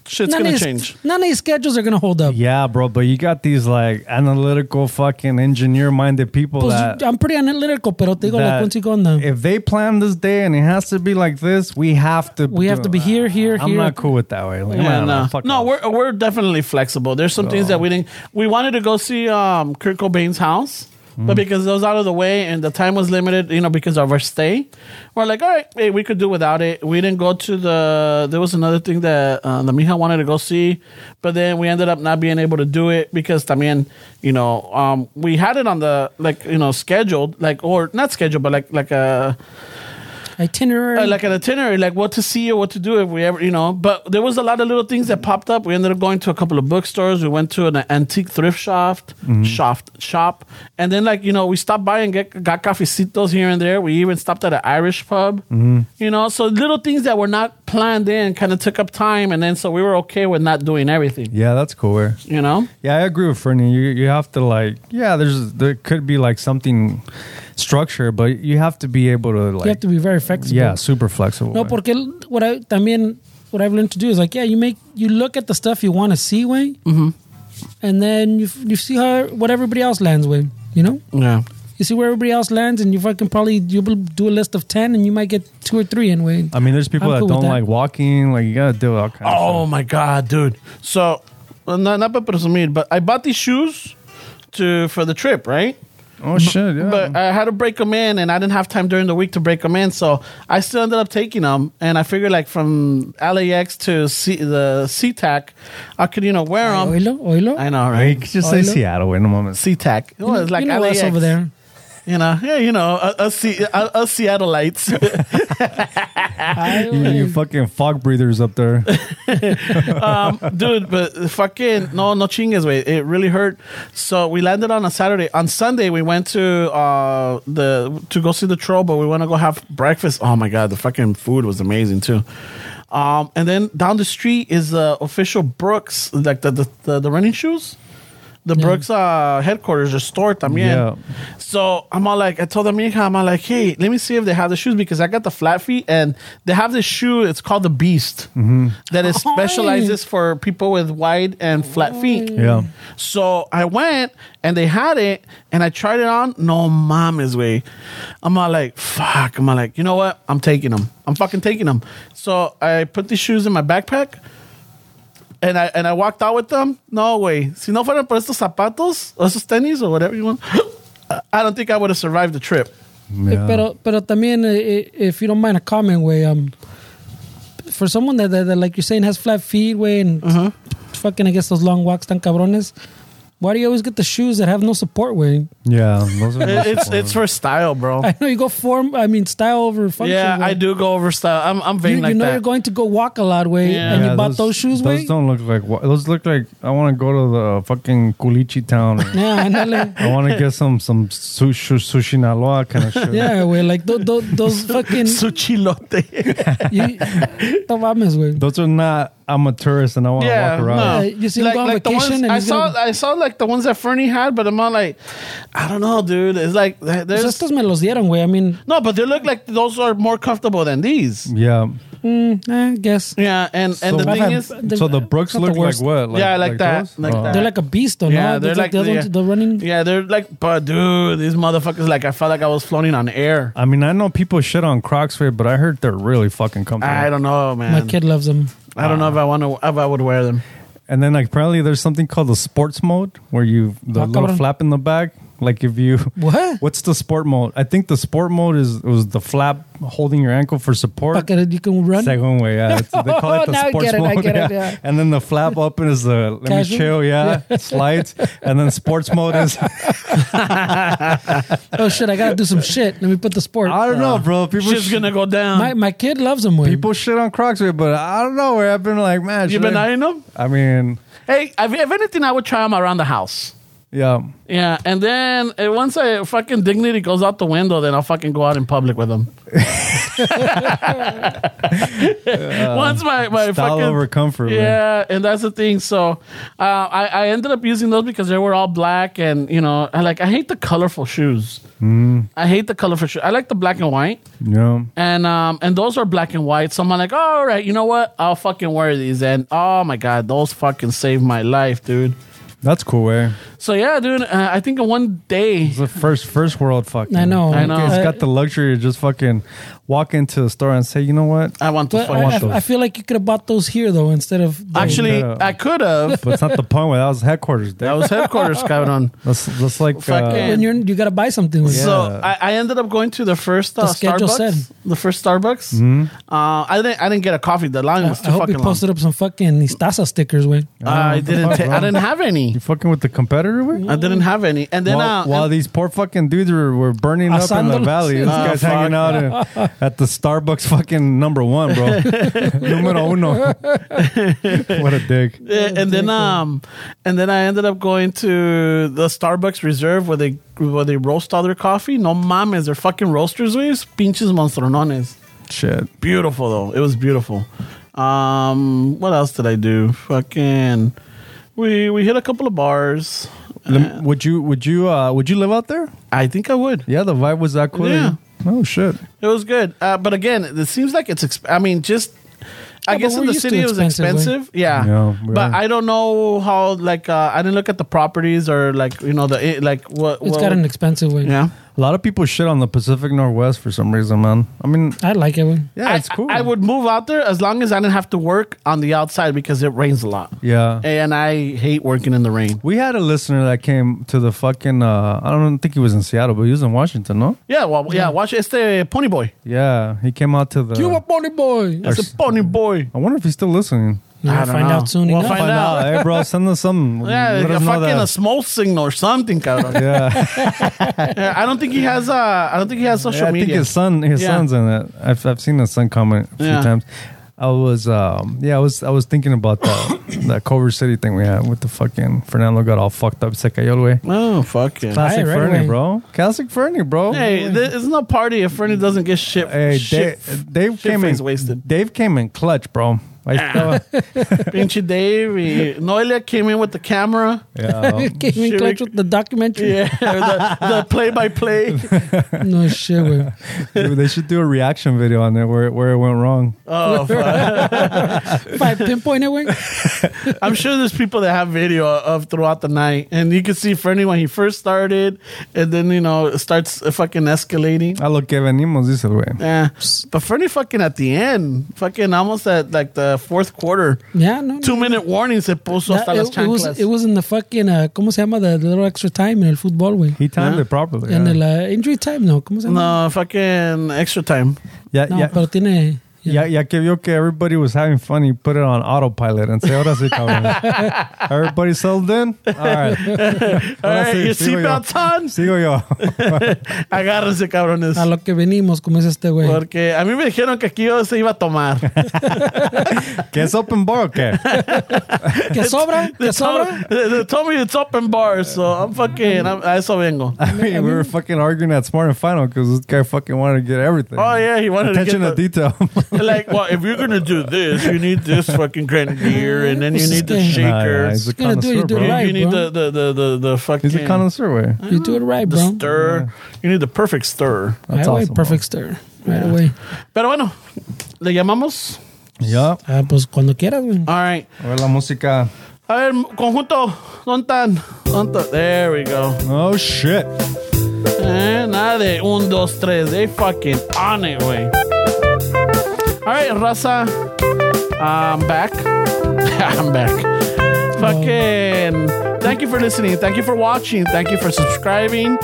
Shit's none of gonna these- change. None of these schedules are gonna hold up. yeah, bro. But you got these like analytical fucking engineer minded people Pues, that. I'm pretty analytical, pero te digo la that consecuencia. If they plan this day and it has to be like this, we have to. We have to be here, here, I'm here. not cool with that way. Like, Yeah, man, no, fuck no, off. we're we're definitely flexible. There's some things that we didn't. We wanted to go see um, Kurt Cobain's house, Mm-hmm. but because it was out of the way and the time was limited, you know, because of our stay, we're like, all right, hey, we could do without it. We didn't go to the. There was another thing that uh, the Mija wanted to go see, but then we ended up not being able to do it because también, you know, um, we had it on the like you know scheduled, like or not scheduled, but like uh, like a Itinerary. uh, like an itinerary, like what to see or what to do if we ever, you know. But there was a lot of little things that popped up. We ended up going to a couple of bookstores. We went to an antique thrift shop, shop, shop, and then like you know, we stopped by and get got cafecitos here and there. We even stopped at an Irish pub, you know. So little things that were not planned in kind of took up time, and then so we were okay with not doing everything, Yeah, that's cool. We're, you know. yeah, I agree with Fernie. You you have to like yeah. There's there could be like something structure, but you have to be able to like you have to be very flexible. yeah, super flexible. No, porque el- what I también what I've learned to do is like, yeah, you make you look at the stuff you want to see, way, Mm-hmm. and then you f- you see how what everybody else lands with, you know. Yeah. You see where everybody else lands, and you fucking probably you will do a list of ten, and you might get two or three in way. I mean, there's people I'm that cool with don't that. like walking. Like you gotta do all kinds. Oh my god, dude! So, well, not not but presumir, but I bought these shoes to for the trip, right? of stuff. oh shit, yeah. But I had to break them in, and I didn't have time during the week to break them in, so I still ended up taking them. And I figured, like from LAX to C- the SeaTac, I could you know wear them. Oilo, oilo. Um, I know, Hey, you right? could just Oh, I say know. Seattle in a moment. SeaTac. It was like you know LAX us over there. You know, yeah, you know, us, us, Se- us- us Seattleites. You, you fucking fog breathers up there. um, dude, but fucking no, no chingas, wait. It really hurt. So we landed on a Saturday. On Sunday, we went to uh the to go see the troll, but we want to go have breakfast. Oh my god, the fucking food was amazing too. Um, and then down the street is the official Brooks, like the the, the, the running shoes. The Brooks uh, headquarters, the store también. Yeah. So I'm all like, I told them, I'm all like, hey, let me see if they have the shoes because I got the flat feet and they have this shoe. It's called the Beast that is Hi. specializes for people with wide and flat feet. Yeah. So I went and they had it and I tried it on. No mames way. I'm all like, fuck. I'm all like, you know what? I'm taking them. I'm fucking taking them. So I put these shoes in my backpack and I and I walked out with them. No way. Si no fueran por estos zapatos, o esos tenis, or whatever you want, I don't think I would have survived the trip. Yeah. Eh, Pero, pero también, eh, eh, if you don't mind a comment, way, um, for someone Uh-huh. that, that, that, like you're saying, has flat feet, way, and fucking, I guess those long walks, tan cabrones, Why do you always get the shoes that have no support, way? Yeah, those are It- It's it's for style, bro. I know you go form. I mean, style over function. Yeah, güey. I do go over style. I'm I'm You, vain you like know that. you're going to go walk a lot, way, Yeah. and you Yeah, bought those shoes, Those way. don't look like. wa- Those look like. I want to go to the fucking Culichi town. Yeah, ándale. I want to get some some sushi sushi naloa kind of shit. Yeah, güey, like tho- tho- those fucking. Su chilote. you, no mames, güey. Those are not. I'm a tourist and I want to yeah, walk around. no. Yeah, you see him go on the vacation ones, and I he's saw gonna- I saw like the ones that Fernie had, but I'm not like, I don't know, dude. It's like there- Pues there's estos me los dieron, güey. I mean, no, but they look like those are more comfortable than these. Yeah. I eh, guess Yeah, and and the So- thing I've had- is, the- so the Brooks not the look like worst. what? Yeah, like that, those? Uh, like that. they're like a beast, though. yeah, no? they're like, the other yeah. ones, the running. Yeah, they're like, but dude, these motherfuckers like I felt like I was floating on air. I mean, I know people shit on Crocs, but I heard they're really fucking comfortable. I don't know, My man. kid loves them. I don't know if I want to if I would wear them. And then like, apparently there's something called the sports mode where you the Ah, little cabrón. flap in the back. Like if you What? What's the sport mode? I think the sport mode is was the flap holding your ankle for Para support. que you can run. Second way, yeah. It's, they call it the Now I sports get it, I mode. get it, yeah. yeah. And then the flap up is the let Casual? me chill, yeah, slides. And then sports mode is Oh shit! I gotta do some shit. Let me put the sport. I don't know, bro. People Shit's sh- Uh, gonna go down. My my kid loves them, güey. people shit on Crocs, but I don't know. Where I've been like, man, You've should been I- eyeing them? I mean, Hey, if, if anything, I would try them around the house. yeah. Yeah, and then uh, once I fucking dignity goes out the window, then I'll fucking go out in public with them. once my Style my fucking over comfort. man. yeah, and that's the thing. So uh, I I ended up using those because they were all black, and you know, I like I hate the colorful shoes. I hate the colorful shoes. I like the black and white, Yeah. and um and those are black and white. So I'm like, all right, you know what? I'll fucking wear these, and oh my god, those fucking saved my life, dude. That's cool, way. So yeah, dude, uh, I think in one day. It's the first first world fucking. I know. I know. It's got the luxury to just fucking walk into the store and say, you know what? I want to But fuck I, want I- those. I feel like you could have bought those here though instead of those. Actually, Yeah. I could have. But it's not the point where that was headquarters. That That was headquarters, cabrón. that's that's like Fucking- uh, when you're you gotta buy something. güey. So Yeah. I, I ended up going to the first uh, The schedule Starbucks. said. The first Starbucks. Uh, I didn't. I didn't get a coffee. The line was too I hope fucking you posted up some fucking Nistaza stickers, güey. long. Uh, I didn't. Fuck, ta- I bro. didn't have any. you fucking with the competitor. Way? I didn't have any. And then While, uh, while these poor fucking dudes were, were burning up in the Asándolos. valley, this Ah, guy's fuck. hanging out in, at the Starbucks fucking number one, bro. Número uno. what a dick. and, and then um, and then I ended up going to the Starbucks Reserve where they where they roast all their coffee. No mames, they're fucking roasters. Ways pinches monstronones. Shit. beautiful though. It was beautiful. Um, what else did I do? Fucking, we we hit a couple of bars. Lem- Would you would you uh would you live out there? I think I would. Yeah, the vibe was that cool. Yeah. Oh shit. It was good. Uh, but again, it seems like it's. Exp- I mean, just. I Yeah, guess but we're in the used to city it was expensive, expensive, yeah. Yeah, we but are. I don't know how. Like, uh, I didn't look at the properties or like you know the it, like what. It's what- got an expensive way. yeah. A lot of people shit on the Pacific Northwest for some reason, man. I mean, I like it, güey. yeah, I- it's cool. I, I would move out there as long as I didn't have to work on the outside because it rains a lot, Yeah. and I hate working in the rain. We had a listener that came to the fucking. Uh, I don't think he was in Seattle, but he was in Washington, no? Yeah, well, yeah. Watch it's the Pony Boy. Yeah, he came out to the. You a pony boy. Or- It's a pony boy. I wonder if he's still listening. You'll I don't find know. out soon We'll enough. find out. hey, bro, send us some. Yeah, Let a us know fucking that. a smoke signal or something, cabrón. yeah, yeah, I don't think he has. Uh, I don't think he has social yeah I think media. his son, his Yeah. son's in it. I've, I've seen his son comment a few Yeah. times. I was, um, yeah, I was, I was thinking about that that Culver City thing we had with the fucking Fernando got all fucked up. Se cayó el way. oh fuck yeah. Classic right Fernie, away. bro. Classic Fernie, bro. Hey, there, it's no party if Fernie doesn't get shit. Hey, shit. Dave, Dave shit came in. face wasted. Ah. Dave came in clutch, bro. I still, Pinchy Dave. he- Noelia came in with the camera. yeah, Came in Should clutch we- with the documentary. Yeah, the, the play-by-play. No shit, güey. Dude, they should do a reaction video on it where where it went wrong. Oh, fuck. If I pinpoint it, eh, güey. I'm sure there's people that have video of throughout the night, and you can see Fernie when he first started, and then you know it starts uh, fucking escalating. A lo que venimos, dice el güey. Yeah, but Fernie fucking at the end, fucking almost at like the fourth quarter, Yeah, no. no. two minute warning se puso That- hasta las it, it was chanclas. it was in the fucking uh, ¿cómo se llama? The little extra time en el fútbol, güey. He timed it properly. En yeah. el uh, injury time, no, ¿cómo se llama? no fucking extra time. yeah, No, yeah. pero tiene Ya, ya que vio que everybody was having fun, he put it on autopilot and say, ahora sí, cabrón. everybody settled in? All right. All Ahora right, sí, your sigo yo. seatbelts Eh, on. Sigo yo. Agárrense, cabrones. A lo que venimos, como dice este güey. Porque a mí me dijeron que aquí yo se iba a tomar. ¿Qué es open bar o qué? ¿Que sobra? ¿Que sobra? Told, they told me it's open bar, so I'm fucking, I'm- a eso vengo. I mean, we were fucking arguing at Smart and Final because this guy fucking wanted to get everything. Oh, yeah, he wanted to Attention to get detail. Like, well, if you're gonna do this, you need this fucking grenadier, and then you Pues es need the que- shaker. Nah, nah, he's a Gonna do it, you connoisseur, do it You- bro. right. you need bro. the, the, the, the, the fucking. He's a connoisseur, way. You do it right, The bro. stir. You need the perfect stir. Right That's away, awesome, bro. perfect stir. Right away. Pero bueno, le llamamos. Yeah. Ah, pues cuando quieras, güey. All right. A ver la música. A ver, conjunto, ¿dónde están? ¿Dónde están? There we go. Oh, shit. Eh, nada de un, dos, tres. They fucking on it, güey. All right, raza. I'm back. I'm back. Fucking. Thank you for listening. Thank you for watching. Thank you for subscribing.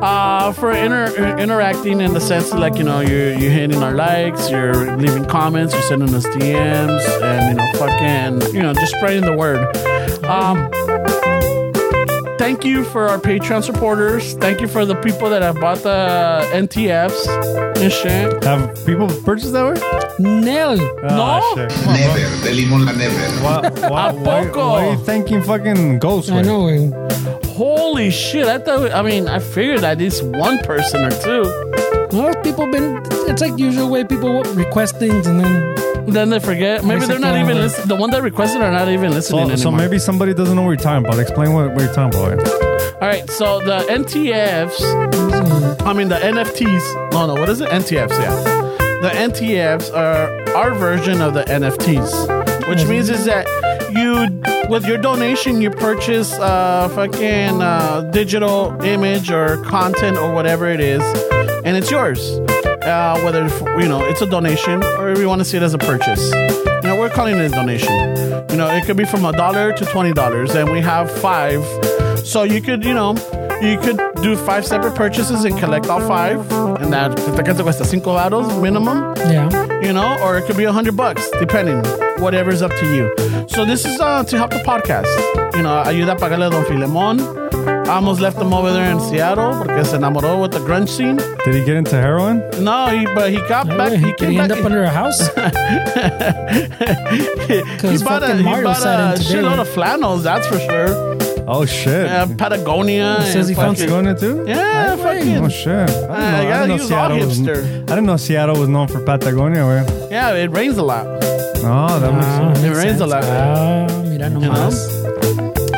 Uh, for inter- interacting in the sense that, like, you know, you're, you're hitting our likes, you're leaving comments, you're sending us DMs, and, you know, fucking, you know, just spreading the word. Um, thank you for our Patreon supporters. Thank you for the people that have bought the NTFs and shit. Have people purchased that way? Nel. Oh, No. shit. Never, de Limón la Never. Why, why, why, poco? why are you thanking fucking Ghost? I way? know, güey. Holy shit! I thought. I mean, I figured at least one person or two. Well, people been. It's like usual way people will request things and then. Then they forget. Maybe they're not even listening. The one that requested are not even listening Oh, So, so anymore. maybe somebody doesn't know what you're talking about. Explain what, what you're talking about. way. All right. So the NTFs. I mean the NFTs. No, no. What is it? NTFs. Yeah. The NTFs are our version of the NFTs, which means is that you, with your donation, you purchase uh, fucking uh, digital image or content or whatever it is, and it's yours. Uh, whether you know it's a donation or if you want to see it as a purchase, you know we're calling it a donation. You know it could be from a dollar to twenty dollars, and we have five. So you could you know you could do five separate purchases and collect all five, and that te cuesta cinco varos minimum Yeah. you know, or it could be a hundred bucks, depending, whatever's up to you. So this is uh, to help the podcast. You know, ayuda a pagarle a Don Filemon. I almost left him over there in Seattle porque se enamoró with the grunge scene. Did he get into heroin? No, he, but he got back. He Did came he back. end up under a house? he 'Cause bought a, fucking he Mario bought said a him today. shitload of flannels, that's for sure. Oh shit. Uh, Patagonia. He says and he found fucking- Going into? Yeah, fucking. Oh shit. I didn't know, Ah, yeah, I didn't know he was all Seattle was, hipster. I didn't know Seattle was known for Patagonia. Way. Yeah, it rains a lot. Oh, that makes sense. It rains a lot. Ah, mira nomás.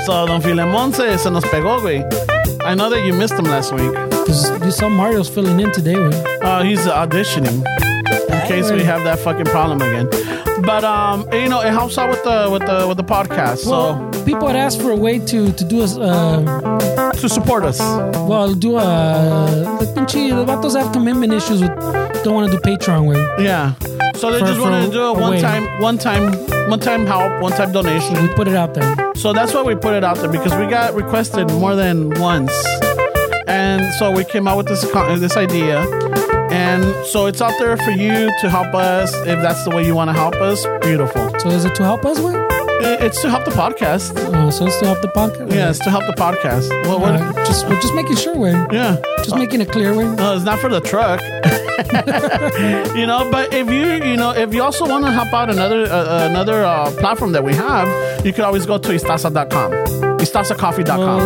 So Don Filemon se, se nos pegó, güey. I know that you missed him last week. Pues, you saw Mario's filling in today, güey. Uh, he's auditioning in case we have that fucking problem again. But um, you know, it helps out with the with the with the podcast. So Well, people had asked for a way to, to do a. Uh, to support us, well, do a. The pinche. The vatos have commitment issues with. Don't want to do Patreon, güey. yeah. So they For- just wanted to for do a a one way. time, one time, one time help, one time donation. We put it out there. So that's why we put it out there because we got requested more than once, and so we came out with this con- this idea. And so it's out there for you to help us if that's the way you want to help us. Beautiful. So is it to help us, güey? I- It's to help the podcast. Uh, so it's to help the podcast. Yeah, it's to help the podcast. Well, We're what, just we're just making sure, güey. yeah. Just making it clear, güey. No, it's not for the truck. you know, but if you you know if you also want to help out another uh, another uh, platform that we have, you could always go to istasa.com, istasacoffee.com.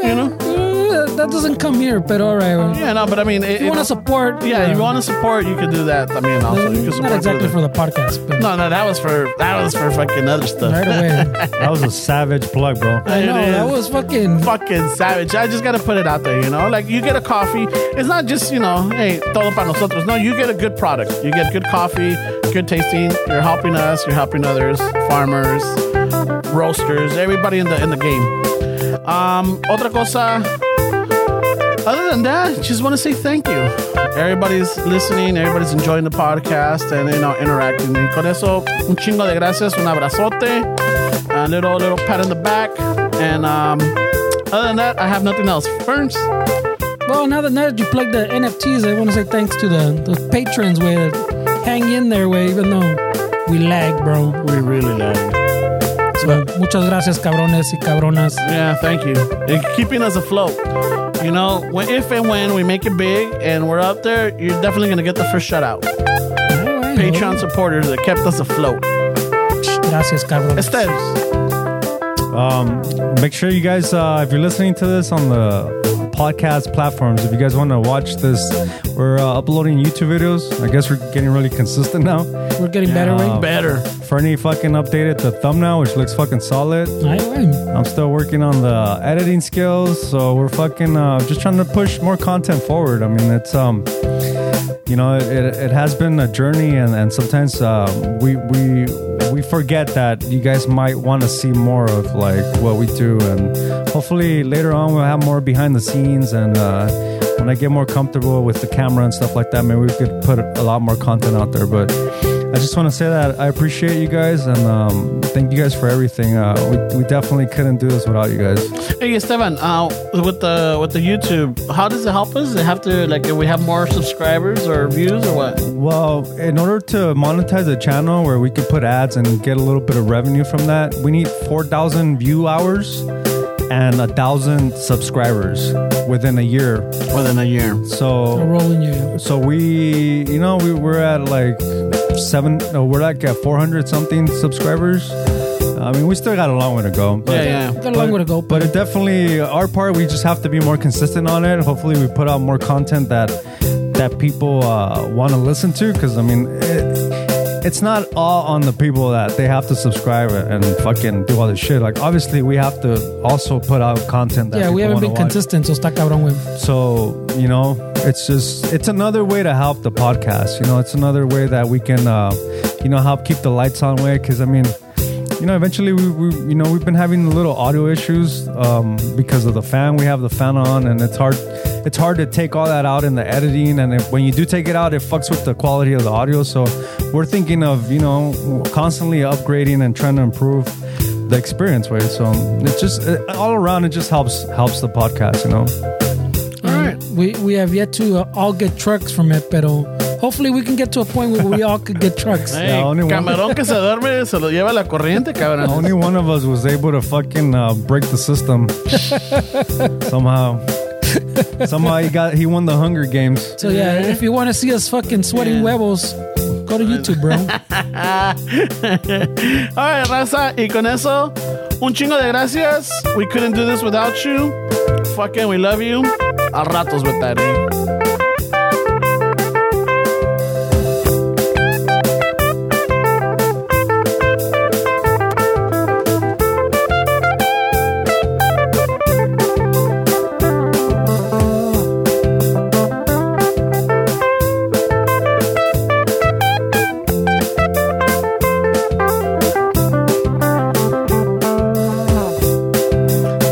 You know? Mm-hmm. that doesn't come here, but all right. güey. Yeah, no, but I mean, it, You want to support? yeah, you want to support, you could do that. I mean, also you can support Not exactly for through the podcast, but the- No, no, that was for that was for fucking other stuff. right away. That was a savage plug, bro. I It know that is. was fucking. fucking savage. I just gotta put it out there, you know. Like you get a coffee, it's not just you know, hey, todo para nosotros. No, you get a good product. You get good coffee, good tasting. You're helping us. You're helping others, farmers, roasters, everybody in the in the game. Um, otra cosa. Other than that, just want to say thank you. Everybody's listening, everybody's enjoying the podcast, and you know interacting. Y con eso, un chingo de gracias, un abrazote, a little little pat in the back, and um, other than that, I have nothing else. Ferns, Well, now that now that you plug the NFTs, I want to say thanks to the, the patrons where hang in there, güey, even though we lag, bro. We really like. So, muchas gracias, cabrones y cabronas. Yeah, thank you. And keeping us afloat. You know, when, if and when we make it big and we're up there, you're definitely gonna get the first shutout. Patreon supporters that kept us afloat. Gracias, cabrones. Estes, Um, make sure you guys, uh, if you're listening to this on the podcast platforms, if you guys want to watch this, we're uh, uploading YouTube videos. I guess we're getting really consistent now. We're getting better, güey. better. Fernie fucking updated the thumbnail, which looks fucking solid. Ay, güey. I'm still working on the editing skills, so we're fucking uh, just trying to push more content forward. I mean, it's um, you know, it, it, it has been a journey, and and sometimes uh, we we we forget that you guys might want to see more of like what we do, and hopefully later on we'll have more behind the scenes and. Uh, when I get more comfortable with the camera and stuff like that, maybe we could put a lot more content out there. But I just want to say that I appreciate you guys and um, thank you guys for everything. Uh, we, we definitely couldn't do this without you guys. Hey Esteban, uh, with the with the YouTube, how does it help us? They have to like, do we have more subscribers or views or what? Well, in order to monetize the channel where we could put ads and get a little bit of revenue from that, we need 4,000 view hours and a thousand subscribers within a year. More than a year. We're So, rolling you. so we, you know, we were at like seven, no, we're like at 400 something subscribers. I mean, we still got a long way to go. But Yeah, yeah. Got a long way to go, But it definitely, our part, we just have to be more consistent on it. Hopefully, we put out more content that that people uh, want to listen to. Because I mean, it, it's not all on the people that they have to subscribe and fucking do all this shit. Like, obviously, we have to also put out content that Yeah, people we haven't wanna been watch. consistent, so está cabrón, güey. So you know, it's just it's another way to help the podcast. You know, it's another way that we can, uh, you know, help keep the lights on. Way because I mean, you know, eventually we, we you know we've been having little audio issues um, because of the fan. We have the fan on, and it's hard it's hard to take all that out in the editing. And if, when you do take it out, it fucks with the quality of the audio. So we're thinking of you know constantly upgrading and trying to improve the experience way so it's just uh, all around it just helps helps the podcast you know All right. We we have yet to uh, all get trucks from it, pero hopefully we can get to a point where we all could get trucks. Hey, Yeah, only one. camarón que se duerme se lo lleva la corriente, cabrón. Only one of us was able to fucking uh, break the system somehow. Somehow he got he won the Hunger Games. So yeah, if you want to see us fucking sweating Yeah. huevos, go to YouTube, bro. All right, raza, y con eso, un chingo de gracias. We couldn't do this without you. Fucking, we love you. A ratos with that, eh?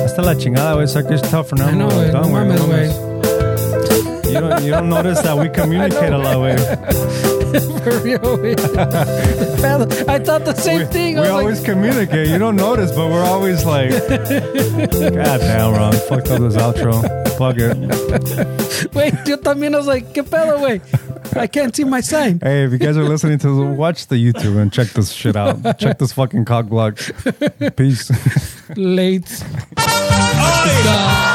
Hasta la chingada, güey. Suckers tough for now. I know, güey. No güey, mames, güey. mames. You don't, you don't notice that we communicate a lot, güey. For real, güey. I thought the same thing. We I was always communicate. You don't notice, but we're always like, God damn, Ron. Fucked up this outro. Fuck it. like, wait, yo también I was like, qué pedo, güey. I can't see my sign. Hey, if you guys are listening to this, watch the YouTube and check this shit out. Check this fucking cock block. Peace. Late. Oiga.